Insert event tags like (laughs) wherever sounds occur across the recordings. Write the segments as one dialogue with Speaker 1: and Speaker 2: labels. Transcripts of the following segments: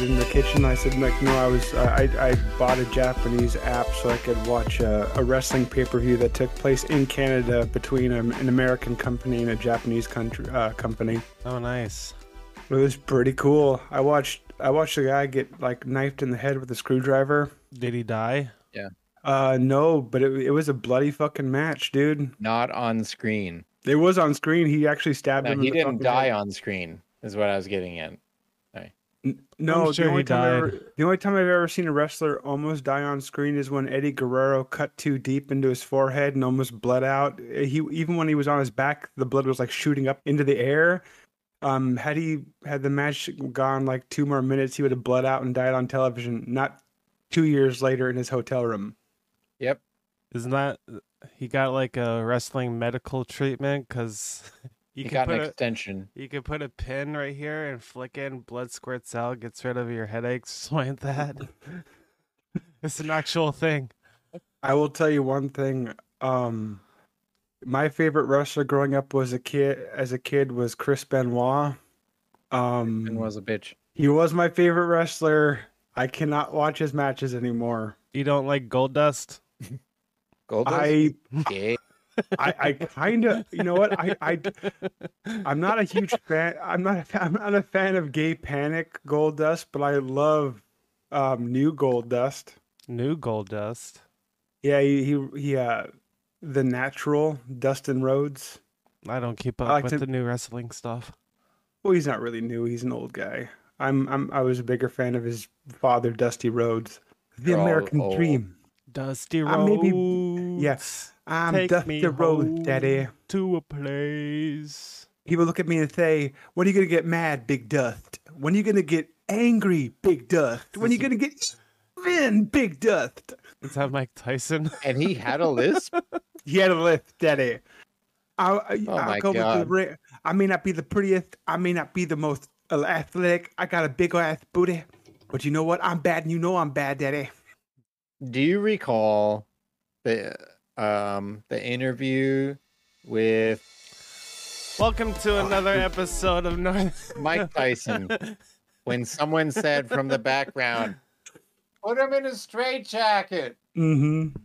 Speaker 1: in the kitchen. I said, like, no, I was, I, I I bought a Japanese app so I could watch a, a wrestling pay per view that took place in Canada between a, an American company and a Japanese country, uh, company.
Speaker 2: Oh, nice.
Speaker 1: It was pretty cool. I watched, I watched a guy get like knifed in the head with a screwdriver.
Speaker 2: Did he die?
Speaker 1: Uh, no, but it, it was a bloody fucking match, dude.
Speaker 3: Not on screen.
Speaker 1: It was on screen. He actually stabbed
Speaker 3: No,
Speaker 1: him.
Speaker 3: he
Speaker 1: in the
Speaker 3: didn't
Speaker 1: fucking
Speaker 3: die
Speaker 1: head.
Speaker 3: on screen. Is what I was getting at.
Speaker 1: No,
Speaker 2: I'm sure
Speaker 1: the only
Speaker 2: he
Speaker 1: time I
Speaker 2: died.
Speaker 1: ever- the only time I've ever seen a wrestler almost die on screen is when Eddie Guerrero cut too deep into his forehead and almost bled out. He even when he was on his back, the blood was like shooting up into the air. Um, had he had the match gone like two more minutes, he would have bled out and died on television. Not two years later in his hotel room.
Speaker 3: Yep.
Speaker 2: Isn't that he got like a wrestling medical treatment? (laughs) Because you
Speaker 3: he
Speaker 2: can
Speaker 3: got
Speaker 2: put
Speaker 3: an
Speaker 2: a,
Speaker 3: extension.
Speaker 2: you can put a pin right here and flick in, blood squirts out, gets rid of your headaches, (laughs) something like that. it's an actual thing.
Speaker 1: I will tell you one thing. Um, my favorite wrestler growing up was a kid as a kid was Chris Benoit. Um,
Speaker 3: and was a bitch.
Speaker 1: He was my favorite wrestler. I cannot watch his matches anymore.
Speaker 2: You don't like gold dust?
Speaker 3: Gold
Speaker 1: I,
Speaker 3: gay.
Speaker 1: I, I kind of, you know what? I, I, I'm not a huge fan. I'm not, a, I'm not a fan of Gay Panic Gold Dust, but I love um, New Gold Dust.
Speaker 2: New gold dust.
Speaker 1: Yeah, he, he, he uh, the Natural Dustin Rhodes.
Speaker 2: I don't keep up
Speaker 1: like
Speaker 2: with
Speaker 1: to-
Speaker 2: the new wrestling stuff.
Speaker 1: Well, he's not really new. He's an old guy. I'm, I'm, I was a bigger fan of his father, Dusty Rhodes. The
Speaker 3: They're all
Speaker 1: American
Speaker 3: old.
Speaker 1: Dream.
Speaker 2: Dusty
Speaker 1: I
Speaker 2: Rhodes.
Speaker 1: maybe- I'm
Speaker 2: Take me
Speaker 1: Dusty Rhodes,
Speaker 2: home.
Speaker 1: Daddy.
Speaker 2: to a place.
Speaker 1: He would look at me and say, When are you going to get mad, Big Dust? When are you going to get angry, Big Dust? When are you going to get even, Big Dust?
Speaker 2: Is that Mike Tyson?
Speaker 3: And he had
Speaker 2: (laughs)
Speaker 3: a lisp.
Speaker 1: He had a lift, Daddy. I'll, I-
Speaker 3: Oh
Speaker 1: I'll
Speaker 3: my
Speaker 1: go with
Speaker 3: God.
Speaker 1: the ring. I may not be the prettiest. I may not be the most athletic. I got a big ass booty. But you know what? I'm bad, and you know I'm bad, Daddy.
Speaker 3: Do you recall the um the interview with
Speaker 2: Welcome to another episode of North. (laughs)
Speaker 3: Mike Tyson when someone said from the background, "Put him in a straitjacket."
Speaker 1: Mm
Speaker 3: Mm-hmm.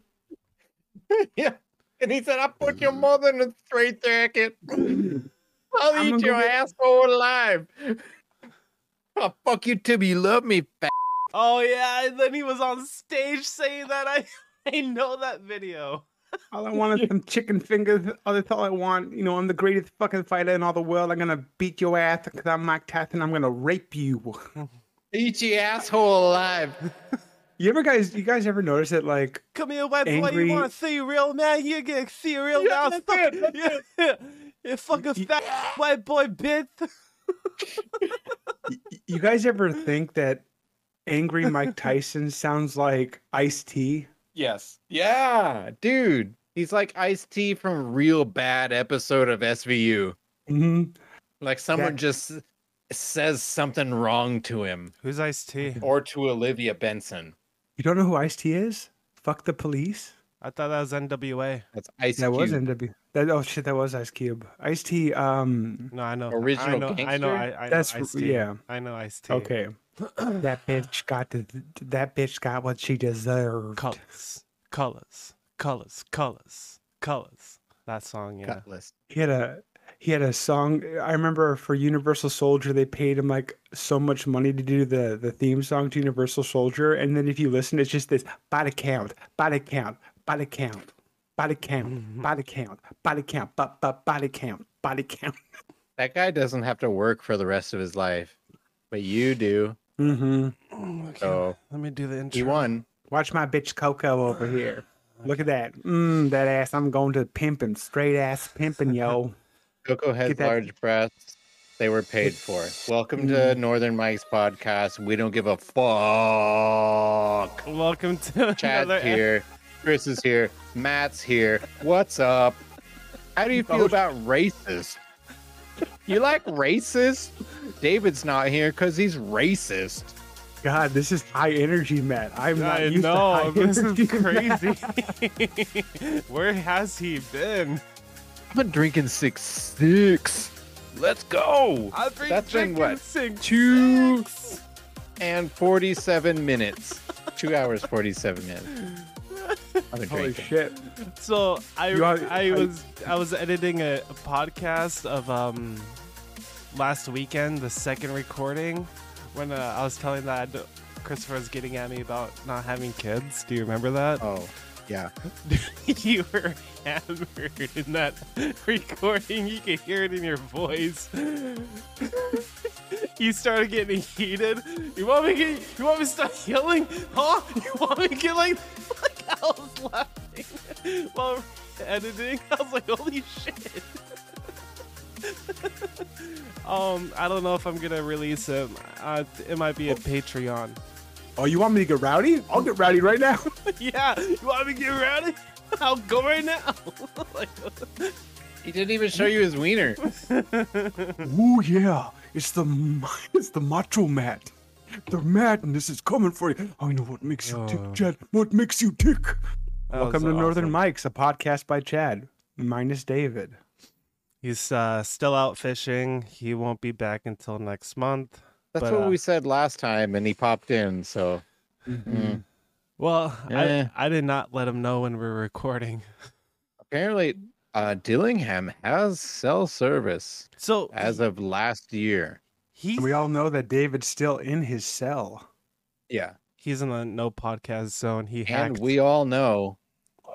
Speaker 3: yeah, and he said, "I put your mother in a straitjacket. I'll
Speaker 1: I'm
Speaker 3: eat
Speaker 1: gonna go
Speaker 3: your
Speaker 1: get-
Speaker 3: asshole alive. I'll fuck you till you love me, fat."
Speaker 2: Oh yeah, and then he was on stage saying that. I (laughs) I know that video.
Speaker 1: All I want is some chicken fingers. Oh, that's all I want. You know, I'm the greatest fucking fighter in all the world. I'm going to beat your ass because I'm Mike Tyson. I'm going to rape you.
Speaker 3: Eat your asshole alive.
Speaker 1: You ever guys? You guys ever notice that? Like,
Speaker 2: Come here, white boy.
Speaker 1: Angry-
Speaker 2: You want to see a real man? You get to see a real
Speaker 3: Yeah,
Speaker 2: man.
Speaker 3: that's
Speaker 2: Fuck-
Speaker 3: it,
Speaker 2: yeah, (laughs) You fucking fat white boy bitch.
Speaker 1: y- you guys ever think that angry
Speaker 2: (laughs)
Speaker 1: Mike Tyson sounds like Ice T?
Speaker 3: Yes. Yeah, dude. He's like Ice T from a real bad episode of SVU.
Speaker 1: Mm-hmm.
Speaker 3: Like someone
Speaker 1: That-
Speaker 3: just says something wrong to him
Speaker 2: Who's Ice T?
Speaker 3: or to Olivia Benson.
Speaker 1: You don't know who Ice T is? Fuck the police.
Speaker 2: I thought that was NWA.
Speaker 3: That's Ice
Speaker 1: That was
Speaker 3: Cube.
Speaker 1: NW. That oh shit, that was Ice Cube. Ice T. Um,
Speaker 2: No, I know. I
Speaker 3: Original
Speaker 2: know. I know.
Speaker 3: gangster?
Speaker 2: I, I
Speaker 1: That's-
Speaker 2: know Ice T.
Speaker 1: yeah.
Speaker 2: I know Ice T.
Speaker 1: okay.
Speaker 2: (clears throat)
Speaker 1: that bitch got the, that bitch got what she deserved.
Speaker 2: Colors, colors, colors, colors, colors. That song, yeah.
Speaker 3: Cutlass.
Speaker 1: he had a he had a song i remember for universal soldier they paid him like so much money to do the the theme song to universal soldier and then if you listen it's just this body count body count body count body
Speaker 2: Mm-hmm. Mm,
Speaker 1: count body count body count but but body count body count
Speaker 3: That guy doesn't have to work for the rest of his life, but you do.
Speaker 1: mm-hmm.
Speaker 2: Mm, okay,
Speaker 3: So
Speaker 2: Let me do the intro.
Speaker 3: he won.
Speaker 1: watch my bitch coco over here look at that mm, that ass i'm going to pimping straight ass pimping
Speaker 2: (laughs)
Speaker 1: yo
Speaker 3: Coco has
Speaker 1: Get that-
Speaker 3: large breasts. They were paid for. Welcome
Speaker 1: Mm.
Speaker 3: to Northern Mike's podcast. We don't give a
Speaker 1: (laughs)
Speaker 3: fuck.
Speaker 2: Welcome to another
Speaker 3: Chad's here. Chris is here. Matt's here. What's up? How do you
Speaker 1: Oh,
Speaker 3: feel about racist? You like racist? David's not here because he's racist.
Speaker 1: god this is high energy matt i'm not
Speaker 2: I
Speaker 1: used to high
Speaker 2: know this
Speaker 1: energy,
Speaker 2: is (laughs)
Speaker 1: Matt.
Speaker 2: crazy. Where has he been?
Speaker 3: I've been drinking six six. Let's go.
Speaker 2: I've been
Speaker 3: That's been
Speaker 2: drinking
Speaker 3: what,
Speaker 2: since
Speaker 3: two-
Speaker 2: six.
Speaker 3: and 47 minutes. Two hours, 47 minutes. I've been
Speaker 1: (laughs) Holy
Speaker 3: drinking.
Speaker 1: shit.
Speaker 2: So I
Speaker 1: You are-
Speaker 2: I
Speaker 1: I-
Speaker 2: was I was editing a, a podcast of um last weekend, the second recording, when uh, I was telling that Christopher was getting at me about not having kids. Do you remember that?
Speaker 3: Oh, yeah.
Speaker 2: (laughs) you were hammered in that recording. You could hear it in your voice. (laughs) you started getting heated. You want me to get, you want me to start yelling? Huh? You want me to get like (laughs) like I was laughing while editing. I was like, holy shit. (laughs) um, I don't know if I'm gonna release it. Uh, it might be a Patreon. (laughs)
Speaker 1: Oh, you want me to get rowdy? I'll get rowdy right now.
Speaker 2: Yeah, you want me to get rowdy? I'll go right now. (laughs) like,
Speaker 3: He didn't even show you his wiener.
Speaker 1: (laughs) Ooh, yeah. It's the (laughs) m- it's the macho mat. The madness is coming for you. I know what makes you tick,
Speaker 2: Oh.
Speaker 1: Chad. What makes you tick?
Speaker 2: That
Speaker 1: Welcome to
Speaker 2: was
Speaker 1: Northern
Speaker 2: awesome.
Speaker 1: Mike's, a podcast by Chad minus David.
Speaker 2: He's uh, still out fishing. He won't be back until next month.
Speaker 3: That's
Speaker 2: But,
Speaker 3: what
Speaker 2: uh,
Speaker 3: we said last time, and he popped in. So, Mm.
Speaker 2: Well,
Speaker 3: Eh.
Speaker 2: I, I did not let him know when we were recording.
Speaker 3: apparently, uh, Dillingham has cell service
Speaker 2: So
Speaker 3: as of last year.
Speaker 2: he
Speaker 1: And we all know that David's still in his cell.
Speaker 3: Yeah.
Speaker 2: he's in the no podcast zone. He
Speaker 3: And
Speaker 2: hacked.
Speaker 3: we all know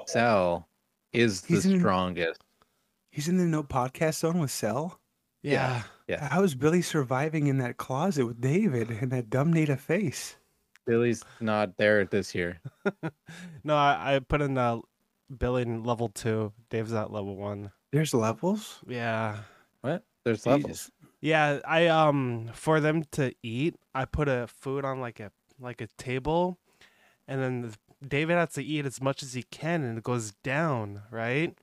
Speaker 3: cell is the
Speaker 1: He's in-
Speaker 3: strongest.
Speaker 1: He's in the no podcast zone with Cell.
Speaker 2: yeah.
Speaker 3: Yeah.
Speaker 1: How is Billy surviving in that closet with David and that dumb native face?
Speaker 3: Billy's not there this year.
Speaker 2: No, I, I put in uh, Billy in level two. Dave's at level one.
Speaker 1: There's levels.
Speaker 2: Yeah.
Speaker 3: What? There's levels.
Speaker 2: Yeah, I um for them to eat, I put a food on like a like a table, and then the- David has to eat as much as he can, and it goes down, right?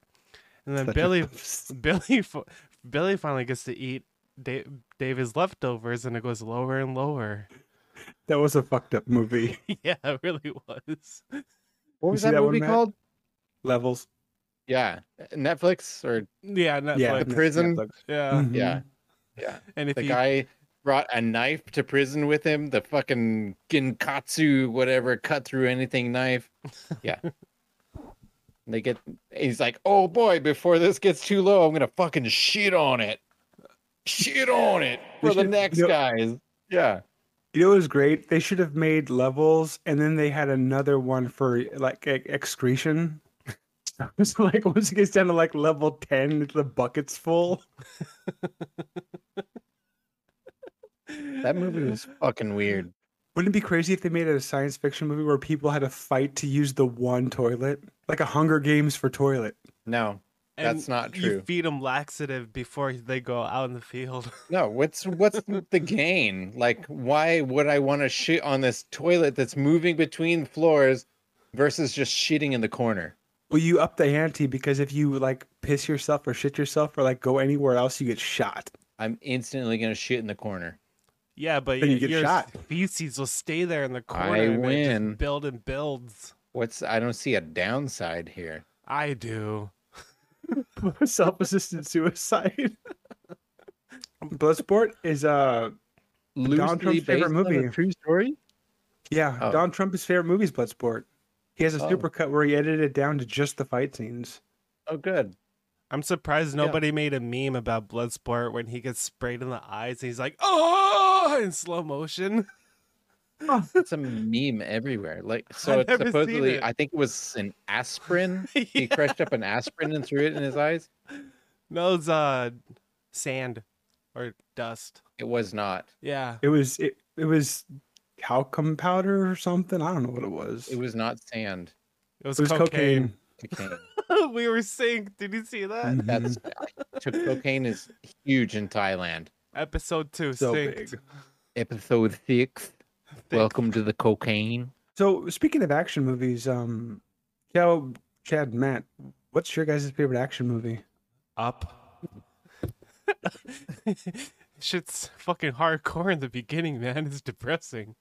Speaker 2: And then
Speaker 1: Such a-
Speaker 2: Billy, (laughs) Billy, fi- Billy finally gets to eat da- David's leftovers, and it goes lower and lower.
Speaker 1: (laughs)
Speaker 2: (laughs)
Speaker 1: That was a fucked up movie.
Speaker 2: yeah, it really was.
Speaker 3: What
Speaker 1: You
Speaker 3: was
Speaker 1: see
Speaker 3: that,
Speaker 1: that one,
Speaker 3: movie
Speaker 1: Matt?
Speaker 3: called?
Speaker 1: (laughs) Levels.
Speaker 3: Yeah. Netflix or
Speaker 2: Yeah, Netflix. Yeah,
Speaker 3: The prison? Mm-hmm.
Speaker 1: Mhm.
Speaker 3: yeah.
Speaker 2: and if
Speaker 3: Mm. The
Speaker 2: you,
Speaker 3: guy brought a knife to prison with him, the fucking ginkatsu, whatever, cut through anything knife. (laughs) Yeah. they get, he's like, oh boy, before this gets too low, I'm going to fucking shit on it. Shit on (laughs) it
Speaker 1: We
Speaker 3: for the
Speaker 1: should-
Speaker 3: next
Speaker 1: you know-
Speaker 3: guys. Yeah.
Speaker 1: You know, it was great. They should have made levels, and then they had another one for like e- excretion. (laughs) So it's like once it gets down to like level ten, the bucket's full.
Speaker 3: That movie
Speaker 2: (laughs)
Speaker 3: was fucking weird.
Speaker 1: Wouldn't it be crazy if they made it a science fiction movie where people had to fight to use the one toilet, like a Hunger Games for toilet?
Speaker 3: No, That's not
Speaker 2: You
Speaker 3: true.
Speaker 2: feed them laxative before they go out in the field.
Speaker 3: no. What's what's the gain? Like, why would I want to shit on this toilet that's moving between floors versus just shitting in the corner?
Speaker 1: Well, you up the ante because if you like piss yourself or shit yourself or like go anywhere else, you get shot. (laughs)
Speaker 3: I'm instantly gonna shit in the corner.
Speaker 2: Yeah, but
Speaker 1: Then you
Speaker 2: y-
Speaker 1: get
Speaker 2: your
Speaker 1: shot.
Speaker 2: feces will stay there in the corner.
Speaker 3: I
Speaker 2: and it just
Speaker 3: win.
Speaker 2: build and builds.
Speaker 3: What's I don't see a downside here.
Speaker 2: I do.
Speaker 1: Self-assisted suicide. (laughs) Bloodsport is uh
Speaker 3: Loosely
Speaker 1: Trump's favorite
Speaker 3: based on a
Speaker 1: movie.
Speaker 3: true story.
Speaker 1: Yeah,
Speaker 3: Oh.
Speaker 1: Don Trump's favorite movie is Bloodsport. He has a
Speaker 3: Oh.
Speaker 1: supercut where he edited it down to just the fight scenes.
Speaker 3: Oh, good.
Speaker 2: I'm surprised
Speaker 3: Yeah.
Speaker 2: nobody made a meme about Bloodsport when he gets sprayed in the eyes and he's like, oh, in slow motion. (laughs)
Speaker 3: It's a meme everywhere. Like so,
Speaker 2: I've
Speaker 3: it's
Speaker 2: never seen
Speaker 3: supposedly
Speaker 2: it.
Speaker 3: I think it was an aspirin. He
Speaker 2: (laughs) Yeah.
Speaker 3: crushed up an aspirin and threw it in his eyes.
Speaker 2: No, it's uh, sand or dust.
Speaker 3: It was not.
Speaker 2: Yeah.
Speaker 1: It was it, it was talcum powder or something. I don't know what it was.
Speaker 3: It was not sand.
Speaker 2: It was,
Speaker 1: It was
Speaker 2: cocaine.
Speaker 3: Cocaine.
Speaker 2: (laughs) we were synced. Did you see
Speaker 1: (laughs)
Speaker 2: that?
Speaker 1: Mhm.
Speaker 3: (laughs) That's to cocaine is huge in Thailand.
Speaker 2: Episode two,
Speaker 1: So
Speaker 2: synced.
Speaker 1: big.
Speaker 3: Episode six. (laughs) Welcome to the cocaine.
Speaker 1: So speaking of action movies, um, Cal, Chad, Matt, what's your guys' favorite action movie?
Speaker 2: Up. (laughs) Shit's fucking hardcore in the beginning, man. It's depressing.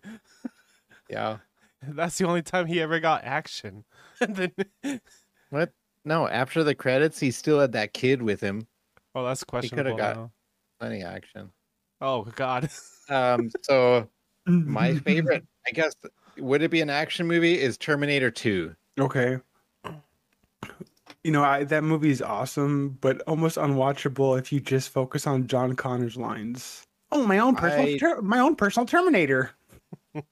Speaker 3: Yeah.
Speaker 2: (laughs) That's the only time he ever got action. (laughs) and then,
Speaker 3: What? No. After the credits, he still had that kid with him.
Speaker 2: oh, that's questionable.
Speaker 3: got-
Speaker 2: now. (laughs)
Speaker 3: Plenty of action.
Speaker 2: Oh God,
Speaker 1: (laughs)
Speaker 3: Um. So My (laughs) favorite, I guess, would it be an action movie? Is Terminator 2.
Speaker 1: Okay. You know, I, that movie is awesome, but almost unwatchable if you just focus on John Connor's lines. Oh, my own personal,
Speaker 3: I-
Speaker 1: ter- my own personal Terminator.
Speaker 3: It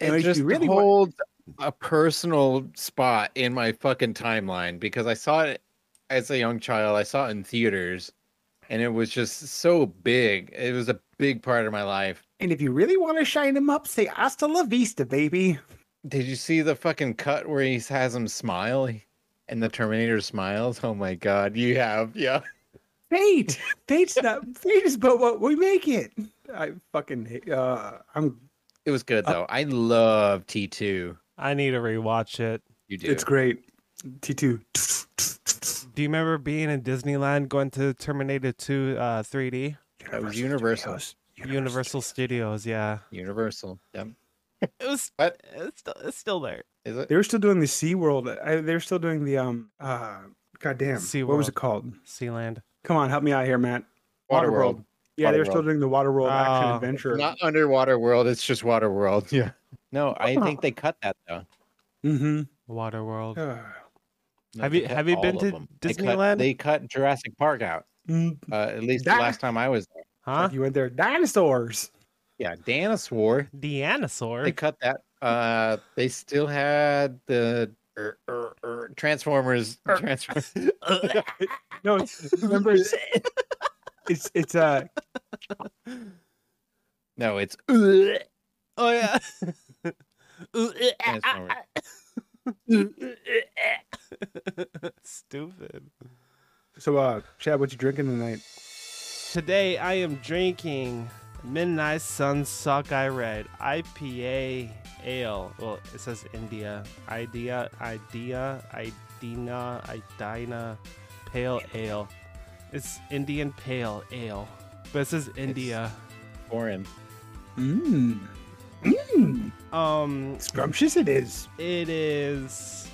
Speaker 1: Like, you
Speaker 3: just
Speaker 1: really want-
Speaker 3: holds a personal spot in my fucking timeline because I saw it as a young child. I saw it in theaters, and it was just so big. It was a big part of my life.
Speaker 1: And if you really want to shine him up, say "Hasta la vista, baby."
Speaker 3: Did you see the fucking cut where he has him smile, and the Terminator smiles? Oh my god, you have yeah.
Speaker 1: Fate, (laughs) fate's not fate is but what we make it. I fucking hate, uh, I'm.
Speaker 3: It was
Speaker 1: Uh
Speaker 3: good though. I love T two.
Speaker 2: I need to rewatch it.
Speaker 3: You do.
Speaker 1: It's great. T two.
Speaker 2: Do you remember being in Disneyland going to Terminator 2 uh, 3D?
Speaker 3: That was Universal.
Speaker 2: Universal Studios, yeah.
Speaker 3: Universal. Yep.
Speaker 2: It was
Speaker 3: What?
Speaker 2: it's still, it's still there.
Speaker 3: Is it?
Speaker 1: They were still doing the Sea World. I, they were still doing the um. Uh, goddamn. What was
Speaker 2: SeaWorld.
Speaker 1: it called?
Speaker 2: Sealand.
Speaker 1: Come on, help me out here, Matt. Waterworld. Yeah, they were still
Speaker 3: Waterworld.
Speaker 1: doing the Waterworld action
Speaker 2: Oh.
Speaker 1: adventure.
Speaker 3: Not underwater world. It's just water world. (laughs) Yeah. No, I think they cut that though.
Speaker 1: mm-hmm.
Speaker 2: Waterworld.
Speaker 1: Oh.
Speaker 3: No,
Speaker 2: Have
Speaker 3: they
Speaker 2: you-
Speaker 3: cut
Speaker 2: have you
Speaker 3: all
Speaker 2: been
Speaker 3: of
Speaker 2: to
Speaker 3: them. They cut-
Speaker 2: Disneyland?
Speaker 3: They cut, Jurassic Park out. Uh, at least
Speaker 1: That-
Speaker 3: the last time I was there.
Speaker 2: Huh?
Speaker 1: You went there. Dinosaurs.
Speaker 3: Yeah, Dinosaur. They
Speaker 2: Dinosaur.
Speaker 3: cut that. Uh, they still had the er, er, er, Transformers.
Speaker 2: Er. (laughs)
Speaker 3: Transformers.
Speaker 1: No, it's, remember it's it's, it's uh
Speaker 3: No, it's
Speaker 2: (laughs) oh yeah.
Speaker 3: Transformers.
Speaker 2: (laughs) Stupid.
Speaker 1: so uh Chad, what you drinking tonight?
Speaker 2: Today I am drinking Midnight Sun Sockeye Red IPA Ale. Well, it says India. Idea, idea, idina, idina, pale ale. It's Indian pale ale, but it says India.
Speaker 3: Foreign.
Speaker 2: Mm.
Speaker 1: Mmm.
Speaker 2: Um,
Speaker 1: Scrumptious it is.
Speaker 2: It is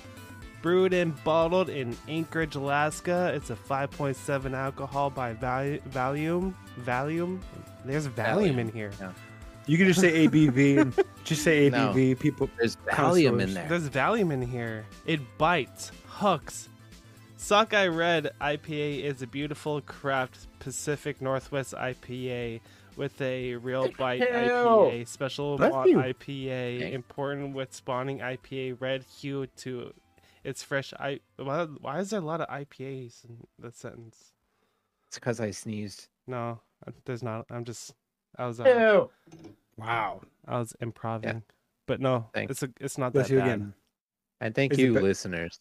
Speaker 2: brewed and bottled in Anchorage, Alaska. It's a 5.7 alcohol by valu- volume. Volume? There's volume in here.
Speaker 1: You can just say ABV.
Speaker 2: (laughs)
Speaker 1: and just say
Speaker 3: No.
Speaker 1: ABV. People
Speaker 3: There's
Speaker 1: Valium
Speaker 3: Valium
Speaker 1: in
Speaker 3: in there.
Speaker 2: There's volume in here. It bites, hucks. Sockeye Red IPA is a beautiful craft Pacific Northwest IPA with a real bite
Speaker 3: Hell.
Speaker 2: IPA, special
Speaker 1: Bless
Speaker 2: malt
Speaker 1: you.
Speaker 2: IPA,
Speaker 3: Thanks.
Speaker 2: important with spawning IPA red hue to its fresh I. Why, why is there a lot of IPAs in that sentence?
Speaker 3: It's because I sneezed.
Speaker 2: No, uh, there's not. I'm just. I was. Uh,
Speaker 3: No.
Speaker 1: Wow.
Speaker 2: I was improving, but no,
Speaker 3: Thanks.
Speaker 2: it's a, it's not
Speaker 1: Bless
Speaker 2: that
Speaker 1: you
Speaker 2: bad.
Speaker 1: again.
Speaker 3: And thank
Speaker 1: Is it
Speaker 3: you,
Speaker 1: be-
Speaker 3: listeners.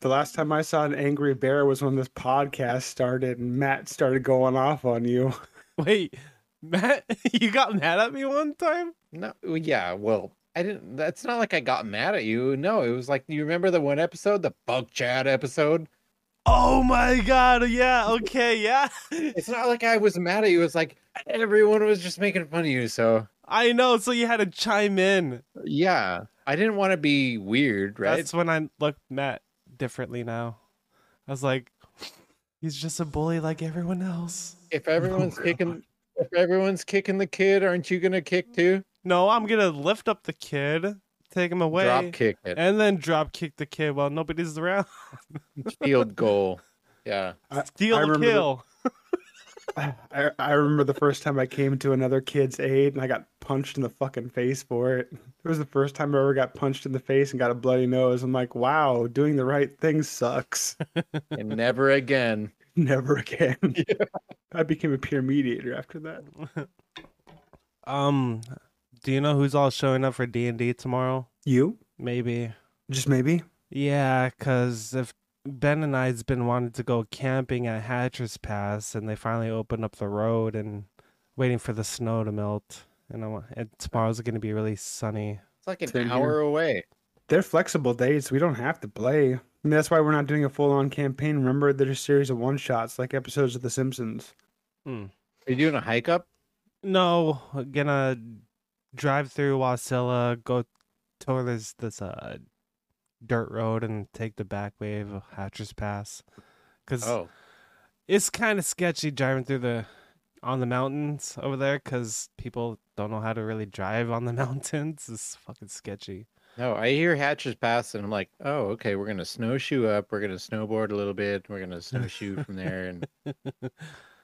Speaker 1: The last time I saw an angry bear was when this podcast started and Matt started going off on you.
Speaker 2: Wait, Matt, (laughs) you got mad at me one time?
Speaker 3: No, well, yeah, well, I didn't. That's not like I got mad at you. No, it was like you remember the one episode, the bug chat episode.
Speaker 2: Oh my god, yeah, okay, yeah.
Speaker 3: It's not like I was mad at you. It's like everyone was just making fun of you. So
Speaker 2: (laughs) I know, so you had to chime in.
Speaker 3: yeah, I didn't want to be weird, right?
Speaker 2: That's when I looked Matt differently now. I was like, (laughs) he's just a bully like everyone else.
Speaker 3: If (laughs) everyone's kicking, if everyone's kicking the kid, aren't you gonna kick too?
Speaker 2: No, I'm gonna lift up the kid, take him away,
Speaker 3: Drop kick it,
Speaker 2: and then drop kick the kid while nobody's around. (laughs)
Speaker 3: field goal. Yeah,
Speaker 1: I- I
Speaker 2: Steal the
Speaker 1: remember the-
Speaker 2: kill.
Speaker 1: I, I remember the first time I came to another kid's aid and I got punched in the fucking face for it. It was the first time I ever got punched in the face and got a bloody nose. I'm like, wow, doing the right thing sucks. (laughs)
Speaker 3: and never again.
Speaker 1: Never again. I became a peer mediator after that.
Speaker 2: Um, do you know who's all showing up for D and D tomorrow?
Speaker 1: You?
Speaker 2: Maybe.
Speaker 1: Just maybe?
Speaker 2: Yeah, because if Ben and I's been wanting to go camping at Hatcher's Pass, and they finally opened up the road and waiting for the snow to melt, and, I, wa- and tomorrow's going to be really sunny.
Speaker 3: It's like an
Speaker 1: Same here.
Speaker 3: hour away.
Speaker 1: They're flexible dates. We don't have to play. I mean, that's why we're not doing a full on campaign. Remember, they're a series of one shots like episodes of The Simpsons.
Speaker 3: Are you doing a hike up?
Speaker 2: No, gonna drive through Wasilla, go towards this uh, dirt road, and take the back way of Hatcher's Pass. Because
Speaker 3: Oh,
Speaker 2: it's kind of sketchy driving through the on the mountains over there because people don't know how to really drive on the (laughs) mountains. It's fucking sketchy.
Speaker 3: No, I hear hatches pass, and I'm like, oh, okay, we're gonna snowshoe up, we're gonna snowboard a little bit,
Speaker 2: (laughs)
Speaker 3: we're gonna snowshoe from there, and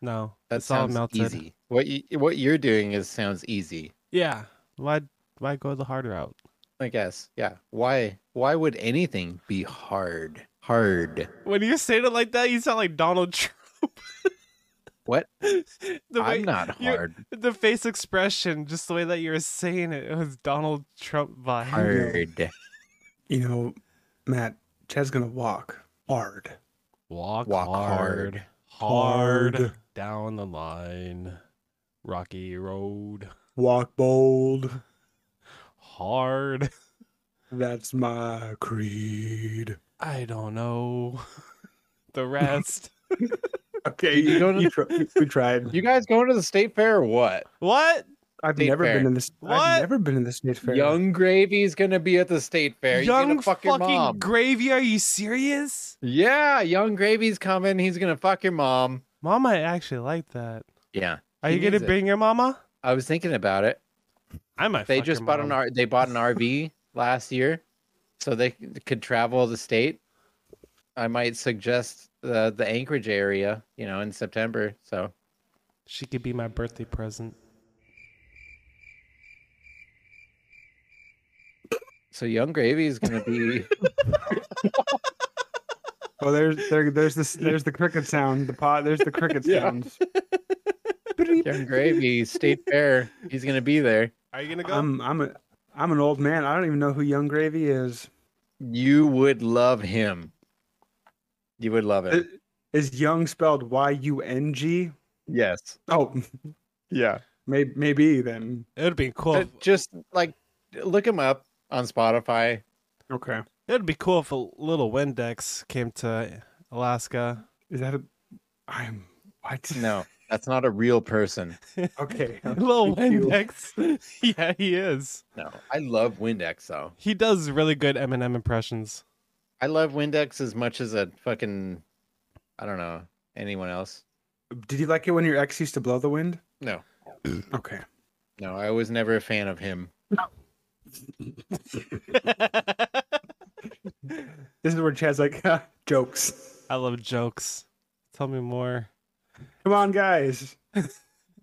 Speaker 2: No,
Speaker 3: that
Speaker 2: it's all
Speaker 3: sounds
Speaker 2: melted.
Speaker 3: easy. What you, what you're doing is sounds easy,
Speaker 2: Yeah, why why go the hard route?
Speaker 3: I guess. Yeah. Why why would anything be hard? Hard.
Speaker 2: When you say it like that, you sound like Donald Trump.
Speaker 3: What?
Speaker 2: (laughs) the way,
Speaker 3: I'm
Speaker 2: (laughs)
Speaker 3: not
Speaker 2: you-
Speaker 3: hard.
Speaker 2: the face expression, just the way that you were saying it, it was Donald Trump vibe.
Speaker 3: Hard.
Speaker 1: You know, Matt, Chad's gonna walk hard.
Speaker 2: Walk,
Speaker 3: Walk
Speaker 2: hard, hard,
Speaker 1: hard.
Speaker 2: down the line, rocky road,
Speaker 1: Walk bold.
Speaker 2: hard.
Speaker 1: That's my creed.
Speaker 2: I don't know (laughs)
Speaker 3: (laughs)
Speaker 2: the rest.
Speaker 1: Okay,
Speaker 3: You
Speaker 1: you
Speaker 3: don't-
Speaker 1: don't. You tr- we tried.
Speaker 3: You guys going to the state fair or what?
Speaker 2: what?
Speaker 1: I've
Speaker 3: State
Speaker 1: never
Speaker 3: fair.
Speaker 1: been in this.
Speaker 2: What?
Speaker 1: I've never been in the state fair.
Speaker 3: Young Gravy's gonna be at the state fair. He's
Speaker 2: Young
Speaker 3: gonna fuck your mom.
Speaker 2: gravy? Are you serious?
Speaker 3: yeah, Young Gravy's coming. He's gonna fuck your mom.
Speaker 2: Mom might actually like that.
Speaker 3: Yeah.
Speaker 2: Are
Speaker 3: He
Speaker 2: you gonna
Speaker 3: needs it.
Speaker 2: bring your mama?
Speaker 3: I was thinking about it.
Speaker 2: I might.
Speaker 3: They
Speaker 2: fuck
Speaker 3: just
Speaker 2: your
Speaker 3: bought an
Speaker 2: mom.
Speaker 3: R- they bought an RV (laughs) last year, so they c- could travel the state. I might suggest the the Anchorage area, you know, in September. So
Speaker 2: She could be my birthday present.
Speaker 3: so Young Gravy is gonna
Speaker 2: (laughs)
Speaker 3: be
Speaker 1: Well, Oh, there's there, there's this there's the cricket sound. The pot. There's the cricket
Speaker 3: Yeah.
Speaker 1: sounds.
Speaker 3: Young Gravy State Fair. He's gonna be there.
Speaker 2: Are you gonna go?
Speaker 1: I'm I'm a I'm an old man. I don't even know who Young Gravy is.
Speaker 3: You would love him. You would love him.
Speaker 1: Is Young spelled Y U N G?
Speaker 3: Yes.
Speaker 1: Oh, (laughs)
Speaker 3: Yeah.
Speaker 1: may, maybe then.
Speaker 2: it would be cool. If,
Speaker 3: just like look him up on Spotify.
Speaker 1: Okay.
Speaker 2: it would be cool if a little Windex came to
Speaker 3: (laughs)
Speaker 2: Alaska.
Speaker 1: Is that a? I'm what?
Speaker 3: No, that's not a real person.
Speaker 1: (laughs) Okay.
Speaker 2: Little
Speaker 1: Thank you.
Speaker 2: Windex. (laughs) yeah, he is.
Speaker 3: No, I love Windex though.
Speaker 2: He does really good Eminem impressions.
Speaker 3: I love Windex as much as a fucking I don't know anyone else.
Speaker 1: Did you like it when your ex used to blow the wind?
Speaker 3: No,
Speaker 1: Okay.
Speaker 3: no, I was never a fan of him.
Speaker 1: This is where Chad's like (laughs) "Ha, jokes.
Speaker 2: I love jokes. Tell me more.
Speaker 1: Come on, guys.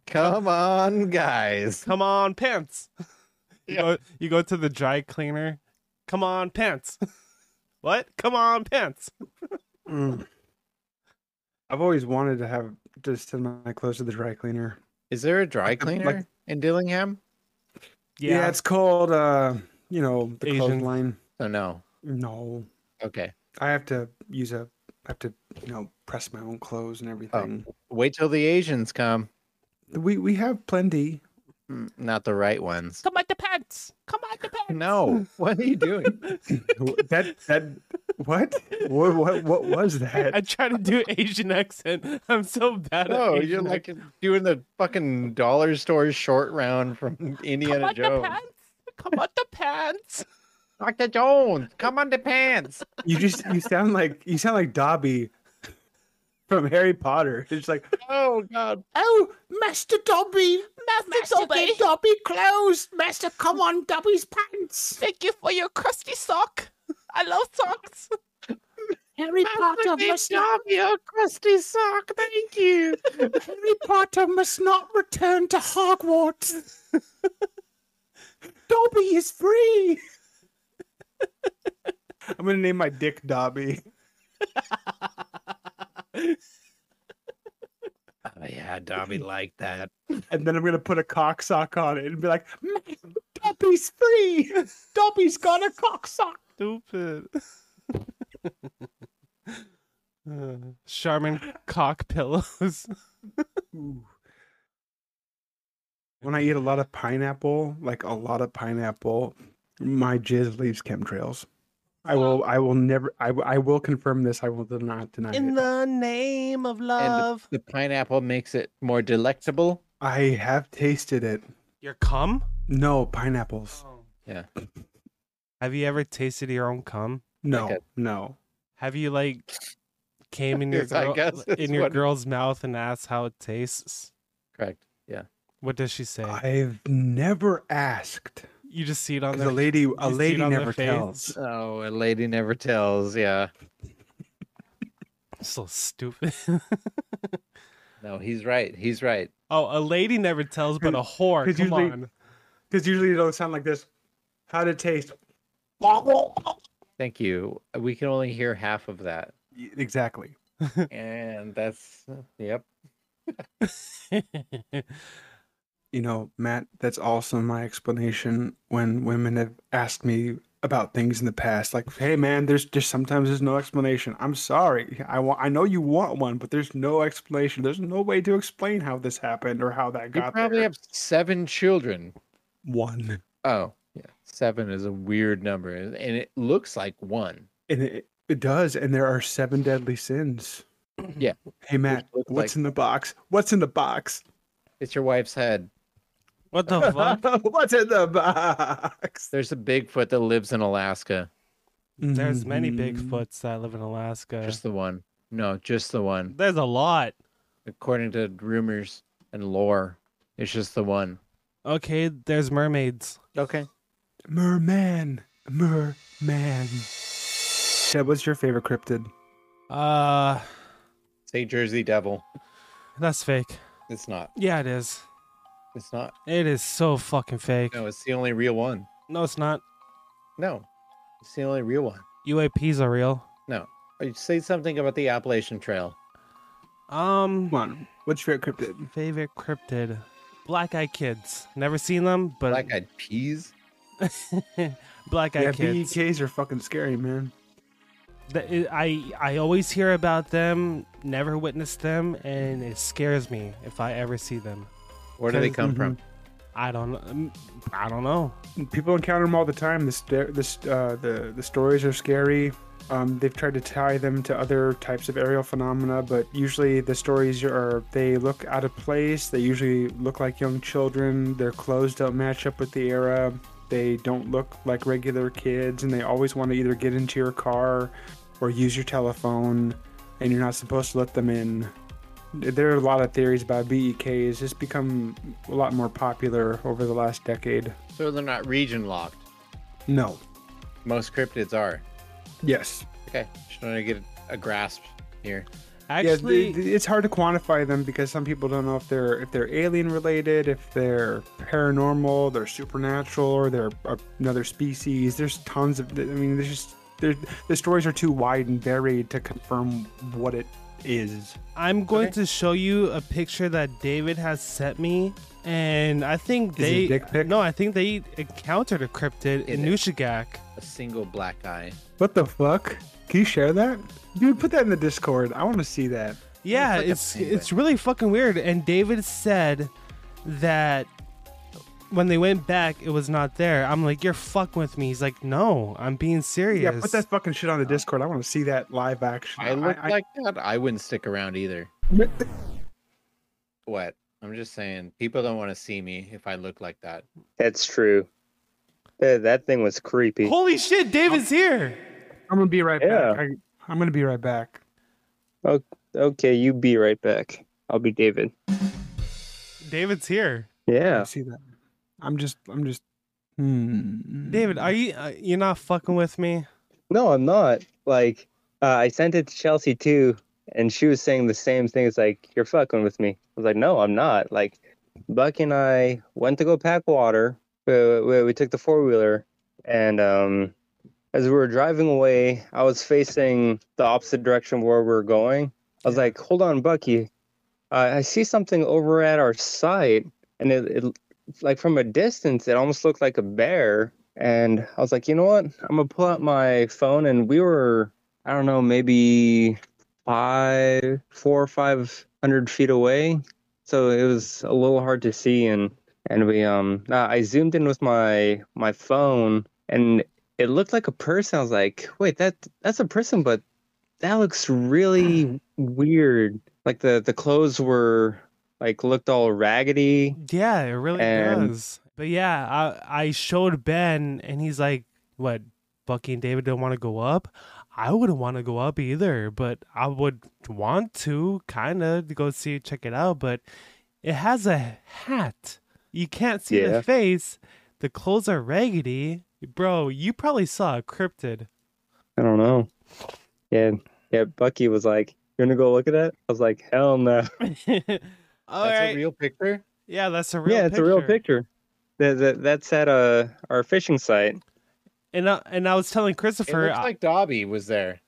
Speaker 3: Come on, guys.
Speaker 2: Come on, pants. (laughs) You,
Speaker 3: Yeah.
Speaker 2: go, you go to the dry cleaner. Come on, pants. (laughs) what? Come on, pants.
Speaker 1: Mm. I've always wanted to have to send my clothes to the dry cleaner.
Speaker 3: Is there a dry
Speaker 1: Like-
Speaker 3: cleaner in Dillingham?
Speaker 1: Yeah, it's called uh, you know, the
Speaker 2: Asian.
Speaker 1: clothesline.
Speaker 3: Oh no.
Speaker 1: No,
Speaker 3: Okay.
Speaker 1: I have to use a. I have to, you know, press my own clothes and everything.
Speaker 3: Wait till the Asians come.
Speaker 1: We we have (laughs) plenty.
Speaker 3: Mm, Not the right ones.
Speaker 2: Come on, the pants. Come on, the pants.
Speaker 3: No. What are you (laughs) doing?
Speaker 1: that that what? what what what was that?
Speaker 2: I try to do Asian accent. I'm so bad
Speaker 3: No,
Speaker 2: at Asian
Speaker 3: you're like doing the fucking dollar store short round from Indiana Jones.
Speaker 2: Come on, the (laughs) pants.
Speaker 3: Dr. Jones, come on the pants.
Speaker 1: (laughs) You just you sound like you sound like Dobby from Harry Potter. It's like
Speaker 3: Oh God.
Speaker 1: oh, Master Dobby,
Speaker 4: Master Dobby,
Speaker 1: Dobby clothes, Master. Come on, Dobby's pants.
Speaker 4: thank you for your crusty sock. I love socks.
Speaker 1: Harry
Speaker 3: your crusty sock. Thank you.
Speaker 1: Harry Potter must not return to Hogwarts. (laughs) Dobby is free. I'm gonna name my dick Dobby.
Speaker 3: Oh yeah, (laughs) Dobby liked that.
Speaker 1: and then I'm gonna put a cock sock on it and be like, "Man, Dobby's free. Dobby's got a cock sock.
Speaker 2: Stupid. (laughs) Uh, Charmin cock pillows.
Speaker 1: When
Speaker 2: Mm-hmm.
Speaker 1: I eat a lot of pineapple, like a lot of pineapple, my jizz leaves chemtrails. I will. I will never. I, w- I will confirm this. I will not deny it.
Speaker 2: the name of
Speaker 3: The pineapple makes it more delectable.
Speaker 1: I have tasted it.
Speaker 2: Your cum?
Speaker 1: No pineapples.
Speaker 3: Yeah.
Speaker 2: Have you ever tasted your own cum?
Speaker 1: No.
Speaker 3: Okay.
Speaker 1: No.
Speaker 2: Have you like came in your
Speaker 3: Yes, I (laughs)
Speaker 2: girl,
Speaker 3: guess
Speaker 2: in
Speaker 3: is
Speaker 2: your
Speaker 3: what-
Speaker 2: girl's mouth and asked how it tastes?
Speaker 3: Correct.
Speaker 2: What does she say?
Speaker 1: I've never asked.
Speaker 2: you just see it on
Speaker 1: 'Cause
Speaker 2: their
Speaker 1: a lady,
Speaker 2: you
Speaker 1: a
Speaker 2: see it
Speaker 1: lady
Speaker 2: on their
Speaker 1: never
Speaker 2: face.
Speaker 1: tells.
Speaker 3: Oh, a lady never tells. Yeah.
Speaker 2: So stupid. (laughs)
Speaker 3: No, he's right. He's right.
Speaker 2: oh, a lady never tells, but a whore. Come
Speaker 1: 'Cause usually-
Speaker 2: on.
Speaker 1: Because usually it'll sound like this. How to taste?
Speaker 3: Thank you. We can only hear half of (laughs) that.
Speaker 1: Y- Exactly.
Speaker 3: And that's uh, yep.
Speaker 1: You know, Matt, that's also my explanation when women have asked me about things in the past. Like, hey, man, there's just sometimes there's no explanation. I'm sorry. I want. I know you want one, but there's no explanation. There's no way to explain how this happened or how that
Speaker 3: You
Speaker 1: got
Speaker 3: probably
Speaker 1: there.
Speaker 3: have seven children.
Speaker 1: one,
Speaker 3: Oh, yeah. Seven is a weird number, and and it looks like one.
Speaker 1: and it, it does. And there are seven deadly sins.
Speaker 3: Yeah.
Speaker 1: Hey, Matt,
Speaker 3: looks
Speaker 1: what's
Speaker 3: like-
Speaker 1: in the box? What's in the box?
Speaker 3: It's your wife's head.
Speaker 2: (laughs) What the fuck?
Speaker 1: (laughs) what's in the box?
Speaker 3: There's a Bigfoot that lives in Alaska.
Speaker 2: There's many
Speaker 3: Mm.
Speaker 1: Mhm.
Speaker 2: Bigfoots that live in Alaska.
Speaker 3: Just the one. No, just the one.
Speaker 2: There's a lot.
Speaker 3: According to rumors and lore, it's just the one.
Speaker 2: Okay, there's mermaids.
Speaker 3: Okay.
Speaker 1: Merman. Merman. Deb, what's your favorite cryptid?
Speaker 2: Uh,
Speaker 3: Say Jersey Devil.
Speaker 2: that's fake.
Speaker 3: It's not.
Speaker 2: Yeah, it is.
Speaker 3: It's not.
Speaker 2: It is so fucking fake.
Speaker 3: No, it's the only real one.
Speaker 2: No, it's not.
Speaker 3: No, it's the only real one.
Speaker 2: UAPs are real.
Speaker 3: No. You say something about the Appalachian Trail.
Speaker 2: Um,
Speaker 1: Come on. What's your favorite cryptid?
Speaker 2: favorite cryptid, black eyed kids. Never seen them, but
Speaker 3: Black eyed peas?
Speaker 2: black eyed
Speaker 1: yeah,
Speaker 2: kids.
Speaker 1: BEKs are fucking scary, man.
Speaker 2: The- I I always hear about them. Never witnessed them, and it scares me if I ever see them.
Speaker 3: Where do they
Speaker 2: Cause-
Speaker 3: come from?
Speaker 2: I don't. kn- I don't know.
Speaker 1: People encounter them all the time. The sta- the st- uh, the the stories are scary. Um, they've tried to tie them to other types of aerial phenomena, but usually the stories are they look out of place. They usually look like young children. Their clothes don't match up with the era. They don't look like regular kids, and they always want to either get into your car or use your telephone, and you're not supposed to let them in. There are a lot of theories about BEKs. It's become a lot more popular over the last decade.
Speaker 3: So they're not region locked.
Speaker 1: No.
Speaker 3: Most cryptids are.
Speaker 1: Yes.
Speaker 3: Okay. Just trying to get a grasp here.
Speaker 2: Actually,
Speaker 1: yeah, th- th- it's hard to quantify them because some people don't know if they're if they're alien related, if they're paranormal, they're supernatural, or they're a- another species. There's tons of. I mean, there's just there- the stories are too wide and varied to confirm what it is.
Speaker 2: I'm going
Speaker 3: Okay.
Speaker 2: to show you a picture that David has sent me, and I think
Speaker 1: Is it a
Speaker 2: they
Speaker 1: dick pic?
Speaker 2: no, I think they encountered a cryptid in
Speaker 3: Is
Speaker 2: Nushagak.
Speaker 3: A single black eye.
Speaker 1: What the fuck? Can you share that? Dude, put that in the Discord. I want to see that.
Speaker 2: Yeah,
Speaker 3: fuck up
Speaker 2: it's
Speaker 3: anyway.
Speaker 2: it's really fucking weird. And David said that when they went back, it was not there. I'm like, you're fucking with me. He's like, no, I'm being serious.
Speaker 1: Yeah, put that fucking shit on the Discord. I want to see that live action.
Speaker 3: I look like that. I wouldn't stick around either. What? I'm just saying, people don't want to see me if I look like that.
Speaker 5: That's true. That, that thing was creepy.
Speaker 2: Holy shit, David's here.
Speaker 1: I'm gonna be right
Speaker 5: Yeah.
Speaker 1: back. I, I'm gonna be right back.
Speaker 5: Okay, you be right back. I'll be David.
Speaker 2: David's here.
Speaker 1: I
Speaker 5: Yeah.
Speaker 1: see that. I'm just. I'm just. Hmm.
Speaker 2: David, are you uh, you're not fucking with me?
Speaker 5: No, I'm not. Like, uh, I sent it to Chelsea too, and she was saying the same thing. It's like, you're fucking with me. I was like, no, I'm not. Like, Buck and I went to go pack water. We, we, we took the four wheeler, and um, as we were driving away, I was facing the opposite direction where we were going. I was like, hold on, Bucky. Uh, I see something over at our site, and it, it, like from a distance, it almost looked like a bear. And I was like, you know what? I'm gonna pull out my phone, and we were, I don't know, maybe five, four or five hundred feet away, so it was a little hard to see. And and we um, uh, I zoomed in with my my phone, and it looked like a person. I was like, wait, that that's a person, but that looks really weird. Like the the clothes were like looked all raggedy.
Speaker 2: Yeah, it really
Speaker 5: And-
Speaker 2: does. But yeah, I I showed Ben, and he's like, "What? Bucky and David don't want to go up. I wouldn't want to go up either, but I would want to kind of go see check it out. But It has a hat. You can't see
Speaker 5: Yeah.
Speaker 2: the face. The clothes are raggedy. Bro, you probably saw a cryptid.
Speaker 5: I don't know. Yeah, yeah. Bucky was like, "You want to go look at it?" I was like, "Hell no!"
Speaker 2: (laughs) All
Speaker 3: That's
Speaker 2: right.
Speaker 3: a real picture.
Speaker 2: yeah, that's a real
Speaker 5: Yeah, it's a real picture. That, that that's at uh our fishing site.
Speaker 2: And I, and I was telling
Speaker 3: It
Speaker 2: Christopher,
Speaker 3: looks like Dobby was there.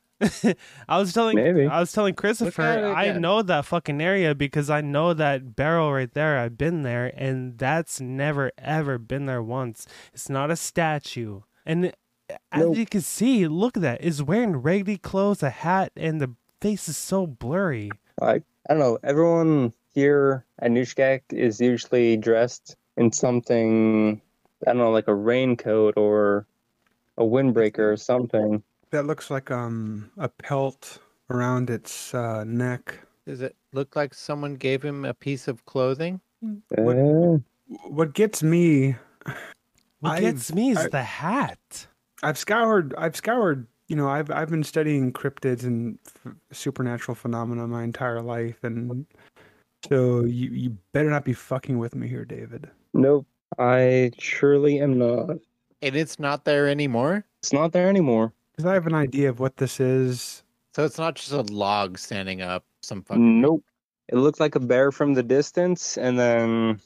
Speaker 2: I was telling
Speaker 5: Maybe.
Speaker 2: I was telling Christopher
Speaker 3: at it
Speaker 2: I
Speaker 3: again.
Speaker 2: know that fucking area because I know that barrel right there. I've been there and that's never ever been there once. It's not a statue. And as
Speaker 5: Nope.
Speaker 2: you can see, look at that. It's wearing raggedy clothes, a hat, and the face is so blurry.
Speaker 5: Like I don't know. Everyone here at Nushkak is usually dressed in something. I don't know, like a raincoat or a windbreaker or something.
Speaker 1: That looks like um a pelt around its uh, neck.
Speaker 3: Does it look like someone gave him a piece of clothing?
Speaker 1: What-
Speaker 5: Uh,
Speaker 1: What gets me,
Speaker 2: What
Speaker 1: I've-
Speaker 2: gets me is
Speaker 1: I-
Speaker 2: the hat.
Speaker 1: I've scoured, I've scoured. You know, I've I've been studying cryptids and f- supernatural phenomena my entire life, and so you you better not be fucking with me here, David.
Speaker 5: nope. I surely am not.
Speaker 3: And it's not there anymore.
Speaker 5: It's not there anymore.
Speaker 1: Because I have an idea of what this is.
Speaker 3: So it's not just a log standing up. Some fucking.
Speaker 5: Nope. It looked like a bear from the distance, and then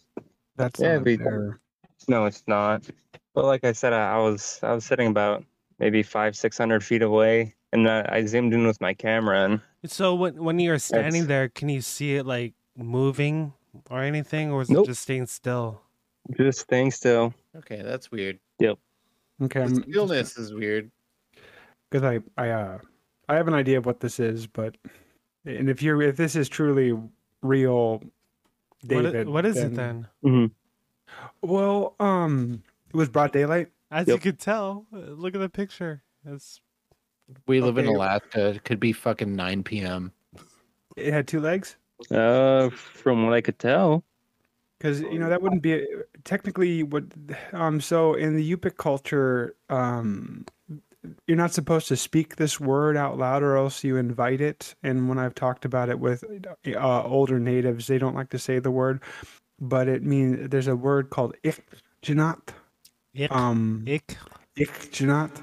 Speaker 1: That's
Speaker 5: Yeah,
Speaker 1: not
Speaker 5: we-
Speaker 1: there.
Speaker 5: No, it's not. But like I said, I, I was I was sitting about maybe five six hundred feet away, and I, I zoomed in with my camera, and
Speaker 2: So when when you're standing there,
Speaker 5: That's-
Speaker 2: can you see it like moving or anything, or is
Speaker 5: Nope.
Speaker 2: it just staying still?
Speaker 5: this thing still.
Speaker 3: Okay, that's weird.
Speaker 1: Okay,
Speaker 3: The
Speaker 1: I'm-
Speaker 3: stillness is weird.
Speaker 1: because I I uh I have an idea of what this is, but and if you're if this is truly real,
Speaker 2: What i-
Speaker 1: David,
Speaker 2: what is it then?
Speaker 1: Well, um, it was broad daylight.
Speaker 2: As you
Speaker 5: Yep.
Speaker 2: could tell, uh, look at the picture. It's
Speaker 3: We live in
Speaker 1: Okay.
Speaker 3: Alaska. It could be fucking 9 p.m.
Speaker 1: It had two legs
Speaker 5: Uh, from what I could tell,
Speaker 1: because you know that
Speaker 2: Oh.
Speaker 1: wouldn't be technically what. Um, so in the Yupik culture, um, you're not supposed to speak this word out loud, or else you invite it. And when I've talked about it with uh, older natives, they don't like to say the word, but it means there's a word called ikjanat.
Speaker 2: ick,
Speaker 1: Um,
Speaker 2: ick.
Speaker 1: Ikjanat.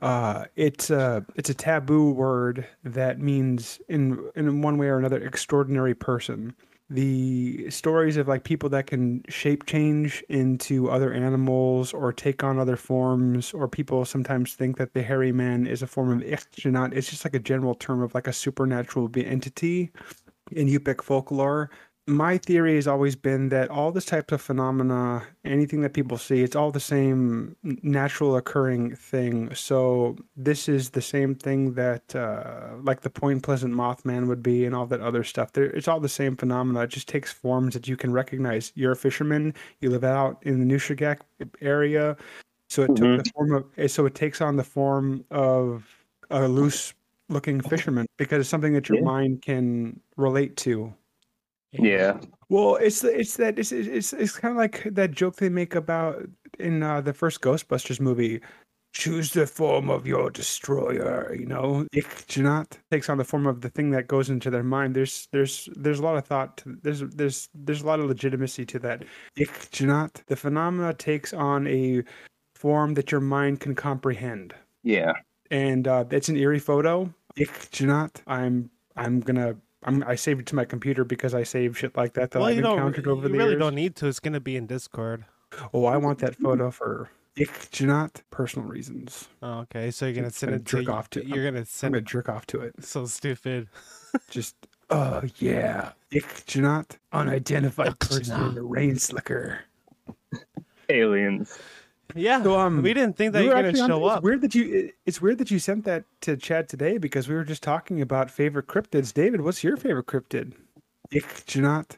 Speaker 1: Uh, it's a it's a taboo word that means in in one way or another extraordinary person. The stories of like people that can shape change into other animals or take on other forms, or people sometimes think that the hairy man is a form of Ikjanat. It's just like a general term of like a supernatural be- entity in Yupik folklore my theory has always been that all this types of phenomena, anything that people see, it's all the same n- natural occurring thing. So this is the same thing that uh, like the Point Pleasant Mothman would be, and all that other stuff. There, it's all the same phenomena. It just takes forms that you can recognize. You're a fisherman. You live out in the Nushagak area, so it
Speaker 5: Mhm.
Speaker 1: took the form of. eh, So it takes on the form of a loose looking fisherman because it's something that your
Speaker 5: Yeah.
Speaker 1: mind can relate to.
Speaker 5: yeah,
Speaker 1: Well, it's the- it's that it's it's it's kind of like that joke they make about in uh, the first Ghostbusters movie. Choose the form of your destroyer. You know, Ikjanat takes on the form of the thing that goes into their mind. There's there's there's a lot of thought. To, there's there's there's a lot of legitimacy to that. Ikjanat, the phenomena takes on a form that your mind can comprehend
Speaker 5: yeah.
Speaker 1: and uh, it's an eerie photo. Ikjanat. I'm I'm gonna I'm, I saved it to my computer because I save shit like that that
Speaker 2: well,
Speaker 1: I've
Speaker 2: you don't.
Speaker 1: encountered over
Speaker 2: you
Speaker 1: the
Speaker 2: really
Speaker 1: years.
Speaker 2: don't need to. It's gonna be in Discord.
Speaker 1: Oh, I want that photo for Ikjanat personal reasons.
Speaker 2: Oh, okay, so you're gonna
Speaker 1: It's
Speaker 2: send
Speaker 1: gonna
Speaker 2: it
Speaker 1: jerk
Speaker 2: to.
Speaker 1: off to-
Speaker 2: you're gonna
Speaker 1: I'm
Speaker 2: send
Speaker 1: gonna
Speaker 2: it.
Speaker 1: jerk off to it.
Speaker 2: So stupid.
Speaker 1: Just oh yeah, Ikjanat, unidentified person in a rain slicker.
Speaker 5: Aliens.
Speaker 2: Yeah.
Speaker 1: So um,
Speaker 2: we didn't think that
Speaker 1: we
Speaker 2: you're
Speaker 1: were
Speaker 2: gonna
Speaker 1: actually on-
Speaker 2: show
Speaker 1: it's
Speaker 2: up.
Speaker 1: Weird that you. it- It's weird that you sent that to Chad today because we were just talking about favorite cryptids. David, what's your favorite cryptid? Ikjanat.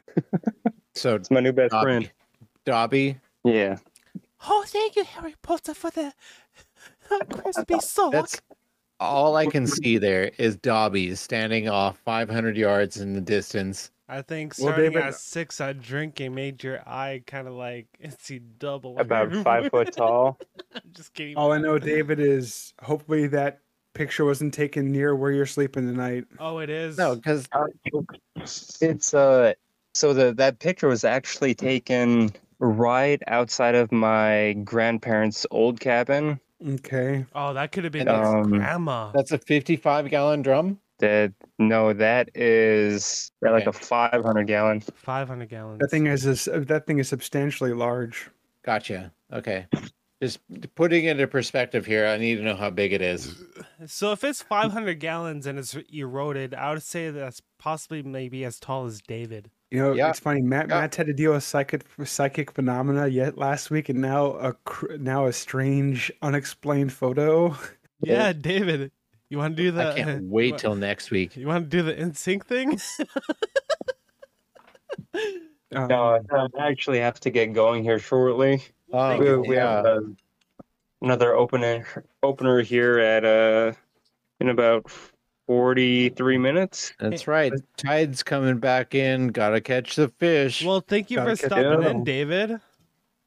Speaker 3: So
Speaker 5: It's my new best
Speaker 3: Dobby,
Speaker 5: friend.
Speaker 3: Dobby
Speaker 5: Uh, Yeah,
Speaker 4: Oh, thank you, Harry Potter,
Speaker 2: (laughs)
Speaker 4: for the
Speaker 1: (laughs)
Speaker 4: crispy sock.
Speaker 3: that's all I can see there is Dobby standing off 500 yards in the distance.
Speaker 2: I think
Speaker 1: Well,
Speaker 2: starting
Speaker 1: David-
Speaker 2: at six on drinking made your eye kind of like see double. (laughs)
Speaker 5: about five foot tall.
Speaker 2: Just kidding.
Speaker 1: All I know, David, is hopefully that picture wasn't taken near where you're sleeping tonight.
Speaker 2: Oh, it is.
Speaker 3: No, because
Speaker 5: It's uh, So the that picture was actually taken right outside of my grandparents' old cabin.
Speaker 1: Okay.
Speaker 2: Oh, that could have been
Speaker 5: Um,
Speaker 2: his grandma.
Speaker 3: That's a 55 gallon drum.
Speaker 5: That no, that is they're like a
Speaker 3: Okay.
Speaker 5: 500 gallon.
Speaker 2: 500 gallons.
Speaker 1: That thing is this, that thing is substantially large.
Speaker 3: Gotcha. Okay. Just putting it into perspective here, I need to know how big it is.
Speaker 2: So if it's 500 gallons and it's eroded, I would say that's possibly maybe as tall as David.
Speaker 1: You know,
Speaker 3: Yeah.
Speaker 1: it's funny. Matt
Speaker 3: Yeah.
Speaker 1: Matt's had to deal with psychic psychic phenomena yet last week, and now a cr- now a strange, unexplained photo.
Speaker 2: Yeah, David. You want to do the
Speaker 3: I
Speaker 2: (laughs)
Speaker 3: can't wait
Speaker 2: what-
Speaker 3: till next week.
Speaker 2: You want to do the NSYNC thing?
Speaker 1: Um,
Speaker 5: No, I actually have to get going here shortly.
Speaker 3: Oh,
Speaker 5: We, we have
Speaker 3: yeah.
Speaker 5: uh, another opener opener here at uh in about 43 minutes.
Speaker 3: That's right. Tide's coming back in. Gotta catch the fish.
Speaker 2: Well, thank you for
Speaker 1: Gotta catch
Speaker 2: stopping
Speaker 5: up.
Speaker 2: in, David.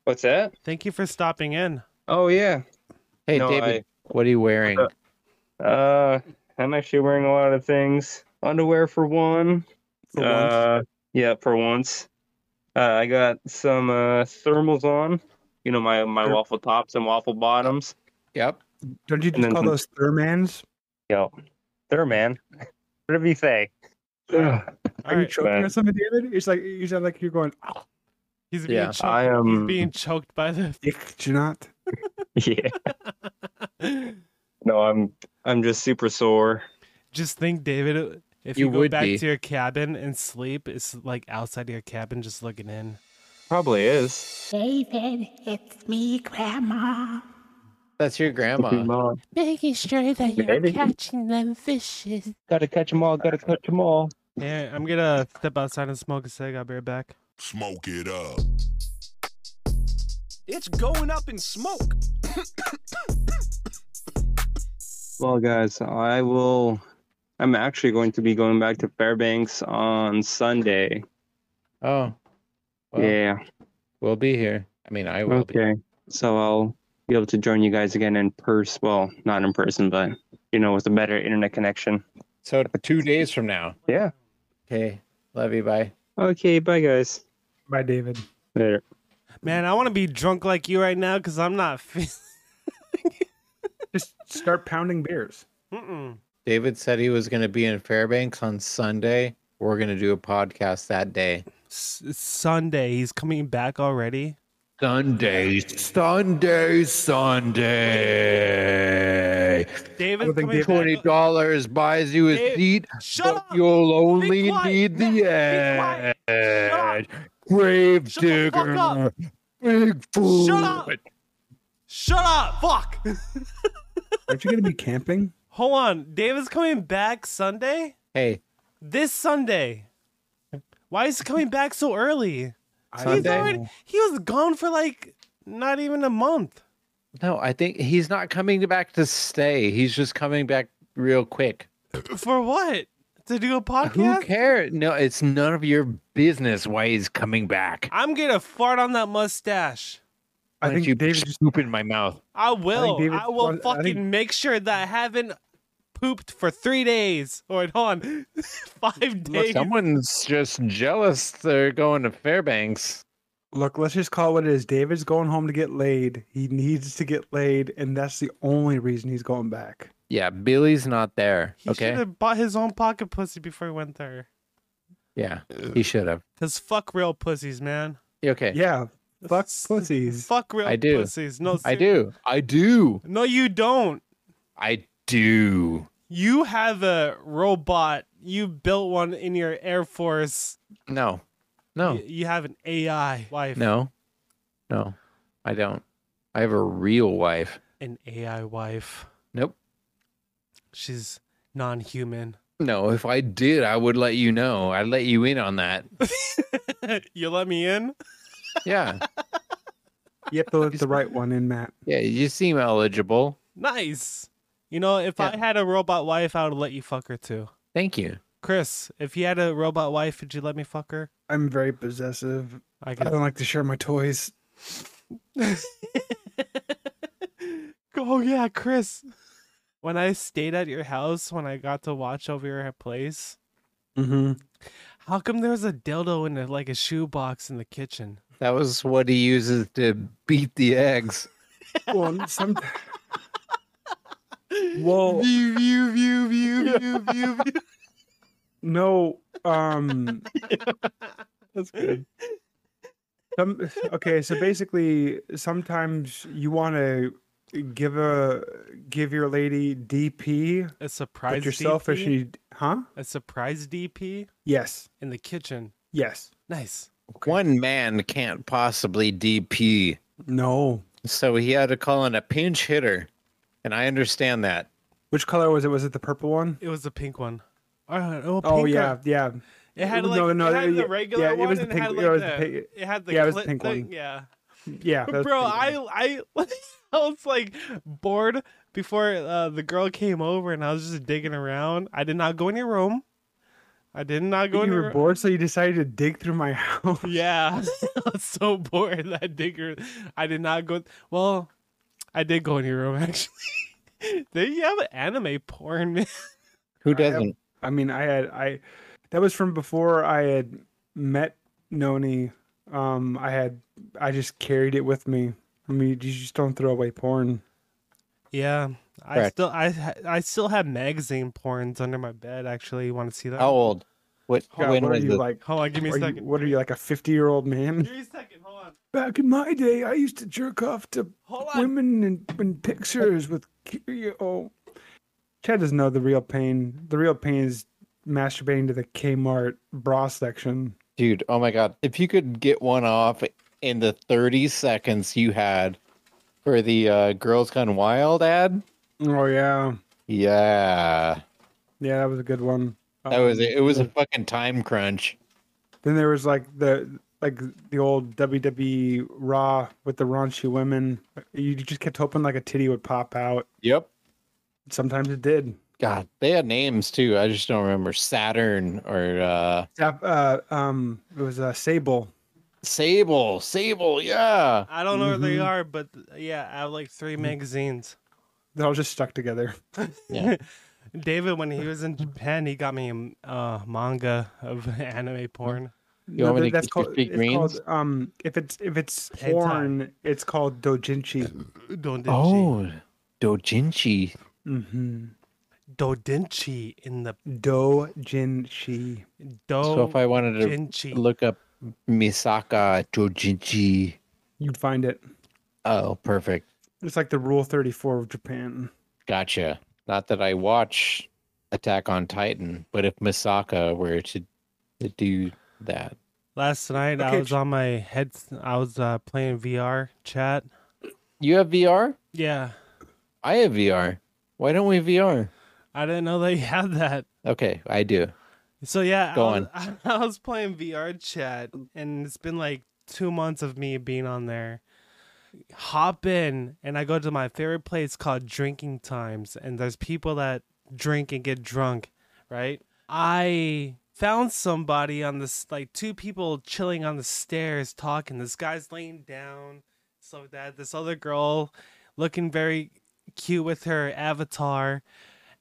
Speaker 5: What's that?
Speaker 2: Thank you for stopping in.
Speaker 5: Oh yeah.
Speaker 3: hey,
Speaker 5: no,
Speaker 3: David, what are you wearing?
Speaker 5: Uh, Uh, I'm actually wearing a lot of things. Underwear for one.
Speaker 1: for once.
Speaker 5: Uh, yeah, for once. Uh, I got some uh, thermals on. You know my my
Speaker 1: Sure.
Speaker 5: waffle tops and waffle bottoms.
Speaker 3: yep.
Speaker 1: Don't you
Speaker 5: and
Speaker 1: just
Speaker 5: then
Speaker 1: call
Speaker 5: some-
Speaker 1: those thermans?
Speaker 5: Yo, there, man. Whatever you say.
Speaker 3: (laughs)
Speaker 5: I
Speaker 2: All
Speaker 1: Are you
Speaker 2: right.
Speaker 1: choking
Speaker 5: man.
Speaker 1: on something, David? It's like you sound like you're going. Oh,
Speaker 2: He's being
Speaker 3: Yeah, um,
Speaker 2: choked. He's
Speaker 5: am.
Speaker 2: being choked by the.
Speaker 1: dick, do you not.
Speaker 5: Yeah. No, I'm. I'm just super sore.
Speaker 2: (laughs) Just think, David. If you,
Speaker 3: You
Speaker 2: go
Speaker 3: would
Speaker 2: back
Speaker 3: be.
Speaker 2: to your cabin and sleep, it's like outside your cabin, just looking in.
Speaker 5: Probably is.
Speaker 4: David, it's me, Grandma.
Speaker 3: That's your grandma.
Speaker 4: Making sure that you're
Speaker 5: David.
Speaker 4: catching them fishes.
Speaker 5: Gotta catch them all. Gotta catch them all.
Speaker 2: Yeah, I'm gonna step outside and smoke a cig. I'll be right back.
Speaker 6: Smoke it up.
Speaker 7: It's going up in smoke.
Speaker 5: Well, guys, I will. I'm actually going to be going back to Fairbanks on Sunday.
Speaker 3: Oh, well,
Speaker 5: yeah.
Speaker 3: we'll be here. I mean, I will be.
Speaker 5: Okay. So I'll be able to join you guys again in person. Well, not in person, but you know, with a better internet connection.
Speaker 3: So, two days from now.
Speaker 5: Yeah.
Speaker 3: Okay. Love you. Bye.
Speaker 5: Okay. Bye, guys.
Speaker 1: By David.
Speaker 5: Later.
Speaker 2: Man, I want to be drunk like you right now because I'm not. (laughs) Fe-
Speaker 1: Just start pounding beers.
Speaker 2: Mm-mm.
Speaker 3: David said he was going to be in Fairbanks on Sunday. We're going to do a podcast that day.
Speaker 2: S- it's Sunday, he's coming back already.
Speaker 3: Sunday, Sunday, Sunday.
Speaker 2: David's
Speaker 1: don't think
Speaker 2: coming
Speaker 1: David-
Speaker 2: back.
Speaker 3: Twenty dollars buys you a
Speaker 2: Dave,
Speaker 3: seat,
Speaker 2: Shut
Speaker 3: but
Speaker 2: up!
Speaker 3: you'll only
Speaker 2: quiet,
Speaker 3: need
Speaker 2: Nick, be
Speaker 3: the
Speaker 2: quiet.
Speaker 3: edge.
Speaker 2: up.
Speaker 3: Grave
Speaker 2: Shut the fuck
Speaker 3: digger,
Speaker 2: up.
Speaker 3: big fool.
Speaker 2: Shut up! Shut up! Fuck!
Speaker 1: Aren't you going to be camping?
Speaker 2: Hold on, David's coming back Sunday.
Speaker 3: Hey,
Speaker 2: This Sunday. Why is he coming back so early?
Speaker 1: I
Speaker 3: (laughs) Sunday.
Speaker 2: He's already. He was gone for like not even a month.
Speaker 3: no, I think he's not coming back to stay. He's just coming back real quick.
Speaker 2: For what? To do a
Speaker 3: Who
Speaker 2: podcast?
Speaker 3: cares? No, it's none of your business why he's coming back.
Speaker 2: I'm gonna fart on that mustache.
Speaker 1: I
Speaker 3: Why don't
Speaker 1: think
Speaker 3: you
Speaker 1: David just
Speaker 3: poop in my mouth.
Speaker 2: I will.
Speaker 1: David-
Speaker 2: I, will
Speaker 1: I think-
Speaker 2: fucking make sure that I haven't pooped for three days. Or hold on, (laughs) five days.
Speaker 3: Someone's just jealous they're going to Fairbanks.
Speaker 1: Look, let's just call it what it is. David's going home to get laid. He needs to get laid, and that's the only reason he's going back.
Speaker 3: Yeah, Billy's not there.
Speaker 2: He
Speaker 3: okay.
Speaker 2: should have bought his own pocket pussy before he went there.
Speaker 3: Yeah, he should have.
Speaker 2: Cause fuck real pussies, man.
Speaker 3: Okay.
Speaker 1: Yeah, fuck
Speaker 2: S-
Speaker 1: pussies.
Speaker 2: Fuck real
Speaker 3: I do.
Speaker 2: pussies. No,
Speaker 3: I
Speaker 2: ser-
Speaker 3: do. I do.
Speaker 2: No, you don't.
Speaker 3: I do.
Speaker 2: You have a robot. You built one in your Air Force.
Speaker 3: No.
Speaker 2: Y-
Speaker 3: No.
Speaker 2: You have an AI wife.
Speaker 3: No. No. I don't. I have a real wife.
Speaker 2: An AI wife.
Speaker 3: Nope.
Speaker 2: She's non-human. (laughs)
Speaker 3: No, if I did, I would let you know. I'd let you in on that.
Speaker 2: you let me in?
Speaker 1: (laughs)
Speaker 3: Yeah.
Speaker 1: You have to let the right one in, Matt.
Speaker 3: Yeah, you seem eligible.
Speaker 2: Nice. You know, if I
Speaker 3: Yeah.
Speaker 2: had a robot wife, I would let you fuck her too.
Speaker 3: Thank you.
Speaker 2: Chris, if you had a robot wife, would you let me fuck her?
Speaker 1: I'm very possessive.
Speaker 2: I
Speaker 1: I
Speaker 2: can.
Speaker 1: don't like to share my toys.
Speaker 2: (laughs) oh yeah, Chris. When I stayed at your house, when I got to watch over your place,
Speaker 1: Mm-hmm.
Speaker 2: How come there's a dildo in a, like a shoebox in the kitchen?
Speaker 3: That was what he uses to beat the eggs.
Speaker 1: Well, some. (laughs) well,
Speaker 2: View, view, view, view, view, view, view.
Speaker 1: no. Um.
Speaker 3: That's good.
Speaker 1: Some, okay, so basically, sometimes you want to give a give your lady DP,
Speaker 2: A surprise
Speaker 1: but you're
Speaker 2: DP?
Speaker 1: selfish and you, huh?
Speaker 2: A surprise DP
Speaker 1: Yes,
Speaker 2: in the kitchen.
Speaker 1: yes,
Speaker 2: Nice.
Speaker 3: One man can't possibly DP,
Speaker 1: no.
Speaker 3: so he had to call in a pinch hitter, and I understand that.
Speaker 1: Which color was it? Was it the purple one?
Speaker 2: It was a pink one. Oh, oh,
Speaker 1: Oh
Speaker 2: pink
Speaker 1: yeah,
Speaker 2: one.
Speaker 1: yeah.
Speaker 2: It had
Speaker 1: No,
Speaker 2: like
Speaker 1: no,
Speaker 2: it had
Speaker 1: yeah,
Speaker 2: the regular
Speaker 1: yeah, it
Speaker 2: one
Speaker 1: was the
Speaker 2: and
Speaker 1: pink-
Speaker 2: had
Speaker 1: it
Speaker 2: like
Speaker 1: was the
Speaker 2: the,
Speaker 1: pink-
Speaker 2: it had the
Speaker 1: yeah, it was the
Speaker 2: clit
Speaker 1: pink
Speaker 2: thing.
Speaker 1: one.
Speaker 2: Yeah.
Speaker 1: Yeah, that was
Speaker 2: Bro,
Speaker 1: pretty good.
Speaker 2: I (laughs) I I was like bored before uh, the girl came over and I was just digging around. I did not go in your room. I did not go in
Speaker 1: you
Speaker 2: your
Speaker 1: were
Speaker 2: room.
Speaker 1: bored, so you decided to dig through my (laughs) house.
Speaker 2: (laughs) Yeah, I was so bored that digger. I did not go. Well, I did go in your room (laughs) actually. There you have anime porn, man.
Speaker 1: I
Speaker 3: Who
Speaker 1: have-
Speaker 3: doesn't?
Speaker 1: I mean, I had I that was from before I had met Noni. Um, I had I just carried it with me. I mean, you just don't throw away porn.
Speaker 2: Yeah, I
Speaker 3: Correct.
Speaker 2: still I ha- I still have magazine porns under my bed. Actually, you want to see that?
Speaker 3: How old? What?
Speaker 2: Oh,
Speaker 1: God,
Speaker 3: when
Speaker 1: what are
Speaker 3: was
Speaker 1: you
Speaker 3: this?
Speaker 1: like?
Speaker 2: hold on, give me a
Speaker 1: Are you,
Speaker 2: second.
Speaker 1: what are you like a fifty-year-old man?
Speaker 2: Give me a second. Hold on.
Speaker 1: Back in my day, I used to jerk off to
Speaker 2: Hold on.
Speaker 1: women and, and pictures with oh. Chad doesn't know the real pain. The real pain is masturbating to the Kmart bra section.
Speaker 3: Dude, oh my god. If you could get one off in the 30 seconds you had for the uh, Girls Gone Wild ad,
Speaker 1: Oh yeah,
Speaker 3: yeah.
Speaker 1: yeah, that was a good one.
Speaker 3: That was
Speaker 1: Um,
Speaker 3: it. It was a fucking time crunch.
Speaker 1: Then there was like the like the old WWE Raw with the raunchy women. You just kept hoping like a titty would pop out.
Speaker 3: Yep.
Speaker 1: Sometimes it did.
Speaker 3: God, they had names too. I just don't remember Saturn or uh
Speaker 1: Zap- Uh, um, it was uh, Sable.
Speaker 3: Sable. Sable, yeah.
Speaker 2: I don't know where they
Speaker 3: Mm-hmm.
Speaker 1: Mhm.
Speaker 2: are, but yeah, I have like
Speaker 3: Mm.
Speaker 2: three magazines.
Speaker 1: They all just stuck together.
Speaker 3: Yeah.
Speaker 2: (laughs) David, when he was in Japan, he got me a uh, manga of (laughs) anime porn.
Speaker 1: You
Speaker 3: want me to get you big
Speaker 1: it's called
Speaker 3: greens?
Speaker 1: um if it's if it's
Speaker 2: Hentai.
Speaker 1: porn, it's called dojinshi.
Speaker 2: Dodinchi.
Speaker 3: Oh, Dojinchi.
Speaker 1: Mm-hmm.
Speaker 2: Dodinchi in the
Speaker 1: Dojinshi.
Speaker 2: do.
Speaker 3: so if I wanted to
Speaker 2: Jinchi.
Speaker 3: look up Misaka Dojinchi.
Speaker 1: You'd find it.
Speaker 3: Oh, perfect.
Speaker 1: It's like the Rule Thirty Four of Japan.
Speaker 3: Gotcha. Not that I watch Attack on Titan, but if Misaka were to, to do that,
Speaker 2: Last night I
Speaker 1: Okay,
Speaker 2: was
Speaker 1: Ch-
Speaker 2: on my head. I was uh, playing VR chat.
Speaker 3: you have VR.
Speaker 2: Yeah,
Speaker 3: I have VR. Why don't we VR?
Speaker 2: I didn't know they (laughs) had that.
Speaker 3: Okay, I do.
Speaker 2: So yeah,
Speaker 3: Go
Speaker 2: I, was, (laughs) I was playing VR chat, and it's been like two months of me being on there. Hop in, and I go to my favorite place called Drinking Times, and there's people that drink and get drunk, right? I found somebody on this, like two people chilling on the stairs talking. This guy's laying down, so that this other girl, looking very cute with her avatar,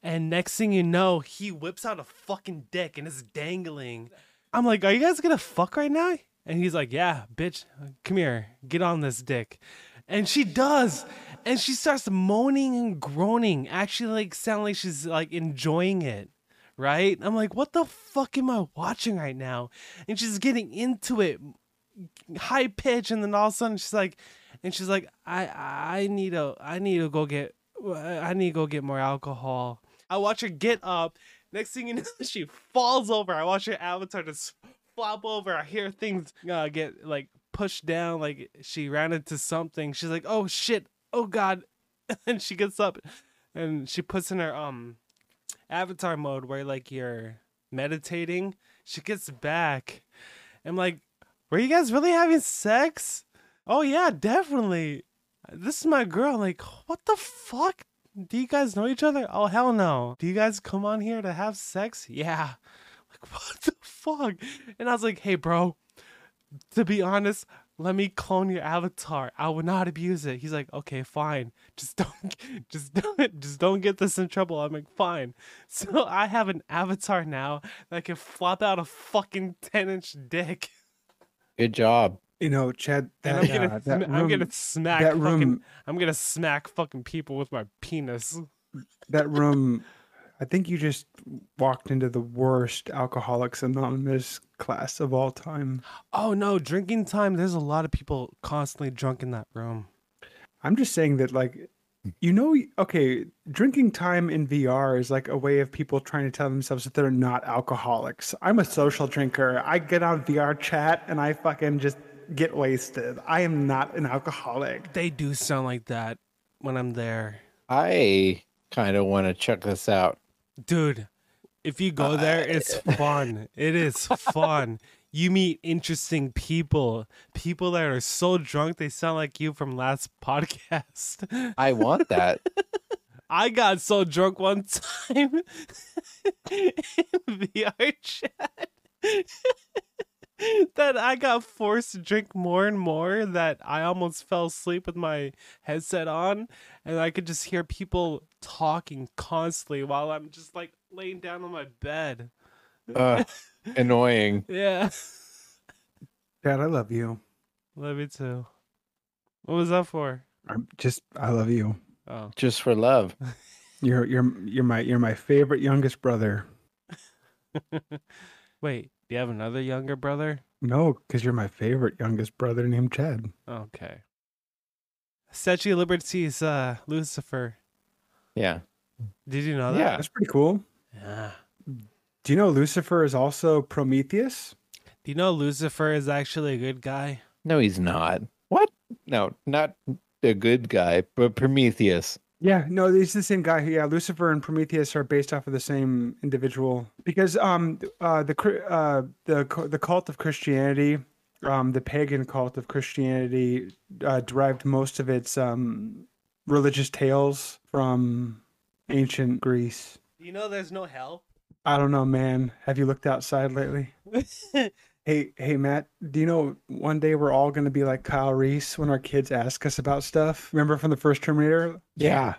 Speaker 2: and next thing you know, he whips out a fucking dick and it's dangling. I'm like, are you guys gonna fuck right now? And he's like, yeah, bitch, come here, get on this dick. And she does. And she starts moaning and groaning, actually, like, sound like she's like enjoying it, right? I'm like, what the fuck am I watching right now? And she's getting into it, high pitch, and then all of a sudden she's like, and she's like, I, I need to, I need to go get, I need to go get more alcohol. I watch her get up. Next thing you know, (laughs) she falls over. I watch her avatar just flop over. I hear things uh, get like pushed down, like she ran into something. She's like, "Oh shit! Oh god!" (laughs) And she gets up, and she puts in her um avatar mode where like you're meditating. She gets back. I'm like, "Were you guys really having sex?" Oh yeah, definitely. This is my girl. I'm like, what the fuck? Do you guys know each other? Oh hell no. Do you guys come on here to have sex? Yeah. (laughs) Like what the fuck? And I was like, hey bro, to be honest, let me clone your avatar. I will not abuse it. He's like, okay, fine. (laughs) Just don't, just don't, just don't get this in trouble. I'm like, fine. (laughs) So I have an avatar now that can flop out a fucking ten inch dick. (laughs)
Speaker 3: Good job.
Speaker 1: You know, Chad,
Speaker 2: And
Speaker 1: that,
Speaker 2: I'm gonna,
Speaker 1: uh,
Speaker 2: (laughs)
Speaker 1: that
Speaker 2: sm- I'm
Speaker 1: room-
Speaker 2: gonna smack
Speaker 1: that
Speaker 2: fucking,
Speaker 1: room-
Speaker 2: I'm gonna smack fucking people with my penis.
Speaker 1: that room i think you just walked into the worst alcoholics anonymous class of all time
Speaker 2: Oh no, drinking time. There's a lot of people constantly drunk in that room.
Speaker 1: i'm just saying that like you know okay drinking time in vr is like a way of people trying to tell themselves that they're not alcoholics i'm a social drinker i get on vr chat and i fucking just get wasted i am not an alcoholic
Speaker 2: They do sound like that when I'm there,
Speaker 3: I kind of want to check this out.
Speaker 2: dude. If you go there, it's fun. It is fun. You meet interesting people. People that are so drunk they sound like you from last (laughs) podcast.
Speaker 3: I want that.
Speaker 2: I got so drunk one time (laughs) in VR chat that I got forced to drink more and more that I almost fell asleep with my headset on and I could just hear people talking constantly while I'm just like laying down on my bed.
Speaker 3: uh, annoying.
Speaker 2: Yeah. (laughs)
Speaker 1: chad i love you
Speaker 2: Love you too. What was that for?
Speaker 1: i'm just i love you
Speaker 2: Oh.
Speaker 3: Just for love.
Speaker 1: you're you're you're my you're my favorite youngest brother
Speaker 2: Wait, do you have another younger brother?
Speaker 1: no because you're my favorite youngest brother named chad
Speaker 2: Okay. Statue of Liberty is uh, Lucifer.
Speaker 3: Yeah.
Speaker 2: Did you know that?
Speaker 3: Yeah.
Speaker 1: that's pretty cool
Speaker 2: Yeah.
Speaker 1: Do you know Lucifer is also Prometheus?
Speaker 2: Do you know Lucifer is actually a good guy?
Speaker 3: No, he's not. What? No, not the good guy, but Prometheus.
Speaker 1: Yeah, no, he's the same guy. Yeah, Lucifer and Prometheus are based off of the same individual because um uh the Chri- uh the cu- the cult of Christianity, um the pagan cult of Christianity uh, derived most of its um religious tales from ancient Greece.
Speaker 2: Do you know there's no hell?
Speaker 1: I don't know, man. Have you looked outside lately? Hey, hey, Matt, do you know one day we're all going to be like Kyle Reese when our kids ask us about stuff? Remember from the first Terminator? Yeah.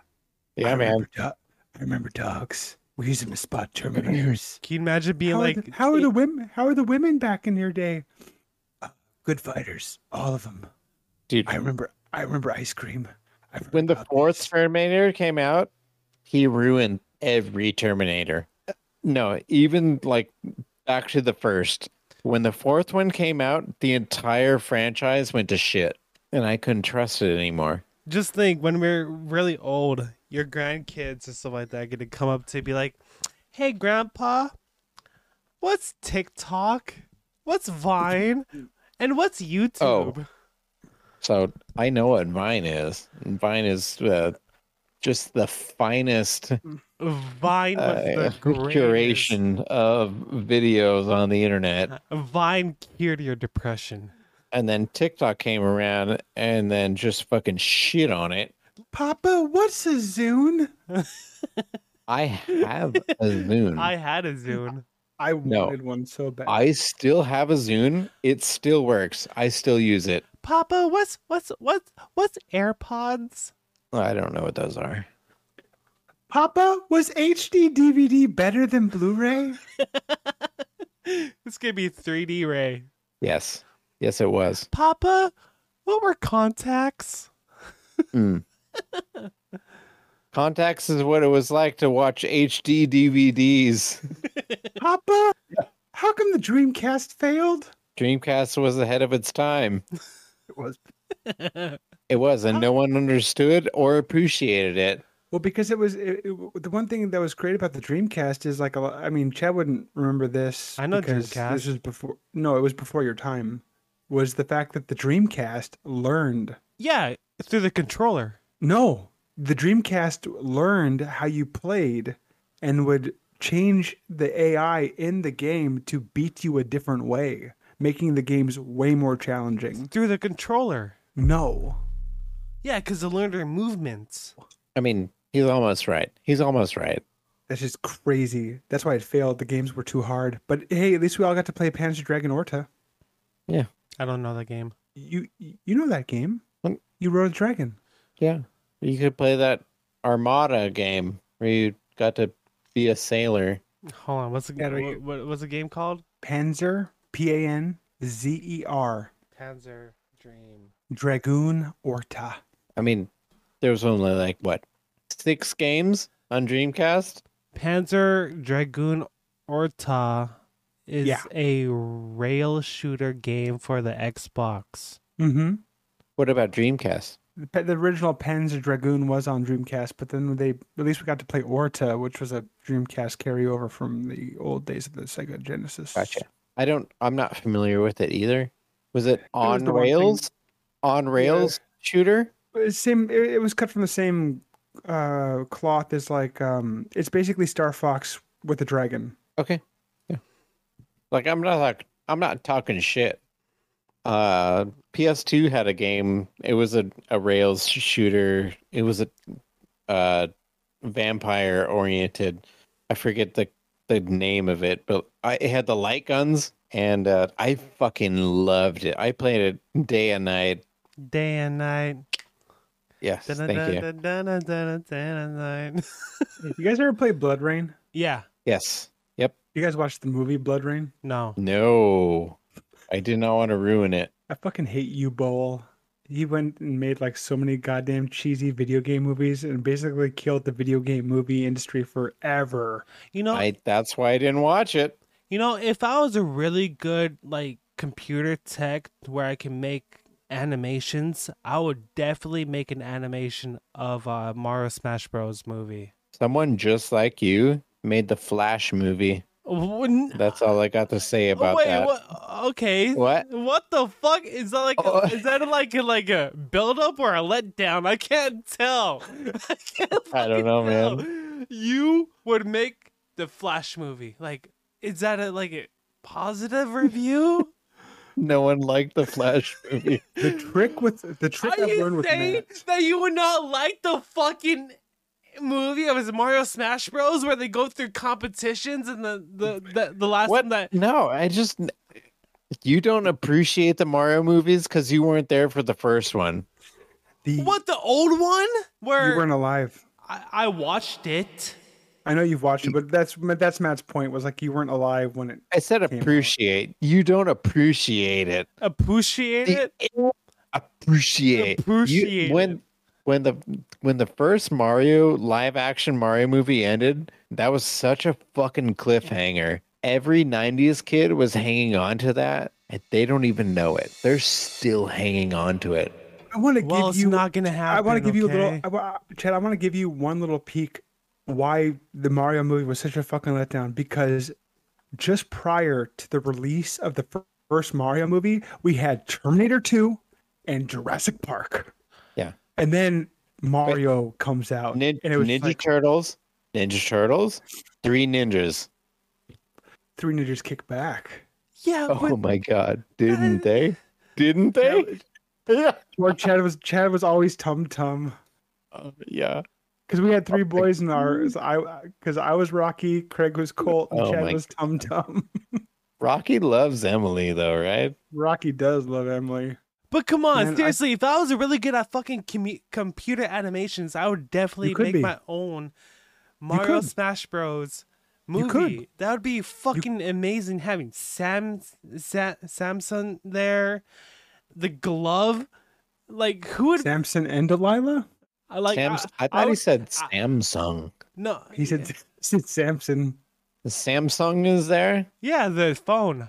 Speaker 3: Yeah, man.
Speaker 1: I remember dogs. We use them to spot
Speaker 3: (laughs)
Speaker 1: Terminators.
Speaker 2: Can you imagine being
Speaker 1: how,
Speaker 2: like,
Speaker 1: are the, how are the women? How are the women back in your day? Uh, good fighters, all of them.
Speaker 3: Dude,
Speaker 1: I remember. I remember ice cream. I remember
Speaker 3: when the
Speaker 1: puppies.
Speaker 3: fourth Terminator came out, he ruined every Terminator. No, even like back to the first. When the fourth one came out, the entire franchise went to shit, and I couldn't trust it anymore.
Speaker 2: just think when we're really old, your grandkids or stuff like that are gonna come up to you and be like, "Hey, Grandpa, what's TikTok? What's Vine? And what's YouTube?"
Speaker 3: So I know what Vine is. And Vine is uh, just the finest
Speaker 2: Vine was
Speaker 3: Oh. uh, (laughs)
Speaker 2: the greatest.
Speaker 3: curation of videos on the internet.
Speaker 2: Uh, Vine cured your depression.
Speaker 3: And then TikTok came around and then just fucking shit on it.
Speaker 1: Papa, what's a Zune?
Speaker 3: I have a Zune.
Speaker 2: I
Speaker 3: I...
Speaker 2: had a Zune.
Speaker 1: I
Speaker 3: No.
Speaker 1: wanted one so bad.
Speaker 3: still have a Zune. It still works. I still use it.
Speaker 2: Papa, what's what's what's what's AirPods?
Speaker 3: I don't know what those are.
Speaker 1: Papa, was HD DVD better than
Speaker 3: (laughs)
Speaker 1: Blu-ray?
Speaker 2: It's gonna be 3D Ray.
Speaker 3: Yes. Yes, it was.
Speaker 2: Papa, what were contacts?
Speaker 3: Mm. Contacts is what it was like to watch HD DVDs.
Speaker 1: Papa, how come the Dreamcast failed?
Speaker 3: Dreamcast was ahead of its time.
Speaker 1: It was
Speaker 3: It was, and no one understood or appreciated it.
Speaker 1: Well, because it was it, it- the one thing that was great about the Dreamcast is like a lo- I mean, Chad wouldn't remember this.
Speaker 2: I know
Speaker 1: because
Speaker 2: Dreamcast.
Speaker 1: This is before. No, it was before your time. Was the fact that the Dreamcast learned?
Speaker 2: Yeah, through the controller.
Speaker 1: No, the Dreamcast learned how you played, and would change the AI in the game to beat you a different way, making the games way more challenging.
Speaker 2: Through the controller.
Speaker 1: No,
Speaker 2: Yeah, because the learner movements.
Speaker 3: I mean, he's almost right. He's almost right.
Speaker 1: that's just crazy. That's why it failed. The games were too hard. But hey, at least we all got to play Panzer Dragon Orta.
Speaker 2: I don't know the game.
Speaker 1: you you know that game.
Speaker 3: What?
Speaker 1: You rode a dragon.
Speaker 3: Yeah. You could play that Armada game where you got to be a sailor.
Speaker 2: Hold on, what's the
Speaker 1: Yeah,
Speaker 2: what, what, what's the game called?
Speaker 1: Panzer, P A N Z E R,
Speaker 2: Panzer Dream.
Speaker 1: Dragoon Orta.
Speaker 3: I mean, there was only like what six games on Dreamcast.
Speaker 2: Panzer Dragoon Orta is
Speaker 1: Yeah.
Speaker 2: a rail shooter game for the Xbox.
Speaker 1: Mm-hmm.
Speaker 3: What about Dreamcast?
Speaker 1: The, pe- the original Panzer Dragoon was on Dreamcast, but then they at least we got to play Orta, which was a Dreamcast carryover from the old days of the Sega Genesis.
Speaker 3: Gotcha. I don't. I'm not familiar with it either. Was it on
Speaker 1: the one thing-
Speaker 3: rails? On rails shooter?
Speaker 1: Uh, Same. It, it was cut from the same uh, cloth as like um, it's basically Star Fox with a dragon.
Speaker 3: Okay. Yeah. Like I'm not like I'm not talking shit. Uh PS2 had a game. It was a, a rails shooter. It was a uh vampire oriented. I forget the the name of it, but I it had the light guns and uh I fucking loved it. I played it day and night.
Speaker 2: Day and night.
Speaker 3: Yes, thank you.
Speaker 2: Dun-dun-dun-dun-dun-dun-dun-dun.
Speaker 1: You guys ever play Blood Rain?
Speaker 2: Yeah.
Speaker 3: Yes.
Speaker 1: You guys watched the movie Blood Rain?
Speaker 2: No.
Speaker 3: No. I did not want to ruin it.
Speaker 1: I fucking hate you, Bowl. He went and made like so many goddamn cheesy video game movies and basically killed the video game movie industry forever.
Speaker 2: You know,
Speaker 3: I that's why I didn't watch it.
Speaker 2: You know, if I was a really good like computer tech where I can make animations, I would definitely make an animation of uh Mario Smash Bros movie.
Speaker 3: Someone just like you made the Flash movie.
Speaker 2: Wouldn't-
Speaker 3: That's all I got to say about
Speaker 2: Wait,
Speaker 3: that.
Speaker 2: what? Okay.
Speaker 3: What?
Speaker 2: What the fuck is that like?
Speaker 3: Oh.
Speaker 2: A, is that like a, like a build up or a letdown? I can't tell. (laughs) I, can't
Speaker 3: I don't
Speaker 2: fucking
Speaker 3: know, man.
Speaker 2: tell. You would make the Flash movie. Like, is that a like a positive review?
Speaker 3: No one liked
Speaker 2: (laughs)
Speaker 3: the Flash movie.
Speaker 1: The trick with the trick
Speaker 2: Are
Speaker 1: I've learned
Speaker 2: you
Speaker 1: with
Speaker 2: saying
Speaker 1: Matt.
Speaker 2: that you would not like the fucking movie of his Mario Smash Bros where they go through competitions and the the the, the last
Speaker 3: What?
Speaker 2: one that
Speaker 3: no, I just you don't appreciate the Mario movies because you weren't there for the first one.
Speaker 1: The,
Speaker 2: what the old one
Speaker 1: You
Speaker 2: where
Speaker 1: weren't alive.
Speaker 2: I, I watched it.
Speaker 1: I know you've watched it, but that's that's Matt's point. Was like you weren't alive when it.
Speaker 3: I said
Speaker 1: out.
Speaker 3: appreciate. You don't appreciate it.
Speaker 2: Appreciate it.
Speaker 3: Appreciate. You-
Speaker 2: Appreciate it.
Speaker 3: when when the when the first Mario live action Mario movie ended, that was such a fucking cliffhanger. Every 90s kid was hanging on to that and they don't even know it. They're still hanging on to it.
Speaker 1: I want to
Speaker 2: Well,
Speaker 1: give
Speaker 2: it's
Speaker 1: you.
Speaker 2: not gonna happen.
Speaker 1: I want to give you a little.
Speaker 2: okay?
Speaker 1: I, wa- Chad, I want to give you one little peek why the Mario movie was such a fucking letdown because just prior to the release of the fir- first Mario movie, we had Terminator 2 and Jurassic Park.
Speaker 3: Yeah.
Speaker 1: And then Mario comes out.
Speaker 3: Nin-
Speaker 1: and it was
Speaker 3: Ninja
Speaker 1: like
Speaker 3: Turtles, Ninja Turtles, three ninjas.
Speaker 1: Three Ninjas Kick Back.
Speaker 2: yeah,
Speaker 3: Oh
Speaker 2: but
Speaker 3: my god, didn't they? Didn't they? (laughs) Yeah.
Speaker 1: Or Chad was Chad was always Tum Tum.
Speaker 3: Uh, yeah.
Speaker 1: Because we had
Speaker 3: Oh
Speaker 1: three boys in ours. I because I was Rocky, Craig was Colt, and
Speaker 3: Oh
Speaker 1: Chad
Speaker 3: my
Speaker 1: was Tum Tum.
Speaker 3: Rocky loves Emily though, right?
Speaker 1: (laughs) Rocky does love Emily.
Speaker 2: but come on,
Speaker 1: Man, I-
Speaker 2: seriously, if I was really good at fucking commu- computer animations, I would definitely
Speaker 1: could
Speaker 2: make
Speaker 1: be.
Speaker 2: my own Mario
Speaker 1: could.
Speaker 2: Smash Bros.
Speaker 1: You could.
Speaker 2: movie. That would be fucking amazing having Sam Sa- Samson there, the glove. Like who would
Speaker 1: Samson and Delilah.
Speaker 2: I like? I,
Speaker 3: Sam's, I,
Speaker 2: I
Speaker 3: thought he
Speaker 2: would-
Speaker 3: said
Speaker 2: I-
Speaker 3: Samsung.
Speaker 2: no,
Speaker 1: He said, (laughs) said Samson.
Speaker 3: Samsung is there?
Speaker 2: yeah, the phone.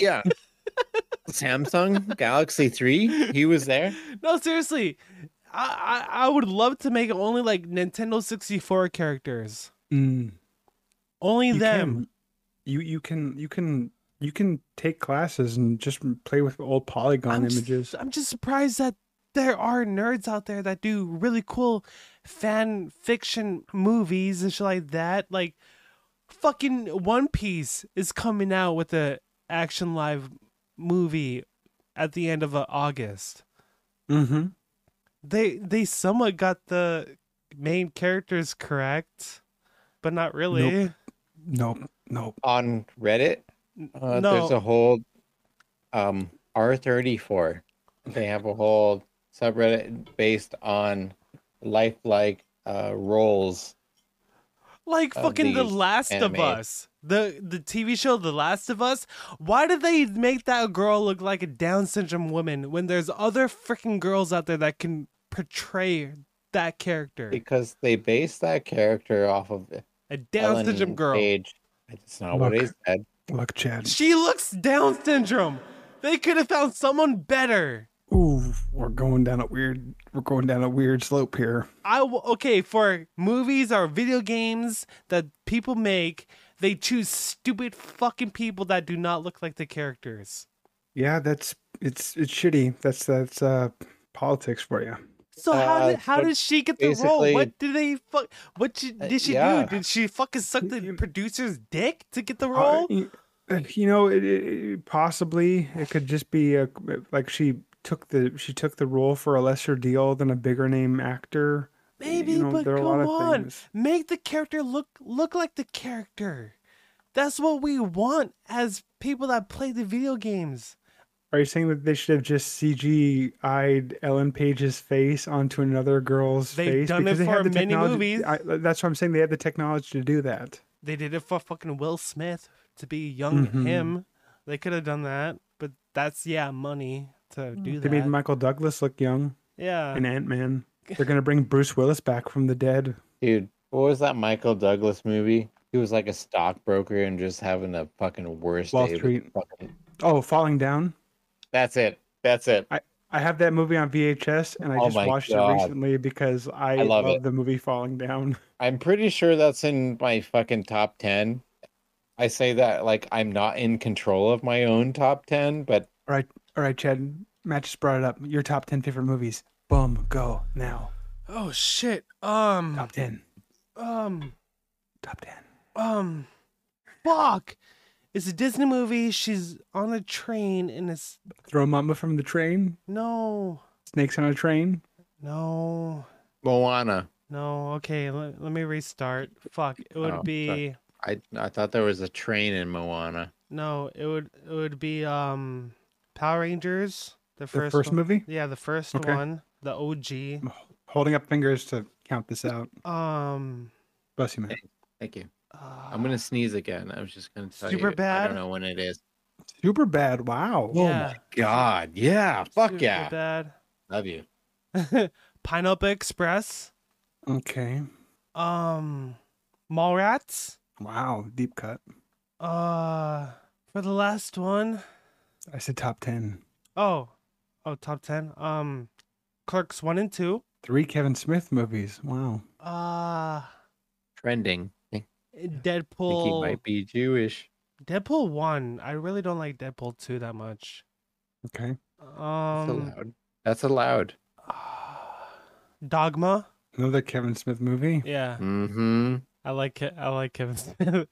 Speaker 3: Yeah. (laughs) Samsung Galaxy 3, he was there.
Speaker 2: No, seriously, I, I I would love to make only like Nintendo sixty four characters.
Speaker 1: Mm,
Speaker 2: Only
Speaker 1: you
Speaker 2: them.
Speaker 1: Can, you you can you can you can take classes and just play with old polygon
Speaker 2: I'm just-
Speaker 1: images.
Speaker 2: I'm just surprised that there are nerds out there that do really cool fan fiction movies and shit like that. Like, fucking One Piece is coming out with a action live movie at the end of uh, August.
Speaker 1: mm-hmm.
Speaker 2: They they somewhat got the main characters correct, but not really.
Speaker 1: Nope, nope.
Speaker 3: On Reddit, uh,
Speaker 2: no,
Speaker 3: there's a whole um R34. They have a whole subreddit based on lifelike uh, roles.
Speaker 2: Like
Speaker 3: of
Speaker 2: fucking The
Speaker 3: these
Speaker 2: Last of
Speaker 3: anime.
Speaker 2: Us. The the TV show The Last of Us. Why did they make that girl look like a Down syndrome woman when there's other freaking girls out there that can portray that character?
Speaker 3: because they base that character off of
Speaker 2: A Down
Speaker 3: Ellen
Speaker 2: syndrome girl.
Speaker 3: Page. It's not what he
Speaker 1: Look.
Speaker 3: said.
Speaker 1: Look, Chad.
Speaker 2: She looks Down syndrome. They could have found someone better.
Speaker 1: Ooh, we're going down a weird. We're going down a weird slope here.
Speaker 2: I w- okay for movies or video games that people make, they choose stupid fucking people that do not look like the characters.
Speaker 1: Yeah, that's it's it's shitty. That's that's uh politics for you.
Speaker 2: So how
Speaker 3: Uh,
Speaker 2: did how
Speaker 3: but
Speaker 2: did she get the role?
Speaker 3: basically-
Speaker 2: What did they fuck? What she,
Speaker 3: Uh,
Speaker 2: did she
Speaker 3: yeah.
Speaker 2: do? Did she fucking suck the producer's dick to get the
Speaker 1: Uh,
Speaker 2: role?
Speaker 1: y- uh, you know, it, it, it- possibly it could just be a, like she took the she took the role for a lesser deal than a bigger name actor. Y-
Speaker 2: Maybe,
Speaker 1: you know,
Speaker 2: but
Speaker 1: there are a
Speaker 2: come
Speaker 1: lot of
Speaker 2: on,
Speaker 1: things.
Speaker 2: make the character look look like the character. That's what we want as people that play the video games.
Speaker 1: Are you saying that they should have just CGI'd Ellen Page's face onto another girl's
Speaker 2: They've
Speaker 1: face?
Speaker 2: done it
Speaker 1: they
Speaker 2: for
Speaker 1: had the
Speaker 2: many
Speaker 1: technology-
Speaker 2: movies.
Speaker 1: I, that's what I'm saying. They had the technology to do that.
Speaker 2: They did it for fucking Will Smith to be young
Speaker 1: Mhm.
Speaker 2: him. They could have done that, but that's yeah, money to do
Speaker 1: They
Speaker 2: that. Uh.
Speaker 1: made Michael Douglas look young
Speaker 2: yeah,
Speaker 1: in Ant
Speaker 2: (laughs)
Speaker 1: Man. They're gonna bring Bruce Willis back from the dead.
Speaker 3: Dude, what was that Michael Douglas movie? He was like a stockbroker and just having the fucking worst
Speaker 1: Wall
Speaker 3: day. with
Speaker 1: Street.
Speaker 3: fucking-
Speaker 1: Oh, Falling Down.
Speaker 3: That's it. That's it.
Speaker 1: I have that movie on VHS, and I
Speaker 3: Oh
Speaker 1: just
Speaker 3: my
Speaker 1: watched
Speaker 3: God.
Speaker 1: it recently because I,
Speaker 3: love
Speaker 1: love,
Speaker 3: it.
Speaker 1: the movie Falling Down. (laughs)
Speaker 3: I'm pretty sure that's in my fucking top 10. I say that like I'm not in control of my own top 10, but
Speaker 1: All right, Chad, Matt just brought it up. Your top ten favorite movies. Boom, go now.
Speaker 2: Oh shit. Um.
Speaker 1: Top ten.
Speaker 2: Um.
Speaker 1: Top ten.
Speaker 2: Um. Fuck. It's a Disney movie. She's on a train and it's
Speaker 1: Throw Mama from the train.
Speaker 2: no,
Speaker 1: Snakes on a train.
Speaker 2: no,
Speaker 3: Moana.
Speaker 2: no. Okay, let, let me restart. Fuck. It would
Speaker 3: Oh, sorry.
Speaker 2: be
Speaker 3: I I thought there was a train in Moana.
Speaker 2: no. It would it would be um Power Rangers. The
Speaker 1: The
Speaker 2: first,
Speaker 1: first
Speaker 2: one.
Speaker 1: movie.
Speaker 2: Yeah, the first
Speaker 1: Okay.
Speaker 2: one. The OG.
Speaker 1: Holding up fingers to count this out.
Speaker 2: Um.
Speaker 1: Bless you, man.
Speaker 3: Thank you.
Speaker 2: Uh,
Speaker 3: I'm gonna sneeze again. I was just gonna tell you. I
Speaker 2: Superbad?
Speaker 3: don't know when it is. Oh
Speaker 1: Super bad. Wow.
Speaker 2: Yeah.
Speaker 3: God, yeah, fuck
Speaker 2: super
Speaker 3: yeah,
Speaker 2: Bad.
Speaker 3: love you.
Speaker 2: Pineapple Express.
Speaker 1: Okay.
Speaker 2: Um. Mallrats.
Speaker 1: Wow. Deep cut.
Speaker 2: Uh, for the last one,
Speaker 1: I said top ten.
Speaker 2: oh, oh, top ten. Um, Clerks one and two.
Speaker 1: Three Kevin Smith movies. Wow.
Speaker 2: Uh,
Speaker 3: Trending. I think he
Speaker 2: Deadpool.
Speaker 3: might be Jewish.
Speaker 2: Deadpool one. I really don't like Deadpool two that much.
Speaker 1: Okay.
Speaker 2: Um,
Speaker 3: That's allowed. That's allowed.
Speaker 2: (sighs) Dogma.
Speaker 1: Another Kevin Smith movie.
Speaker 2: Yeah,
Speaker 3: Mm-hmm.
Speaker 2: I like it. I like Kevin (laughs) Smith.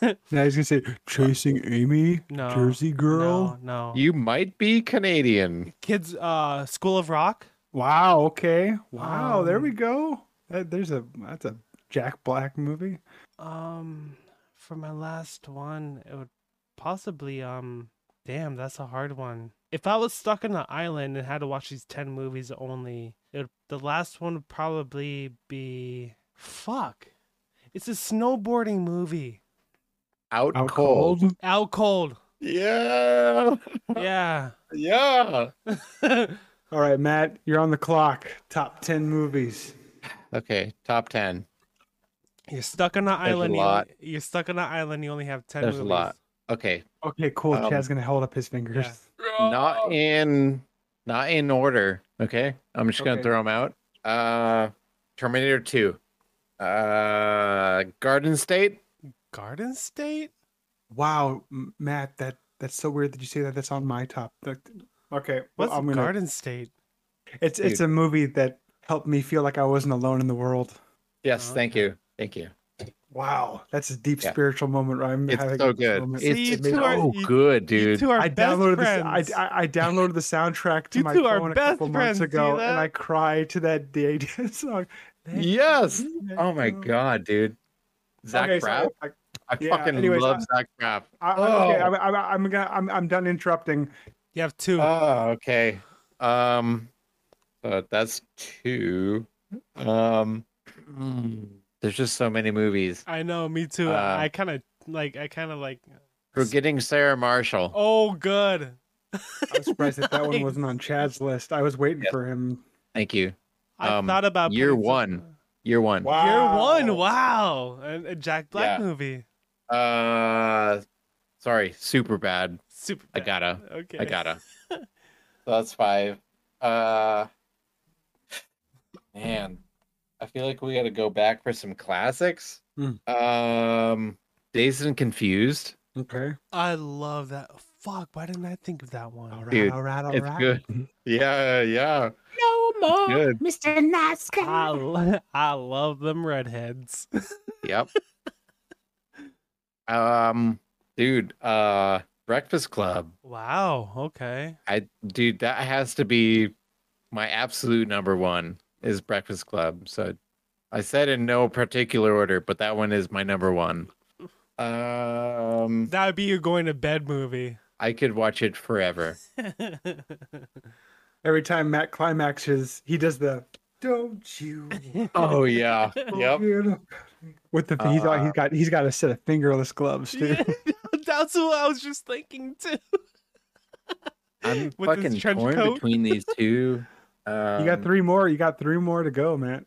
Speaker 1: Now he's gonna say Chasing Amy,
Speaker 2: no,
Speaker 1: Jersey Girl.
Speaker 2: Oh, No, no.
Speaker 3: You might be Canadian.
Speaker 2: Kids. Uh, School of Rock.
Speaker 1: Wow. Okay. Wow. there we
Speaker 2: Um,
Speaker 1: go. That, there's a that's a Jack Black movie.
Speaker 2: Um, for my last one, it would possibly um. Damn, that's a hard one. If I was stuck on an island and had to watch these ten movies only, it would, the last one would probably be fuck. It's a snowboarding movie.
Speaker 3: Out,
Speaker 1: Out
Speaker 3: cold.
Speaker 1: Cold. (laughs)
Speaker 2: Out cold.
Speaker 3: Yeah,
Speaker 2: Yeah. (laughs)
Speaker 3: yeah.
Speaker 1: All right, Matt, you're on the clock. Top ten movies.
Speaker 3: Okay, top ten.
Speaker 2: you're stuck on an
Speaker 3: There's a
Speaker 2: island. you only-
Speaker 3: lot.
Speaker 2: You're stuck on an island. You only have ten.
Speaker 3: There's a
Speaker 2: movies.
Speaker 3: lot. Okay,
Speaker 1: Okay, cool.
Speaker 3: Um,
Speaker 1: Chad's gonna hold up his fingers.
Speaker 3: not in not in order okay i'm just gonna
Speaker 1: Okay.
Speaker 3: throw them out uh terminator 2 uh garden state
Speaker 2: Garden State.
Speaker 1: Wow, M- Matt, that that's so weird that you say that. That's on my top. That- okay, well,
Speaker 2: What's
Speaker 1: I'm gonna.
Speaker 2: Garden State?
Speaker 1: It's it's a movie that helped me feel like I wasn't alone in the world.
Speaker 3: yes
Speaker 2: Oh,
Speaker 3: thank you thank you
Speaker 1: Wow, that's a deep
Speaker 3: Yeah.
Speaker 1: spiritual moment. Right? I'm
Speaker 3: It's
Speaker 1: having
Speaker 3: so
Speaker 1: at this
Speaker 3: good.
Speaker 1: moment.
Speaker 2: See, you
Speaker 3: it's
Speaker 2: two
Speaker 3: so
Speaker 2: are- you-
Speaker 3: Oh, good
Speaker 2: You
Speaker 3: dude
Speaker 2: two are
Speaker 1: I
Speaker 2: best
Speaker 1: downloaded
Speaker 2: friends.
Speaker 1: this. I, I, I downloaded the soundtrack to
Speaker 2: You
Speaker 1: my
Speaker 2: two are
Speaker 1: phone a
Speaker 2: best
Speaker 1: couple
Speaker 2: friends,
Speaker 1: months
Speaker 2: do
Speaker 1: ago,
Speaker 2: that?
Speaker 1: and I cry to that the ADN (laughs) song.
Speaker 3: yes oh my god dude zach
Speaker 1: Okay, so
Speaker 3: braff
Speaker 1: I,
Speaker 3: i
Speaker 1: yeah,
Speaker 3: fucking
Speaker 1: anyways,
Speaker 3: love zach braff
Speaker 1: I, I, okay, I'm, I'm, I'm gonna I'm, I'm done interrupting.
Speaker 2: You have two.
Speaker 3: Oh, okay. Um, uh, that's two. Um, mm, there's just so many movies.
Speaker 2: I know, me too.
Speaker 3: uh,
Speaker 2: I kind of like. I kind of like.
Speaker 3: Forgetting Sarah Marshall.
Speaker 2: Oh, good.
Speaker 1: I'm surprised that
Speaker 2: (laughs)
Speaker 1: that one wasn't on Chad's list. I was waiting
Speaker 3: Yeah.
Speaker 1: for him.
Speaker 3: Thank you.
Speaker 2: I
Speaker 3: Um,
Speaker 2: thought about
Speaker 3: year
Speaker 2: putting some-
Speaker 3: one. Year one.
Speaker 2: Year one. Wow, and a Jack Black
Speaker 3: Yeah.
Speaker 2: movie.
Speaker 3: Uh, sorry, super bad.
Speaker 2: Super.
Speaker 3: I gotta.
Speaker 2: Okay.
Speaker 3: I gotta. so that's five. Uh, man, I feel like we gotta go back for some classics.
Speaker 1: Hmm.
Speaker 3: Um, Dazed and Confused.
Speaker 1: Okay.
Speaker 2: I love that. Fuck. Why didn't I think of that one?
Speaker 1: All right.
Speaker 3: Dude,
Speaker 1: all right. All right.
Speaker 3: it's good. Yeah, yeah. No more. Good.
Speaker 2: I, lo- (laughs) I love them redheads.
Speaker 3: Yep. um, dude. Uh, Breakfast Club.
Speaker 2: Wow. Okay.
Speaker 3: I dude, that has to be my absolute number one is Breakfast Club. So I said in no particular order, but that one is my number one. Um,
Speaker 2: That would be your going to bed movie.
Speaker 3: I could watch it forever.
Speaker 1: Every time Matt climaxes, he does the "Don't you?"
Speaker 3: Oh yeah, (laughs) yep. Uh,
Speaker 1: forget about me." With the he's all, he's got he's got a set of fingerless gloves too.
Speaker 2: (laughs) Yeah, that's what I was just thinking too.
Speaker 3: I'm
Speaker 2: With his
Speaker 3: fucking
Speaker 2: trench
Speaker 3: torn
Speaker 2: coat.
Speaker 3: between these two. Um,
Speaker 1: You got three more. You got three more to go, Matt.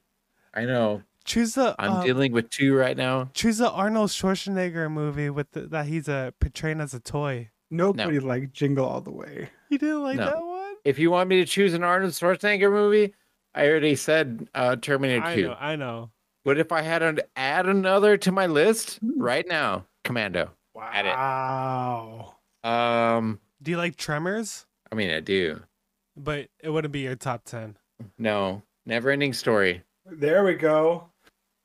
Speaker 3: I know.
Speaker 2: Choose the
Speaker 3: I'm
Speaker 2: um,
Speaker 3: dealing with two right now.
Speaker 2: choose the Arnold Schwarzenegger movie with the, that he's uh, portraying as a toy.
Speaker 1: Nobody liked Jingle All the Way.
Speaker 2: You didn't like
Speaker 3: No.
Speaker 2: that one?
Speaker 3: If you want me to choose an Arnold Schwarzenegger movie, I already said uh, Terminator
Speaker 2: I
Speaker 3: 2.
Speaker 2: know. I know.
Speaker 3: But if I had to add another to my list right now, Commando. Add it.
Speaker 1: Wow.
Speaker 3: Um,
Speaker 2: Do you like Tremors?
Speaker 3: I mean, I do.
Speaker 2: But it wouldn't be your top ten.
Speaker 3: No, never ending story.
Speaker 1: There we go.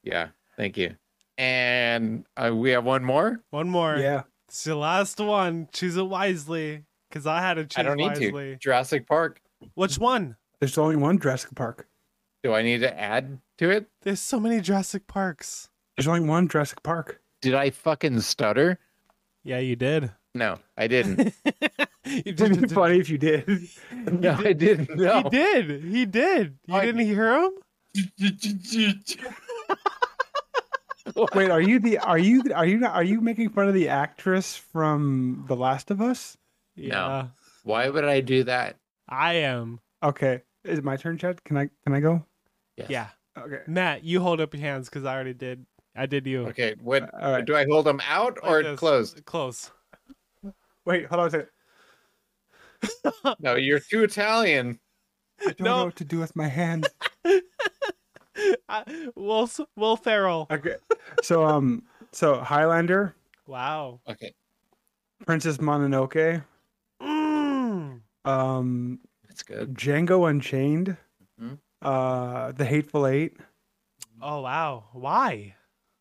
Speaker 3: Yeah, thank you. And uh, we have one more.
Speaker 2: One more.
Speaker 1: Yeah.
Speaker 2: It's your last one. Choose it wisely. Cause I had to choose
Speaker 3: I don't need
Speaker 2: wisely.
Speaker 3: to. Jurassic Park.
Speaker 2: Which one?
Speaker 1: There's only one Jurassic Park.
Speaker 3: Do I need to add to it?
Speaker 2: There's so many Jurassic Parks.
Speaker 1: There's only one Jurassic (laughs) Park.
Speaker 3: Did I fucking stutter?
Speaker 2: Yeah, you did. (laughs)
Speaker 3: No, I didn't.
Speaker 2: you
Speaker 1: It'd be
Speaker 2: did.
Speaker 1: funny if you did. (laughs)
Speaker 3: no, I didn't.
Speaker 2: He
Speaker 3: No.
Speaker 2: did. He did. You
Speaker 3: I-
Speaker 2: didn't hear him?
Speaker 1: Wait, are you the are you are you not, are you making fun of the actress from The Last of Us?
Speaker 2: Yeah.
Speaker 3: (laughs) Why would I do that?
Speaker 2: I am.
Speaker 1: Okay, is it my turn, Chad? Can I can I go?
Speaker 3: Yes.
Speaker 2: Yeah.
Speaker 1: Okay.
Speaker 2: Matt, you hold up your hands because I already did. I did you.
Speaker 3: Okay. What
Speaker 1: All right.
Speaker 3: Uh, do I hold them out
Speaker 2: Like
Speaker 3: or
Speaker 2: this.
Speaker 3: (laughs) closed?
Speaker 2: Close. (laughs)
Speaker 1: Wait, hold on a second.
Speaker 3: No, you're too Italian.
Speaker 1: I don't
Speaker 2: No.
Speaker 1: know what to do with my hands.
Speaker 2: I, Uh, Will S- Will Ferrell.
Speaker 1: Okay. So um, so Highlander,
Speaker 2: Wow.
Speaker 3: Okay.
Speaker 1: Princess Mononoke,
Speaker 2: Mm.
Speaker 1: um,
Speaker 3: That's good.
Speaker 1: Django Unchained,
Speaker 3: Mhm.
Speaker 1: uh, The Hateful Eight,
Speaker 2: Oh wow. Why?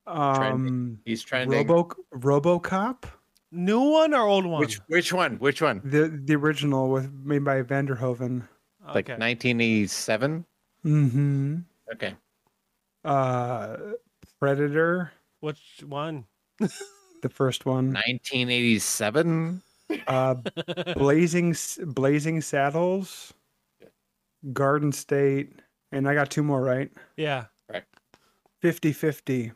Speaker 1: um,
Speaker 3: He's trending.
Speaker 1: Robo RoboCop,
Speaker 2: New one or old one?
Speaker 3: Which which one? Which one?
Speaker 1: the the original with made by Vanderhoven.
Speaker 3: Like 1987.
Speaker 1: Mm-hmm.
Speaker 3: Okay.
Speaker 1: Uh, Predator,
Speaker 2: Which one?
Speaker 1: the first one.
Speaker 3: 1987.
Speaker 1: Uh, Blazing S- Blazing Saddles, Garden State, and I got two more right.
Speaker 2: Yeah.
Speaker 1: 50-50.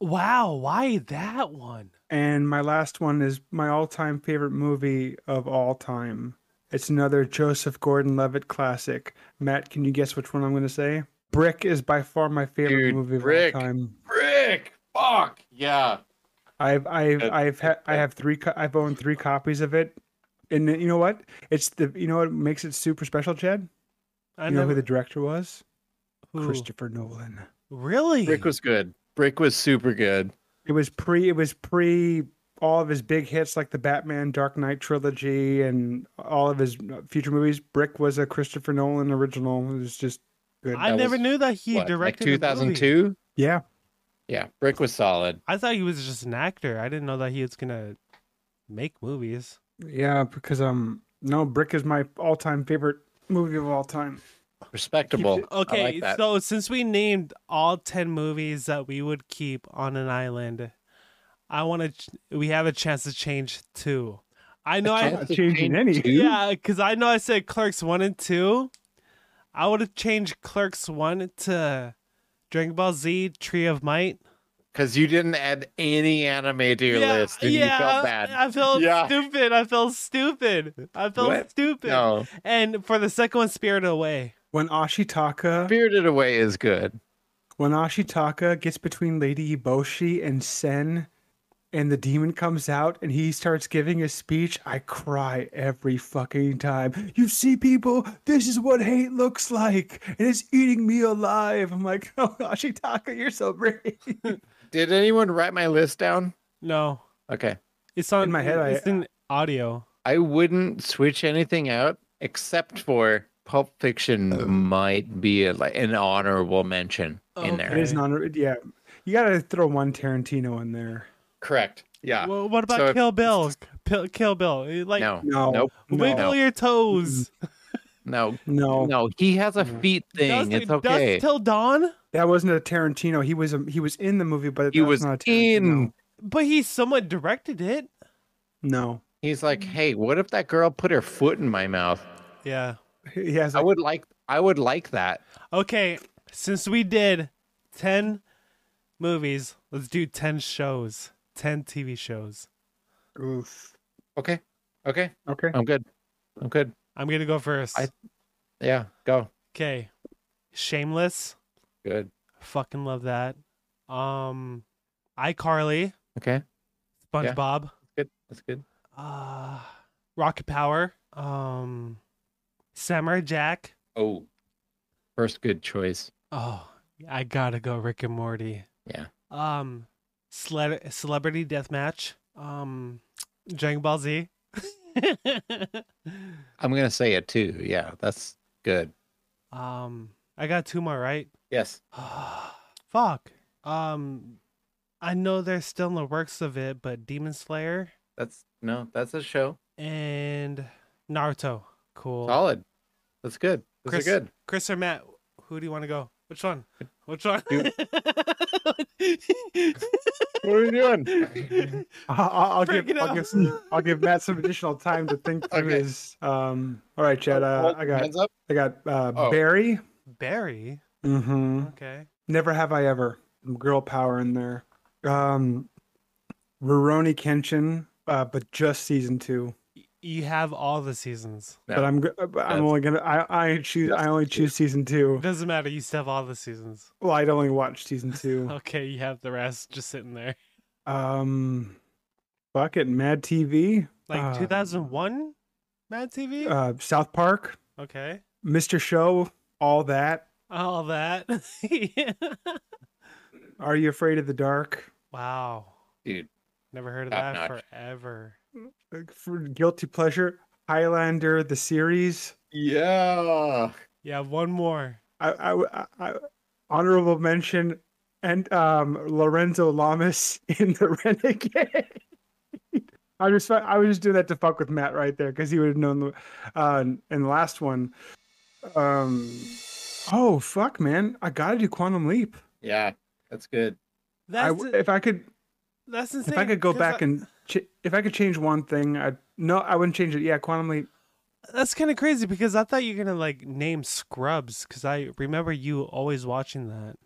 Speaker 2: Wow. Why that one?
Speaker 1: And my last one is my all-time favorite movie of all time. It's another Joseph Gordon-Levitt classic. Matt, can you guess which one I'm going to say? Brick is by far my favorite
Speaker 3: Dude,
Speaker 1: movie of
Speaker 3: Brick.
Speaker 1: all time.
Speaker 3: Brick. Fuck. Yeah.
Speaker 1: I've I've
Speaker 3: That-
Speaker 1: I've ha- I have three co- I've owned three copies of it, and you know what? It's the you know what makes it super special, Chad.
Speaker 2: I
Speaker 1: You know who
Speaker 2: never-
Speaker 1: the director was?
Speaker 2: who?
Speaker 1: Christopher Nolan.
Speaker 2: Really?
Speaker 3: Brick was good. Brick was super good.
Speaker 1: It was pre. It was pre all of his big hits like the Batman Dark Knight trilogy and all of his future movies. Brick was a Christopher Nolan original. It was just good.
Speaker 2: I
Speaker 3: that
Speaker 2: never
Speaker 3: was-
Speaker 2: knew that he
Speaker 3: What, like
Speaker 2: directed. a movie.
Speaker 3: 2002.
Speaker 1: yeah,
Speaker 3: Yeah. Brick was solid.
Speaker 2: I thought he was just an actor. I didn't know that he was gonna make movies.
Speaker 1: yeah, because um, no, Brick is my all-time favorite movie of all time.
Speaker 3: Respectable. I
Speaker 2: Okay,
Speaker 3: like that.
Speaker 2: so since we named all ten movies that we would keep on an island, I want to. We have a chance to change two. I know I
Speaker 1: I'm not changing any.
Speaker 2: Yeah, because I know I said Clerks one and two. I would have changed Clerks one to Dragon Ball Z Tree of Might.
Speaker 3: Because you didn't add any anime to your list and you felt bad.
Speaker 2: I felt
Speaker 3: Yeah.
Speaker 2: stupid. I felt stupid. I felt
Speaker 3: What?
Speaker 2: stupid.
Speaker 3: no,
Speaker 2: And for the second one, Spirit Away.
Speaker 1: When Ashitaka
Speaker 3: Spirited Away is good.
Speaker 1: when Ashitaka gets between Lady Eboshi and Sen and the demon comes out and he starts giving his speech, I cry every fucking time. You see people, this is what hate looks like. And it's eating me alive. I'm like, (laughs) oh Ashitaka, you're so brave.
Speaker 3: Did anyone write my list down?
Speaker 2: No,
Speaker 3: Okay.
Speaker 2: it's on
Speaker 1: In my head, I-
Speaker 2: It's in audio.
Speaker 3: I wouldn't switch anything out except for Pulp Fiction might be a, like an honorable mention in
Speaker 2: Okay.
Speaker 3: there.
Speaker 1: it is not yeah. You gotta throw one Tarantino in there.
Speaker 3: Correct. Yeah.
Speaker 2: Well, what about
Speaker 3: so-
Speaker 2: Kill Bill? Kill, Kill Bill. Like
Speaker 3: no.
Speaker 1: No.
Speaker 3: Nope.
Speaker 2: wiggle
Speaker 1: No.
Speaker 2: your toes.
Speaker 3: No.
Speaker 2: Oh.
Speaker 1: No.
Speaker 3: No. He has a feet thing.
Speaker 2: Dust,
Speaker 3: it's okay.
Speaker 2: Dust till dawn.
Speaker 1: That wasn't a Tarantino. He was a, he was in the movie, but
Speaker 3: He
Speaker 1: that's
Speaker 3: was
Speaker 1: not a Tarantino.
Speaker 3: in.
Speaker 2: But he somewhat directed it.
Speaker 1: No,
Speaker 3: He's like, hey, what if that girl put her foot in my mouth?
Speaker 2: Yeah.
Speaker 1: he has.
Speaker 3: I
Speaker 1: Like,
Speaker 3: would like. I would like that.
Speaker 2: Okay, since we did 10 movies, let's do 10 shows, 10 TV shows.
Speaker 1: oof.
Speaker 3: Okay. Okay.
Speaker 1: Okay.
Speaker 3: I'm good. I'm good.
Speaker 2: I'm going to go first.
Speaker 3: I- Yeah. Go.
Speaker 2: Okay. Shameless.
Speaker 3: Good.
Speaker 2: Fucking love that. Um iCarly,
Speaker 3: Okay.
Speaker 2: SpongeBob,
Speaker 3: Good. That's good.
Speaker 2: uh Rocket Power, um Samurai Jack.
Speaker 3: Oh. First good choice.
Speaker 2: Oh, I got to go Rick and Morty.
Speaker 3: Yeah.
Speaker 2: Um cele- celebrity deathmatch, um Dragon Ball Z. (laughs)
Speaker 3: I'm gonna say it too. Yeah. That's good.
Speaker 2: Um, I got two more, right? (sighs)
Speaker 3: Yes.
Speaker 2: Fuck. Um, I know they're still in the works of it, but Demon Slayer
Speaker 3: That's no. That's a show.
Speaker 2: and Naruto. Cool.
Speaker 3: Solid. That's good. Those
Speaker 2: Chris,
Speaker 3: are good.
Speaker 2: Chris or Matt, who do you want to go? Which one? Which one?
Speaker 3: Dude. What are you doing?
Speaker 1: (laughs) I'll, I'll I'll give.
Speaker 2: Freaking
Speaker 1: I'll
Speaker 2: out.
Speaker 1: give, some, I'll give Matt some additional time to think through
Speaker 3: Okay.
Speaker 1: his. Um. All right, Chad. Uh,
Speaker 3: Hold
Speaker 1: I
Speaker 3: your
Speaker 1: got.
Speaker 3: hands up.
Speaker 1: I got uh,
Speaker 3: Oh.
Speaker 1: Barry.
Speaker 2: (laughs) Barry.
Speaker 1: Mm-hmm.
Speaker 2: Okay.
Speaker 1: Never have I ever. Girl power in there. Um. Rurouni Kenshin, uh, but just season two.
Speaker 2: Y- You have all the seasons.
Speaker 1: But I'm. go- uh, But I'm only gonna. I. I choose. I only choose season two.
Speaker 2: doesn't matter. You still have all the seasons.
Speaker 1: Well, I'd only watch season
Speaker 2: (laughs)
Speaker 1: two.
Speaker 2: Okay, you have the rest just sitting there.
Speaker 1: Um, fuck it, Mad TV,
Speaker 2: Like
Speaker 1: Uh,
Speaker 2: 2001 Mad TV?
Speaker 1: uh, South Park,
Speaker 2: okay.
Speaker 1: Mr. Show, all that.
Speaker 2: All that. (laughs)
Speaker 1: Are you afraid of the dark?
Speaker 2: Wow.
Speaker 3: Dude.
Speaker 2: Never heard of
Speaker 3: Top
Speaker 2: that
Speaker 3: notch.
Speaker 2: forever.
Speaker 1: Like, For guilty pleasure, Highlander, the series.
Speaker 3: Yeah.
Speaker 2: Yeah, one more.
Speaker 1: I, I, I, I honorable mention, and um, Lorenzo Lamas (laughs) in the Renegade. I just, I was just doing that to fuck with Matt right there because he would have known. The, uh, and the last one, um, oh fuck, man, I gotta do Quantum Leap.
Speaker 3: Yeah. That's good.
Speaker 1: I,
Speaker 2: That's
Speaker 1: if I could
Speaker 2: that's insane.
Speaker 1: if I could go
Speaker 2: 'cause
Speaker 1: back
Speaker 2: I-
Speaker 1: and ch- if I could change one thing, I would no, I wouldn't change it. Yeah, quantum leap.
Speaker 2: that's kind of crazy because I thought you were gonna like name Scrubs because I remember you always watching that.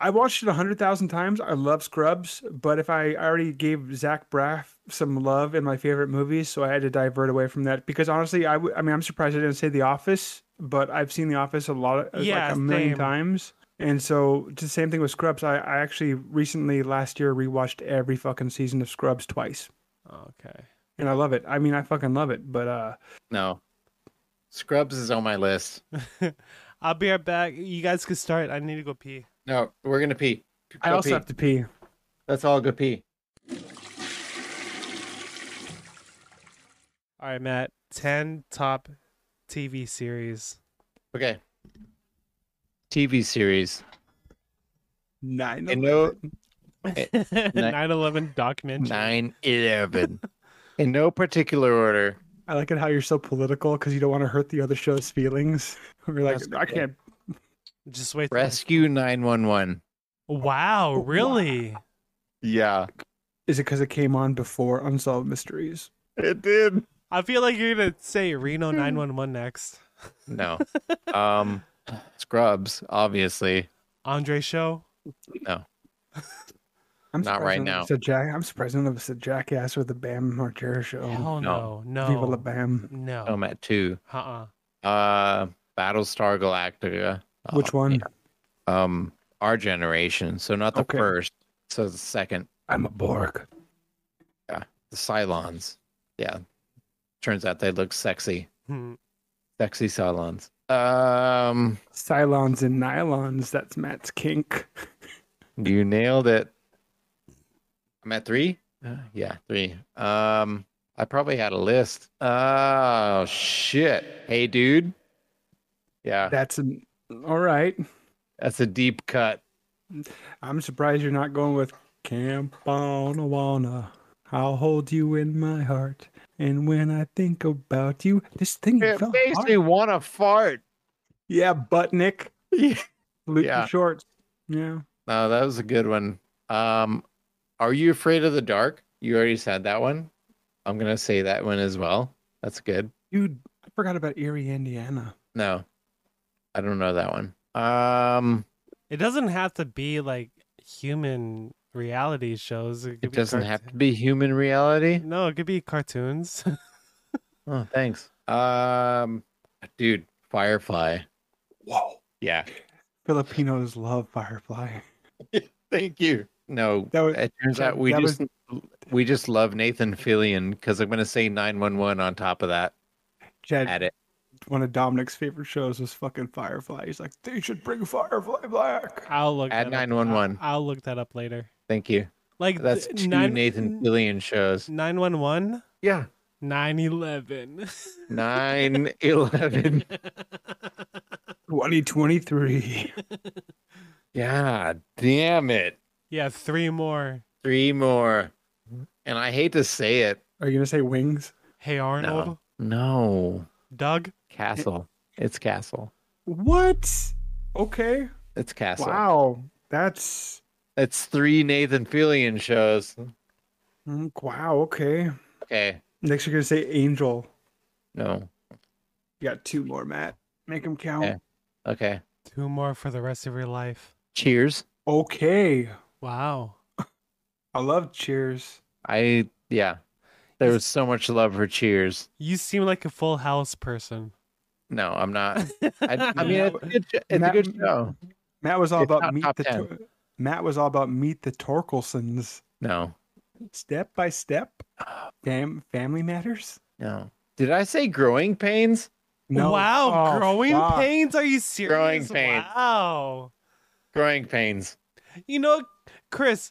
Speaker 1: I watched it a hundred thousand times. I love Scrubs, but if I, I already gave Zach Braff some love in my favorite movies, so I had to divert away from that because honestly, I w- I mean, I'm surprised I didn't say The Office, but I've seen The Office a lot, of,
Speaker 2: Yeah,
Speaker 1: like a million
Speaker 2: same.
Speaker 1: times. And so, it's the same thing with Scrubs. I, I actually recently last year rewatched every fucking season of Scrubs twice,
Speaker 2: Okay. (laughs)
Speaker 1: and I love it. I mean, I fucking love it. But uh,
Speaker 3: No. Scrubs is on my list.
Speaker 2: I'll be right back. You guys could start. I need to go pee.
Speaker 3: No, we're gonna pee.
Speaker 1: I
Speaker 3: Go
Speaker 1: also
Speaker 3: pee.
Speaker 1: have to pee.
Speaker 3: Let's all go pee.
Speaker 2: All right, Matt. Ten top TV series.
Speaker 3: Okay. TV series.
Speaker 1: Nine.
Speaker 3: I know Eh,
Speaker 2: (laughs)
Speaker 3: Ni-
Speaker 2: 9/11 documentary.
Speaker 3: nine
Speaker 1: (laughs)
Speaker 3: eleven. In no particular order.
Speaker 1: I like it how you're so political because you don't want to hurt the other show's feelings. (laughs) You're like,
Speaker 3: That's
Speaker 1: I
Speaker 3: okay.
Speaker 1: can't.
Speaker 2: Just wait. till-
Speaker 3: Rescue nine one one.
Speaker 2: Wow, really?
Speaker 3: Yeah.
Speaker 1: Is it because it came on before Unsolved Mysteries?
Speaker 3: It did.
Speaker 2: I feel like you're gonna say Reno
Speaker 3: Hmm.
Speaker 2: 911 next.
Speaker 3: No. Um, Scrubs, obviously.
Speaker 2: Andre show.
Speaker 1: I'm
Speaker 3: Not
Speaker 1: surprised
Speaker 3: right
Speaker 1: none of
Speaker 3: now.
Speaker 1: us Said jack- I'm surprised none of us said Jackass with the Bam Margera show.
Speaker 2: Hell no,
Speaker 3: Um, no. Um,
Speaker 2: no,
Speaker 1: Viva la Bam.
Speaker 3: I'm
Speaker 2: no.
Speaker 3: at two.
Speaker 2: Uh uh
Speaker 3: Uh, Battlestar Galactica. Oh,
Speaker 1: Which one?
Speaker 3: Um, our generation. So not the
Speaker 1: Okay.
Speaker 3: first. So the second,
Speaker 1: I'm a Borg.
Speaker 3: the Cylons. Yeah. Turns out they look sexy.
Speaker 2: Hmm.
Speaker 3: Sexy Cylons. Um,
Speaker 1: Cylons and Nylons. That's Matt's
Speaker 3: (laughs)
Speaker 1: kink.
Speaker 3: you nailed it. I'm at three. Uh, yeah, three. Um, I probably had a list. Oh shit! Hey, dude. Yeah,
Speaker 1: That's an, all right.
Speaker 3: that's a deep cut.
Speaker 1: I'm surprised you're not going with Camp Bonawana. I'll hold you in my heart. And when I think about you, this thing
Speaker 3: It
Speaker 1: fell
Speaker 3: makes
Speaker 1: apart.
Speaker 3: me want to fart.
Speaker 1: Yeah, butt Nick.
Speaker 3: (laughs) Yeah.
Speaker 1: Luke
Speaker 3: Yeah.
Speaker 1: shorts. Yeah.
Speaker 3: No, that was a good one. Um, are you afraid of the dark? You already said that one. I'm gonna say that one as well. That's good.
Speaker 1: Dude, I forgot about Erie, Indiana.
Speaker 3: No, I don't know that one. Um,
Speaker 2: It doesn't have to be like human reality shows.
Speaker 3: it doesn't have to be human
Speaker 2: be.
Speaker 3: reality.
Speaker 2: cart- No, it could be cartoons. (laughs)
Speaker 3: Oh, thanks. Um, dude, Firefly.
Speaker 1: Whoa.
Speaker 3: Yeah.
Speaker 1: Filipinos love Firefly. (laughs)
Speaker 3: Thank you. No,
Speaker 1: That was-
Speaker 3: it turns
Speaker 1: that-
Speaker 3: out we
Speaker 1: that was-
Speaker 3: just we just love Nathan Fillion because I'm gonna say 911 on top of that.
Speaker 1: Chad,
Speaker 3: At it.
Speaker 1: one of Dominic's favorite shows was fucking Firefly. He's like, they should bring Firefly back.
Speaker 2: I'll look that
Speaker 3: Add
Speaker 2: up.
Speaker 3: 911.
Speaker 2: I'll, I'll look that up later.
Speaker 3: Thank you.
Speaker 2: Like
Speaker 3: That's
Speaker 2: th-
Speaker 3: two
Speaker 2: nine-
Speaker 3: Nathan Fillion shows.
Speaker 2: 911,
Speaker 3: Yeah.
Speaker 2: 911.
Speaker 3: (laughs) 911. (laughs)
Speaker 1: 2023.
Speaker 3: yeah. Damn it.
Speaker 2: (laughs) yeah, three more.
Speaker 3: Three more. And I hate to say it.
Speaker 1: Are you going to say Wings?
Speaker 2: Hey Arnold,
Speaker 3: No.
Speaker 2: Doug.
Speaker 3: Castle. It's Castle.
Speaker 1: What? Okay.
Speaker 3: It's Castle.
Speaker 1: Wow. That's
Speaker 3: It's three Nathan Fillion shows.
Speaker 1: mm, wow. Okay.
Speaker 3: Okay.
Speaker 1: Next, you're going to say Angel.
Speaker 3: No.
Speaker 1: You got two more, Matt. Make them count.
Speaker 3: Yeah. Okay.
Speaker 2: Two more for the rest of your life.
Speaker 3: Cheers.
Speaker 1: Okay.
Speaker 2: Wow.
Speaker 1: I love Cheers.
Speaker 3: I yeah. There was so much love for Cheers.
Speaker 2: You seem like a full house person.
Speaker 3: No, I'm not.
Speaker 1: (laughs)
Speaker 3: I, I mean, it's a good, sh- it's
Speaker 1: Matt-
Speaker 3: a good show.
Speaker 1: Matt was all
Speaker 3: It's
Speaker 1: about
Speaker 3: not
Speaker 1: meet
Speaker 3: top
Speaker 1: the
Speaker 3: 10.
Speaker 1: Tor- Matt was all about meet the Torkelsons.
Speaker 3: No,
Speaker 1: Step by step.
Speaker 3: Oh.
Speaker 1: Damn family matters.
Speaker 3: no. Did I say growing pains?
Speaker 2: Wow,
Speaker 1: Oh,
Speaker 2: growing
Speaker 1: fuck.
Speaker 2: pains? Are you serious?
Speaker 3: Growing pains.
Speaker 2: Wow.
Speaker 3: Growing pains.
Speaker 2: You know, Chris,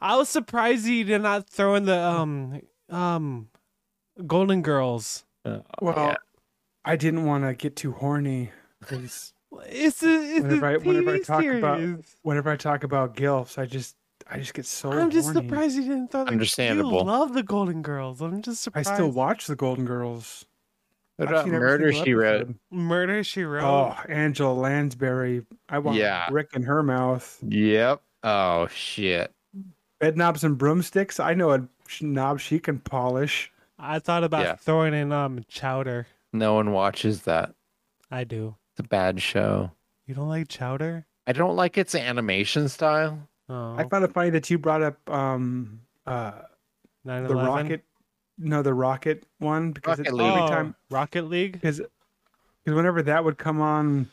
Speaker 2: I was surprised you did not throw in the um um Golden Girls.
Speaker 3: Uh,
Speaker 1: Well,
Speaker 3: yeah.
Speaker 1: I didn't want to get too horny 'cause
Speaker 2: It's a, it's
Speaker 1: Whenever
Speaker 2: a
Speaker 1: I-
Speaker 2: TV
Speaker 1: whenever I talk
Speaker 2: series.
Speaker 1: about- (laughs) whenever I talk about gilfs, I just I just get so.
Speaker 2: I'm just
Speaker 1: horny.
Speaker 2: surprised you didn't throw. The, You
Speaker 3: Understandable.
Speaker 2: love the Golden Girls. I'm just
Speaker 1: I
Speaker 2: surprised.
Speaker 1: still watch the Golden Girls.
Speaker 3: What
Speaker 1: I've
Speaker 3: about
Speaker 1: seen every
Speaker 3: Murder
Speaker 1: single
Speaker 3: She Wrote?
Speaker 1: episode.
Speaker 2: Murder She Wrote.
Speaker 1: Oh, Angela Lansbury. I want
Speaker 3: Yeah.
Speaker 1: brick in her mouth.
Speaker 3: Yep. Oh shit.
Speaker 1: Bed knobs and broomsticks. I know a sh- knob she can polish.
Speaker 2: I thought about
Speaker 3: Yeah.
Speaker 2: throwing in um Chowder.
Speaker 3: No one watches that.
Speaker 2: I do.
Speaker 3: It's a bad show.
Speaker 2: You don't like Chowder?
Speaker 3: I don't like its animation style.
Speaker 2: Oh,
Speaker 1: I found it funny that you brought up um uh the
Speaker 2: 9/11?
Speaker 1: rocket. No, the rocket one because
Speaker 3: Rocket
Speaker 1: it's
Speaker 3: League.
Speaker 1: every
Speaker 2: Oh,
Speaker 1: time
Speaker 2: Rocket League.
Speaker 1: because because whenever that would come on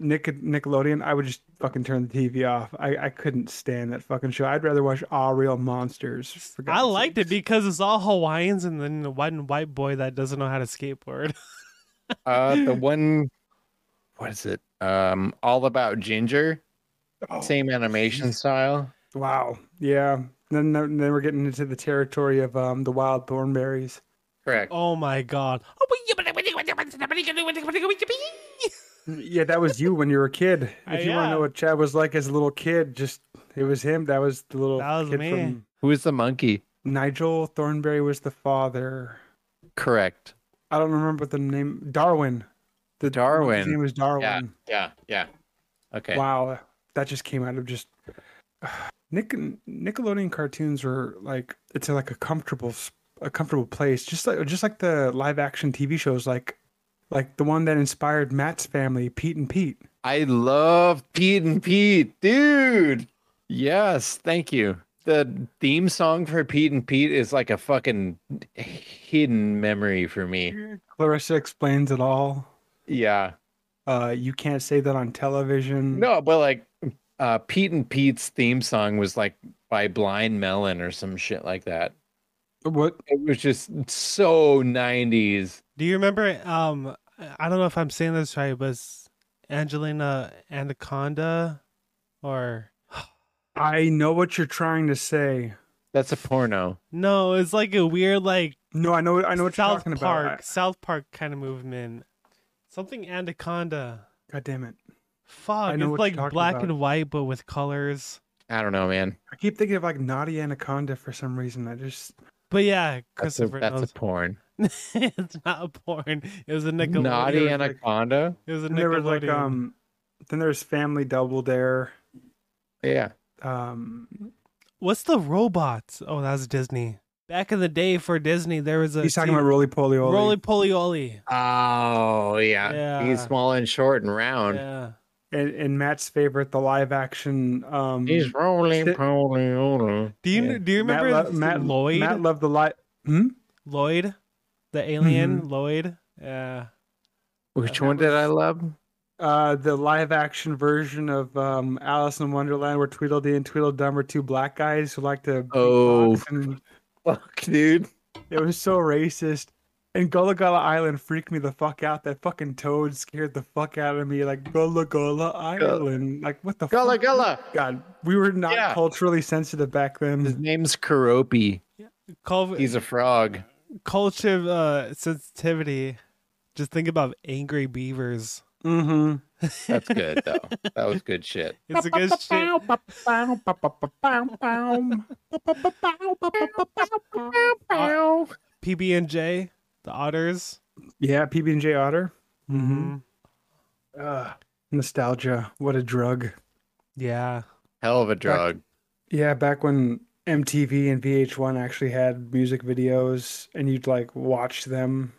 Speaker 1: Nick Nickelodeon, I would just fucking turn the TV off. I, I couldn't stand that fucking show. I'd rather watch All Real Monsters. for
Speaker 2: I
Speaker 1: God's
Speaker 2: liked it
Speaker 1: sakes.
Speaker 2: because it's all Hawaiians and then the one white boy that doesn't know how to skateboard. (laughs)
Speaker 3: Uh, the one. What is it? Um, all about Ginger.
Speaker 1: Oh,
Speaker 3: Same animation style.
Speaker 1: Wow. Yeah. Then then we're getting into the territory of um the wild thornberries.
Speaker 3: Correct.
Speaker 2: oh my god.
Speaker 1: Yeah, that was you when you were a kid.
Speaker 2: (laughs)
Speaker 1: If
Speaker 2: Uh,
Speaker 1: you want
Speaker 2: yeah.
Speaker 1: to know what Chad was like as a little kid, just it was him. That was the little
Speaker 2: That was
Speaker 1: kid
Speaker 2: me.
Speaker 1: from
Speaker 3: Who is the monkey?
Speaker 1: Nigel Thornberry was the father.
Speaker 3: Correct.
Speaker 1: I don't remember the name. Darwin. The the monkey's
Speaker 3: Darwin.
Speaker 1: name was Darwin.
Speaker 3: Yeah. Yeah. Okay.
Speaker 1: Wow, that just came out of just (sighs) Nick Nickelodeon cartoons were like it's like a comfortable s- a comfortable place, just like just like the live action TV shows, like like the one that inspired Matt's family, Pete and Pete.
Speaker 3: I love Pete and Pete, dude. Yes, thank you. The theme song for Pete and Pete is like a fucking hidden memory for me.
Speaker 1: Clarissa explains it all.
Speaker 3: Yeah.
Speaker 1: Uh, you can't say that on television.
Speaker 3: No, but like uh Pete and Pete's theme song was like by Blind Melon or some shit like that.
Speaker 1: What?
Speaker 3: It was just so 90s.
Speaker 2: Do you remember? Um, I don't know if I'm saying this right, but it's Angelina Anaconda, or
Speaker 1: I know what you're trying to say.
Speaker 3: That's a porno.
Speaker 2: no, it's like a weird like
Speaker 1: No, I know. I know what you're
Speaker 2: South
Speaker 1: talking
Speaker 2: Park,
Speaker 1: about.
Speaker 2: South Park kind of movement. Something Anaconda.
Speaker 1: I- God damn it!
Speaker 2: Fuck,
Speaker 1: I know what you're
Speaker 2: it's like
Speaker 1: talking
Speaker 2: black
Speaker 1: about.
Speaker 2: and white but with colors.
Speaker 3: I don't know, man.
Speaker 1: I keep thinking of like Naughty Anaconda for some reason. I just
Speaker 2: But yeah,
Speaker 3: That's a,
Speaker 2: Christopher
Speaker 3: that's a
Speaker 2: knows. (laughs)
Speaker 3: porn.
Speaker 2: it's not a porn. It was a Nickelodeon.
Speaker 3: Naughty
Speaker 1: like-
Speaker 3: Anaconda.
Speaker 2: It was a
Speaker 1: and there was like
Speaker 2: Nickelodeon.
Speaker 1: um, then there's Family Double Dare.
Speaker 3: Yeah.
Speaker 1: Um,
Speaker 2: What's the robots? Oh, that was Disney. Back in the day for Disney, there was a
Speaker 1: he's talking about Roly Poly Oly.
Speaker 2: Roly Poly Oly.
Speaker 3: Oh, yeah. He's
Speaker 2: Yeah.
Speaker 3: small and short and round.
Speaker 2: Yeah.
Speaker 1: and, and Matt's favorite, the live action. Um,
Speaker 3: He's rolling,
Speaker 1: Sit-
Speaker 3: rolling, rolling.
Speaker 2: Do you do you remember
Speaker 1: Matt, lo-
Speaker 2: Matt,
Speaker 1: Matt
Speaker 2: Lloyd?
Speaker 1: Matt loved the live. Hmm?
Speaker 2: Lloyd, the alien
Speaker 1: Mm-hmm.
Speaker 2: Lloyd. Yeah.
Speaker 3: Which one did I love?
Speaker 1: Uh, the live action version of um, Alice in Wonderland, where Tweedledee and Tweedledum are two black guys who like to.
Speaker 3: Oh.
Speaker 1: beatbox, and
Speaker 3: Fuck, dude.
Speaker 1: it was so racist. And Gullah Gullah Island freaked me the fuck out. That fucking toad scared the fuck out of me. Like Gullah Gullah Island. Like what the
Speaker 3: Gullah
Speaker 1: fuck?
Speaker 3: Gullah.
Speaker 1: God, we were not
Speaker 3: Yeah.
Speaker 1: culturally sensitive back
Speaker 3: His
Speaker 1: then.
Speaker 3: name's Karopi.
Speaker 2: Cul-
Speaker 3: He's a frog.
Speaker 2: culture uh, sensitivity. Just think about angry beavers.
Speaker 1: Mm-hmm.
Speaker 3: That's good though. That was good shit.
Speaker 2: It's a good shit. PB and J, the otters.
Speaker 1: Yeah, PB and J Otter.
Speaker 2: Mm-hmm.
Speaker 1: Ugh, nostalgia. What a drug.
Speaker 2: Yeah.
Speaker 3: Hell of a drug.
Speaker 1: Yeah, back when MTV and VH1 actually had music videos, and you'd like watch them.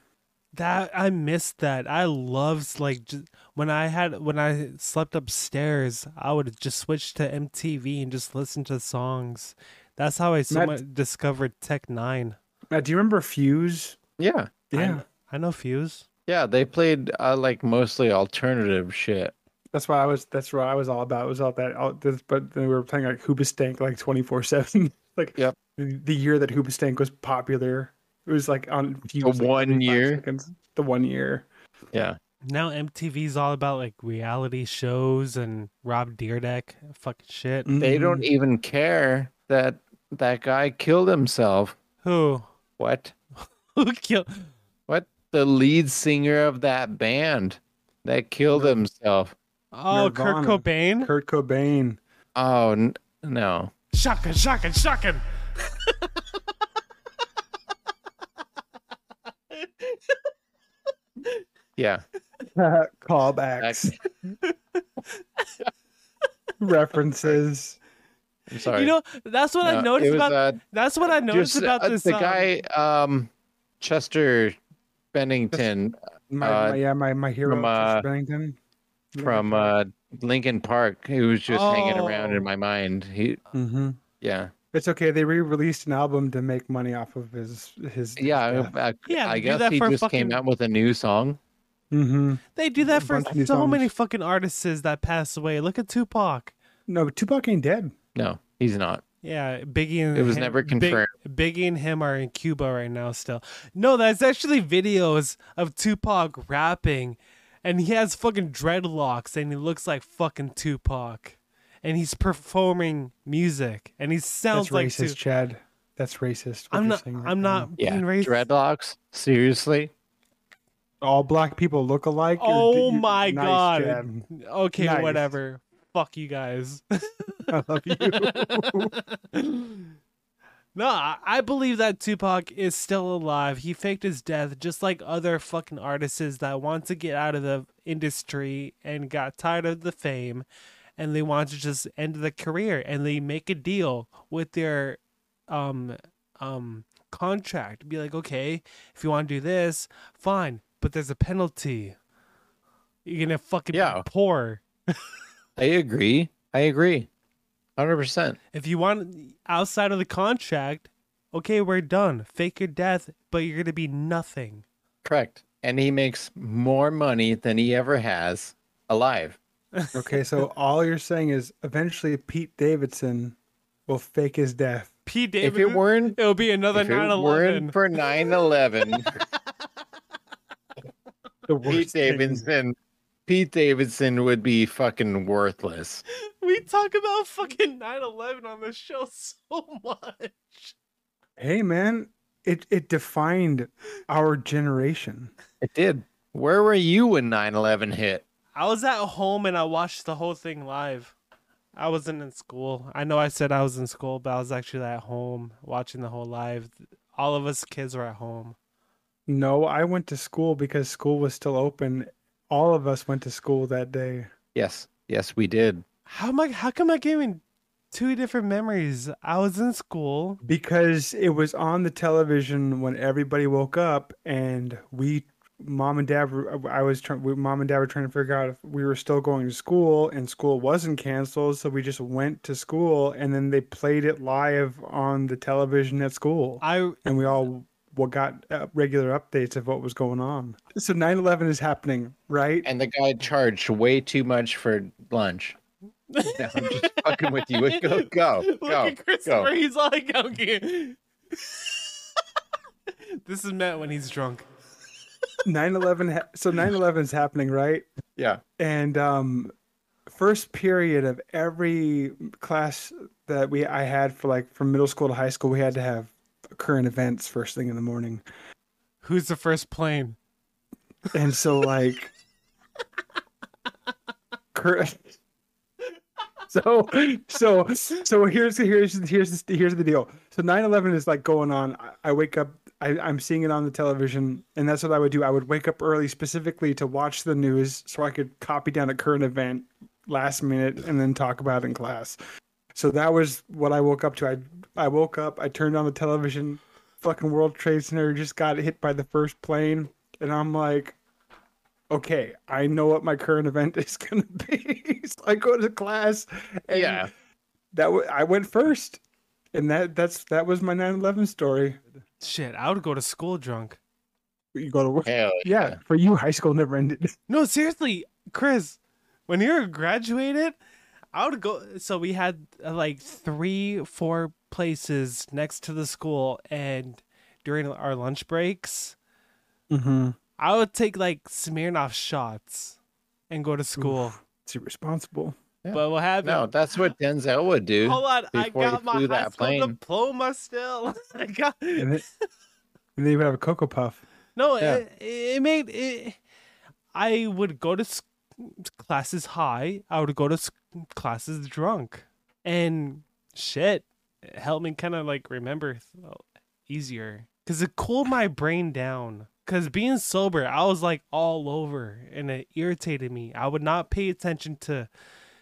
Speaker 2: That I missed that. I loved like just, when I had when I slept upstairs, I would just switch to MTV and just listen to songs. That's how I so
Speaker 1: Matt-
Speaker 2: much discovered Tech Nine.
Speaker 1: Matt, Uh, do you remember Fuse?
Speaker 3: Yeah.
Speaker 2: I
Speaker 1: Yeah,
Speaker 2: kn- I, know Fuse.
Speaker 3: Yeah, they played uh, like mostly alternative shit.
Speaker 1: that's why I was. That's what I was all about. It was all that. All, this, but then we were playing like Hoobastank like twenty four seven. (laughs) Like
Speaker 3: Yep.
Speaker 1: the, the year that Hoobastank was popular, it was like on Fuse. like,
Speaker 3: one
Speaker 1: 35
Speaker 3: year.
Speaker 1: seconds. The one year.
Speaker 3: Yeah.
Speaker 2: Now MTV's all about like reality shows and Rob Deerdeck fucking shit.
Speaker 3: They
Speaker 1: Mhm.
Speaker 3: don't even care that that guy killed himself.
Speaker 2: Who
Speaker 3: What?
Speaker 2: who killed?
Speaker 3: What? The lead singer of that band that killed himself.
Speaker 2: Oh,
Speaker 1: Nirvana.
Speaker 2: Kurt Cobain.
Speaker 1: Kurt
Speaker 2: (laughs)
Speaker 1: Cobain.
Speaker 3: Oh n- no.
Speaker 2: Shocking! Shocking! Shocking!
Speaker 3: (laughs) Yeah.
Speaker 1: Callbacks,
Speaker 3: That-
Speaker 1: (laughs) references.
Speaker 3: I'm sorry.
Speaker 2: You know that's what I
Speaker 3: No,
Speaker 2: noticed
Speaker 3: it was,
Speaker 2: about
Speaker 3: uh,
Speaker 2: that's what I noticed
Speaker 3: Just,
Speaker 2: about
Speaker 3: uh,
Speaker 2: this
Speaker 3: the
Speaker 2: um,
Speaker 3: guy um Chester Bennington
Speaker 1: My,
Speaker 3: Uh,
Speaker 1: my yeah, my my hero
Speaker 3: from,
Speaker 1: Chester
Speaker 3: uh,
Speaker 1: Bennington.
Speaker 3: from uh Lincoln Park who was just hanging around
Speaker 2: Oh.
Speaker 3: in my mind. He
Speaker 1: hmm
Speaker 3: yeah.
Speaker 1: It's okay. They re-released an album to make money off of his his.
Speaker 3: Yeah, I,
Speaker 2: Yeah,
Speaker 3: I
Speaker 2: they do
Speaker 3: guess
Speaker 2: that
Speaker 3: he
Speaker 2: for
Speaker 3: just came
Speaker 2: fucking-
Speaker 3: out with a new song.
Speaker 1: hmm
Speaker 2: They do that
Speaker 1: A
Speaker 2: for
Speaker 1: bunch of new
Speaker 2: so many
Speaker 1: songs.
Speaker 2: fucking artists that pass away. Look at Tupac.
Speaker 1: No, but Tupac ain't dead.
Speaker 3: No, he's not.
Speaker 2: Yeah, Biggie and
Speaker 3: It was
Speaker 2: him-
Speaker 3: never
Speaker 2: Big-
Speaker 3: confirmed.
Speaker 2: Biggie and him are in Cuba right now still. No, that's actually videos of Tupac rapping, and he has fucking dreadlocks, and he looks like fucking Tupac, and he's performing music, and he sounds
Speaker 1: That's
Speaker 2: like
Speaker 1: racist,
Speaker 2: Tupac.
Speaker 1: Chad. That's racist. what
Speaker 2: I'm
Speaker 1: you're
Speaker 2: not.
Speaker 1: saying right
Speaker 2: I'm
Speaker 1: now.
Speaker 2: not
Speaker 3: Yeah.
Speaker 2: being racist.
Speaker 3: Dreadlocks? Seriously?
Speaker 1: All black people look alike. You're-
Speaker 2: Oh
Speaker 1: you're-
Speaker 2: my
Speaker 1: nice,
Speaker 2: god.
Speaker 1: Chad. (laughs)
Speaker 2: Okay,
Speaker 1: Nice.
Speaker 2: whatever. Fuck you guys. (laughs)
Speaker 1: I love you.
Speaker 2: No, I I believe that Tupac is still alive. He faked his death just like other fucking artists that want to get out of the industry and got tired of the fame and they want to just end the career and they make a deal with their um um contract. Be like, okay, if you want to do this, fine, but there's a penalty. You're gonna fucking
Speaker 3: Yeah.
Speaker 2: be poor.
Speaker 3: I agree. I agree. 100%.
Speaker 2: If you want outside of the contract, okay, we're done. Fake your death, but you're gonna be nothing.
Speaker 3: Correct. And he makes more money than he ever has alive.
Speaker 1: Okay, so all you're saying is eventually Pete Davidson will fake his death.
Speaker 2: P.
Speaker 3: If
Speaker 2: David,
Speaker 3: it weren't
Speaker 2: it'll be another
Speaker 3: if it
Speaker 2: 9/11.
Speaker 3: weren't for 9/11,
Speaker 1: The worst
Speaker 3: Pete
Speaker 1: thing.
Speaker 3: Davidson, Pete Davidson would be fucking worthless.
Speaker 2: we talk about fucking 9/11 on this show so much.
Speaker 1: Hey man, it it defined our generation.
Speaker 3: It did. Where were you when 9/11 hit?
Speaker 2: I was at home and I watched the whole thing live. I wasn't in school. I know I said I was in school, but I was actually at home watching the whole live. All of us kids were at home.
Speaker 1: No, I went to school because school was still open. All of us went to school that day.
Speaker 3: Yes. Yes, we did.
Speaker 2: How am I? How come I giving two different memories? I was in school.
Speaker 1: Because it was on the television when everybody woke up, and we, mom and dad, were- I was trying, we- mom and dad were trying to figure out if we were still going to school, and school wasn't canceled, so we just went to school, and then they played it live on the television at school,
Speaker 2: I
Speaker 1: and we all well, got uh, regular updates of what was going on. So 9/11 is happening, right? (laughs)
Speaker 3: And the guy charged way too much for lunch. No, I'm just
Speaker 2: (laughs)
Speaker 3: fucking with you. Go, go,
Speaker 2: look
Speaker 3: go.
Speaker 2: at Christopher. He's like, okay. this is Matt when he's drunk.
Speaker 1: 9/11 ha- so 9/11 is happening, right?
Speaker 3: Yeah.
Speaker 1: and um first period of every class that we I had for like from middle school to high school we had to have current events first thing in the morning
Speaker 2: Who's the first plane?
Speaker 1: and so like cur- so so so here's here's here's the, here's the deal so 9-11 is like going on I- i wake up I, i'm seeing it on the television and that's what i would do i would wake up early specifically to watch the news so i could copy down a current event last minute and then talk about it in class so that was what i woke up to i i woke up i turned on the television fucking world trade center just got hit by the first plane and i'm like okay, I know what my current event (laughs) is going to be. so I go to class. And
Speaker 3: Yeah.
Speaker 1: That w- I went first, and that that's that was my 9/11 story.
Speaker 2: Shit, I would go to school drunk.
Speaker 1: You go to work.
Speaker 3: Oh, Hell
Speaker 1: Yeah, for you, high school never ended. (laughs)
Speaker 2: No, seriously, Chris, when you were graduated, I would go. So we had uh, like three, four places next to the school, and during our lunch breaks,
Speaker 1: Mm-hmm.
Speaker 2: I would take like Smirnoff shots and go to school.
Speaker 1: It's irresponsible.
Speaker 3: Yeah.
Speaker 2: But what happened?
Speaker 3: No, that's what Denzel would do.
Speaker 2: Hold on, I
Speaker 3: before you
Speaker 2: got my
Speaker 3: flew
Speaker 2: high
Speaker 3: that
Speaker 2: school
Speaker 3: plane.
Speaker 2: diploma still. (laughs) I got
Speaker 1: And, it, and then you would have a cocoa puff.
Speaker 2: No,
Speaker 3: Yeah.
Speaker 2: it, it made it. I would go to s- classes high. I would go to s- classes drunk, and shit, it helped me kind of like remember th- uh, easier because it cooled my brain down. Because being sober, I was like all over, and it irritated me. I would not pay attention to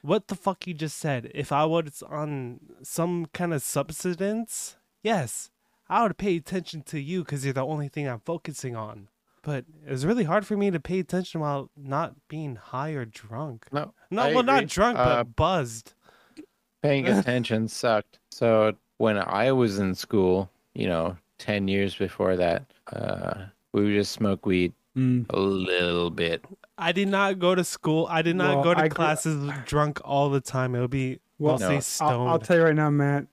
Speaker 2: what the fuck you just said. If I was on some kind of substance, yes, I would pay attention to you because you're the only thing I'm focusing on. But it was really hard for me to pay attention while not being high or drunk.
Speaker 3: No,
Speaker 2: No,
Speaker 3: I
Speaker 2: well,
Speaker 3: agree.
Speaker 2: not drunk,
Speaker 3: Uh,
Speaker 2: but buzzed. (laughs)
Speaker 3: paying attention sucked. So when I was in school, you know, ten years before that, uh, we would just smoke weed a little bit.
Speaker 2: I did not go to school. I did not
Speaker 1: Well,
Speaker 2: go to
Speaker 1: I grew-
Speaker 2: classes drunk all the time. It would be
Speaker 1: Well,
Speaker 2: mostly
Speaker 3: no.
Speaker 2: stoned.
Speaker 1: I'll, I'll tell you right now, Matt.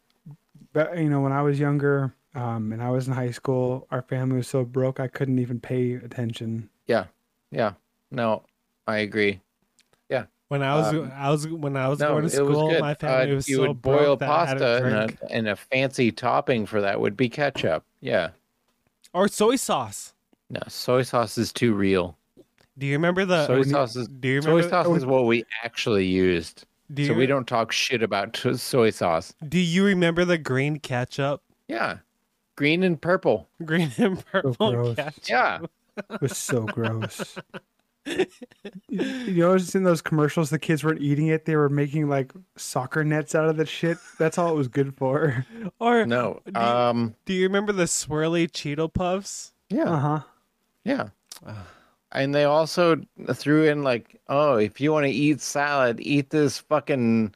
Speaker 1: But you know, when I was younger, um, and I was in high school, our family was so broke I couldn't even pay attention.
Speaker 3: Yeah. No, I agree.
Speaker 2: when I was,
Speaker 3: um,
Speaker 2: I was when I was
Speaker 3: no,
Speaker 2: going to
Speaker 3: it was
Speaker 2: school,
Speaker 3: good.
Speaker 2: my family
Speaker 3: Uh,
Speaker 2: was
Speaker 3: you
Speaker 2: so
Speaker 3: would boil
Speaker 2: broke that I had
Speaker 3: pasta,
Speaker 2: to
Speaker 3: and
Speaker 2: drink.
Speaker 3: a, and a fancy topping for that would be ketchup. Yeah.
Speaker 2: or soy sauce.
Speaker 3: No, soy sauce is too real.
Speaker 2: Do you remember the?
Speaker 3: soy sauce is
Speaker 2: do Uh, you remember?
Speaker 3: soy sauce is what we actually used.
Speaker 2: do you,
Speaker 3: so we don't talk shit about t- soy sauce.
Speaker 2: Do you remember the green ketchup? (laughs)
Speaker 3: Yeah. Green and purple.
Speaker 2: Green and purple (laughs)
Speaker 1: gross.
Speaker 2: ketchup.
Speaker 3: Yeah.
Speaker 1: It was so gross. You always in those commercials, the kids weren't eating it; they were making like soccer nets out of the shit. That's all it was good for.
Speaker 2: Or
Speaker 3: No.
Speaker 2: Do you-
Speaker 3: Um.
Speaker 2: do you remember the swirly Cheeto Puffs?
Speaker 1: Uh
Speaker 3: Yeah.
Speaker 1: huh.
Speaker 2: (sighs)
Speaker 3: Yeah.
Speaker 2: Ah.
Speaker 3: And they also threw in like, oh, if you want to eat salad, eat this fucking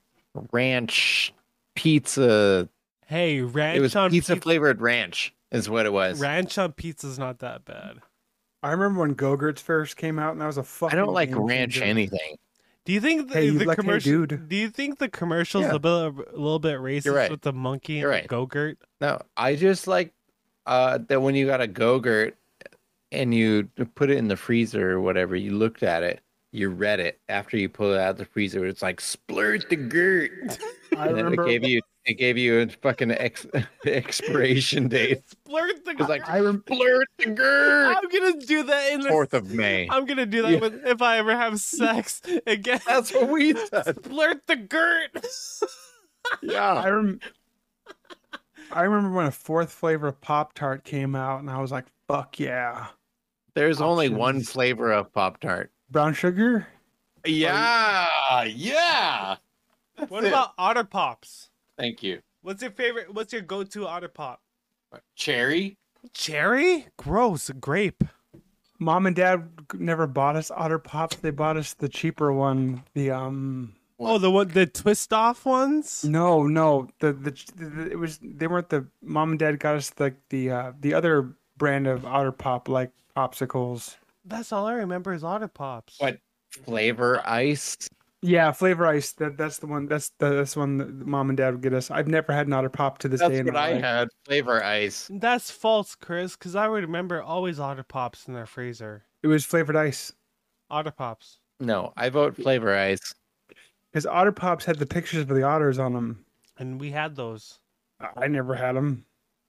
Speaker 3: ranch pizza.
Speaker 2: Hey, ranch
Speaker 3: it was
Speaker 2: on
Speaker 3: pizza
Speaker 2: pizza.
Speaker 3: flavored ranch, is what it was.
Speaker 2: ranch on pizza's not that bad.
Speaker 1: I remember when Go-Gurts first came out, and that was a
Speaker 3: I
Speaker 1: fucking.
Speaker 3: don't like
Speaker 1: game
Speaker 3: ranch
Speaker 1: changer.
Speaker 3: anything.
Speaker 2: Do you think
Speaker 1: (laughs)
Speaker 2: the,
Speaker 1: Hey, you
Speaker 2: the
Speaker 1: like, hey,
Speaker 2: commercial?
Speaker 1: (laughs) dude.
Speaker 2: Do you think the commercials
Speaker 3: Yeah.
Speaker 2: a, bit, a little bit racist
Speaker 3: right.
Speaker 2: with the monkey
Speaker 3: You're
Speaker 2: and
Speaker 3: right.
Speaker 2: the go-gurt?
Speaker 3: No, I just like uh, that when you got a go-gurt and you put it in the freezer or whatever, you looked at it, you read it after you pull it out of the freezer. It's like splurt the gurt,
Speaker 1: I
Speaker 3: and then
Speaker 1: remember.
Speaker 3: it gave you it gave you a fucking ex- (laughs)
Speaker 2: (laughs)
Speaker 3: expiration date.
Speaker 2: Splurt the
Speaker 3: It was like
Speaker 1: I rem-
Speaker 3: splurt the gurt,
Speaker 2: I'm gonna do that in the
Speaker 3: Fourth of May.
Speaker 2: (laughs) I'm gonna do that
Speaker 3: Yeah.
Speaker 2: with if I ever have
Speaker 3: (laughs)
Speaker 2: sex again.
Speaker 3: That's
Speaker 2: (laughs)
Speaker 3: what we said.
Speaker 2: Splurt the
Speaker 3: (laughs)
Speaker 2: gurt.
Speaker 3: Yeah,
Speaker 1: I rem- I remember when a fourth flavor of Pop Tart came out, and I was like, "Fuck yeah,
Speaker 3: there's only one
Speaker 1: Options.
Speaker 3: flavor of Pop Tart.
Speaker 1: brown sugar."
Speaker 3: Yeah, yeah.
Speaker 2: What about otter pops?
Speaker 6: Thank you.
Speaker 2: What's your favorite? What's your go-to otter pop?
Speaker 6: Cherry.
Speaker 2: Cherry? Gross. Grape.
Speaker 1: Mom and Dad never bought us Otter Pops; they bought us the cheaper one. The um,
Speaker 2: Oh, the one the twist off ones.
Speaker 1: no, no, the the, the it was they weren't the Mom and Dad got us like the uh, the other brand of Otter Pop like popsicles.
Speaker 2: That's all I remember is otter pops.
Speaker 3: What? Flavor ice.
Speaker 1: Yeah, flavor ice. That that's the one. That's the that's the one that Mom and Dad would get us. I've never had an Otter Pop to this
Speaker 3: That's
Speaker 1: day. in
Speaker 3: what
Speaker 1: my
Speaker 3: I
Speaker 1: life.
Speaker 3: had. Flavor ice.
Speaker 2: That's false, Chris. Because I would remember always otter pops in their freezer.
Speaker 1: It was flavored ice.
Speaker 2: Otter pops.
Speaker 3: No, I vote flavor ice.
Speaker 1: Because otter pops had the pictures of the otters on them.
Speaker 2: And we had those.
Speaker 1: I never had them.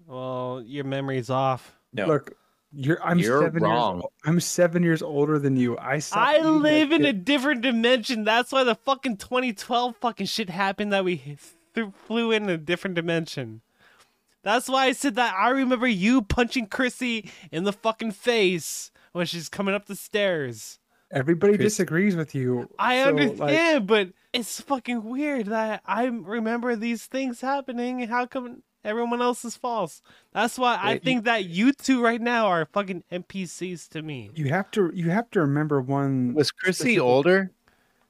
Speaker 2: Well, your memory's off.
Speaker 3: No.
Speaker 1: Look, you're I'm
Speaker 3: You're
Speaker 1: seven
Speaker 3: wrong.
Speaker 1: years. I'm seven years older than you. I stopped
Speaker 2: I
Speaker 1: eating that
Speaker 2: live in a
Speaker 1: shit.
Speaker 2: different dimension. That's why the fucking 2012 fucking shit happened that we th- flew in a different dimension. That's why I said that I remember you punching Chrissy in the fucking face when she's coming up the stairs.
Speaker 1: Everybody
Speaker 3: Chris-
Speaker 1: disagrees with you.
Speaker 2: I
Speaker 1: so, like,
Speaker 2: understand, but it's fucking weird that I remember these things happening and how come everyone else is false? That's why I
Speaker 3: Wait, you-
Speaker 2: think that you two right now are fucking NPCs to me.
Speaker 1: you have to. You have to remember one.
Speaker 3: Was Chrissy older?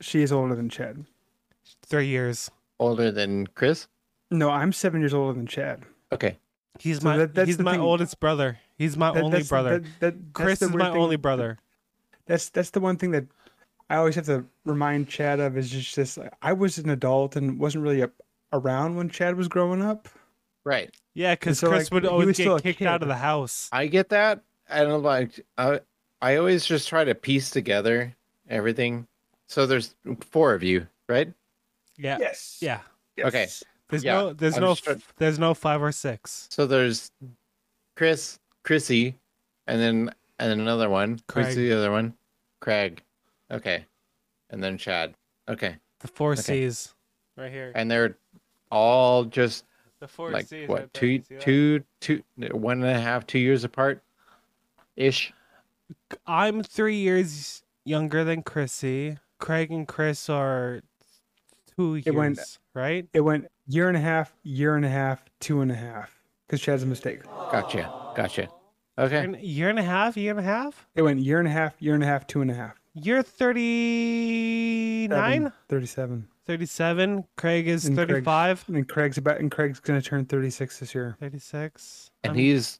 Speaker 1: She is older than Chad.
Speaker 2: Three years.
Speaker 3: Older than Chris?
Speaker 1: No, I'm seven years older than Chad.
Speaker 3: Okay.
Speaker 2: He's
Speaker 1: So
Speaker 2: my
Speaker 1: that- that's
Speaker 2: he's
Speaker 1: the
Speaker 2: my
Speaker 1: thing.
Speaker 2: oldest brother. He's my
Speaker 1: That-
Speaker 2: only
Speaker 1: that's-
Speaker 2: brother.
Speaker 1: that- that- that's
Speaker 2: Chris
Speaker 1: the
Speaker 2: is
Speaker 1: weird
Speaker 2: my
Speaker 1: thing-
Speaker 2: only brother.
Speaker 1: That's that's the one thing that I always have to remind Chad of is just this. like, I was an adult and wasn't really a, around when Chad was growing up.
Speaker 3: Right.
Speaker 2: Yeah, because
Speaker 1: so,
Speaker 2: Chris
Speaker 1: like,
Speaker 2: would
Speaker 1: he
Speaker 2: always
Speaker 1: was still
Speaker 2: get
Speaker 1: a
Speaker 2: kicked out
Speaker 1: kid.
Speaker 2: of the house.
Speaker 3: I get that. I don't like I I always just try to piece together everything. So there's four of you, right?
Speaker 2: Yeah,
Speaker 1: Yes.
Speaker 2: yeah.
Speaker 3: Okay.
Speaker 2: There's
Speaker 3: Yeah,
Speaker 2: no there's
Speaker 3: I'm
Speaker 2: no
Speaker 3: just trying-
Speaker 2: f- there's no five or six.
Speaker 3: So there's Chris, Chrissy, and then and then another one.
Speaker 2: Craig.
Speaker 3: Who's the other one? Craig. Okay. And then Chad. Okay.
Speaker 2: The four
Speaker 3: Okay.
Speaker 2: C's right here.
Speaker 3: And they're all just
Speaker 2: The four
Speaker 3: like
Speaker 2: C's.
Speaker 3: what two two two one and a half two years apart ish
Speaker 2: I'm three years younger than Chrissy. Craig and Chris are two years,
Speaker 1: It went-
Speaker 2: right?
Speaker 1: It went year and a half, year and a half, two and a half. Because Chad's a mistake.
Speaker 3: gotcha gotcha okay
Speaker 2: Year and- Year and a half, year and a half.
Speaker 1: It went year and a half, year and a half, two and a half.
Speaker 2: You're thirty
Speaker 1: Seven,
Speaker 2: nine.
Speaker 1: 37.
Speaker 2: 37 craig is
Speaker 1: And Craig's-
Speaker 2: 35
Speaker 1: And Craig's about and Craig's gonna turn 36 this year.
Speaker 2: 36
Speaker 3: and
Speaker 2: I'm-
Speaker 3: he's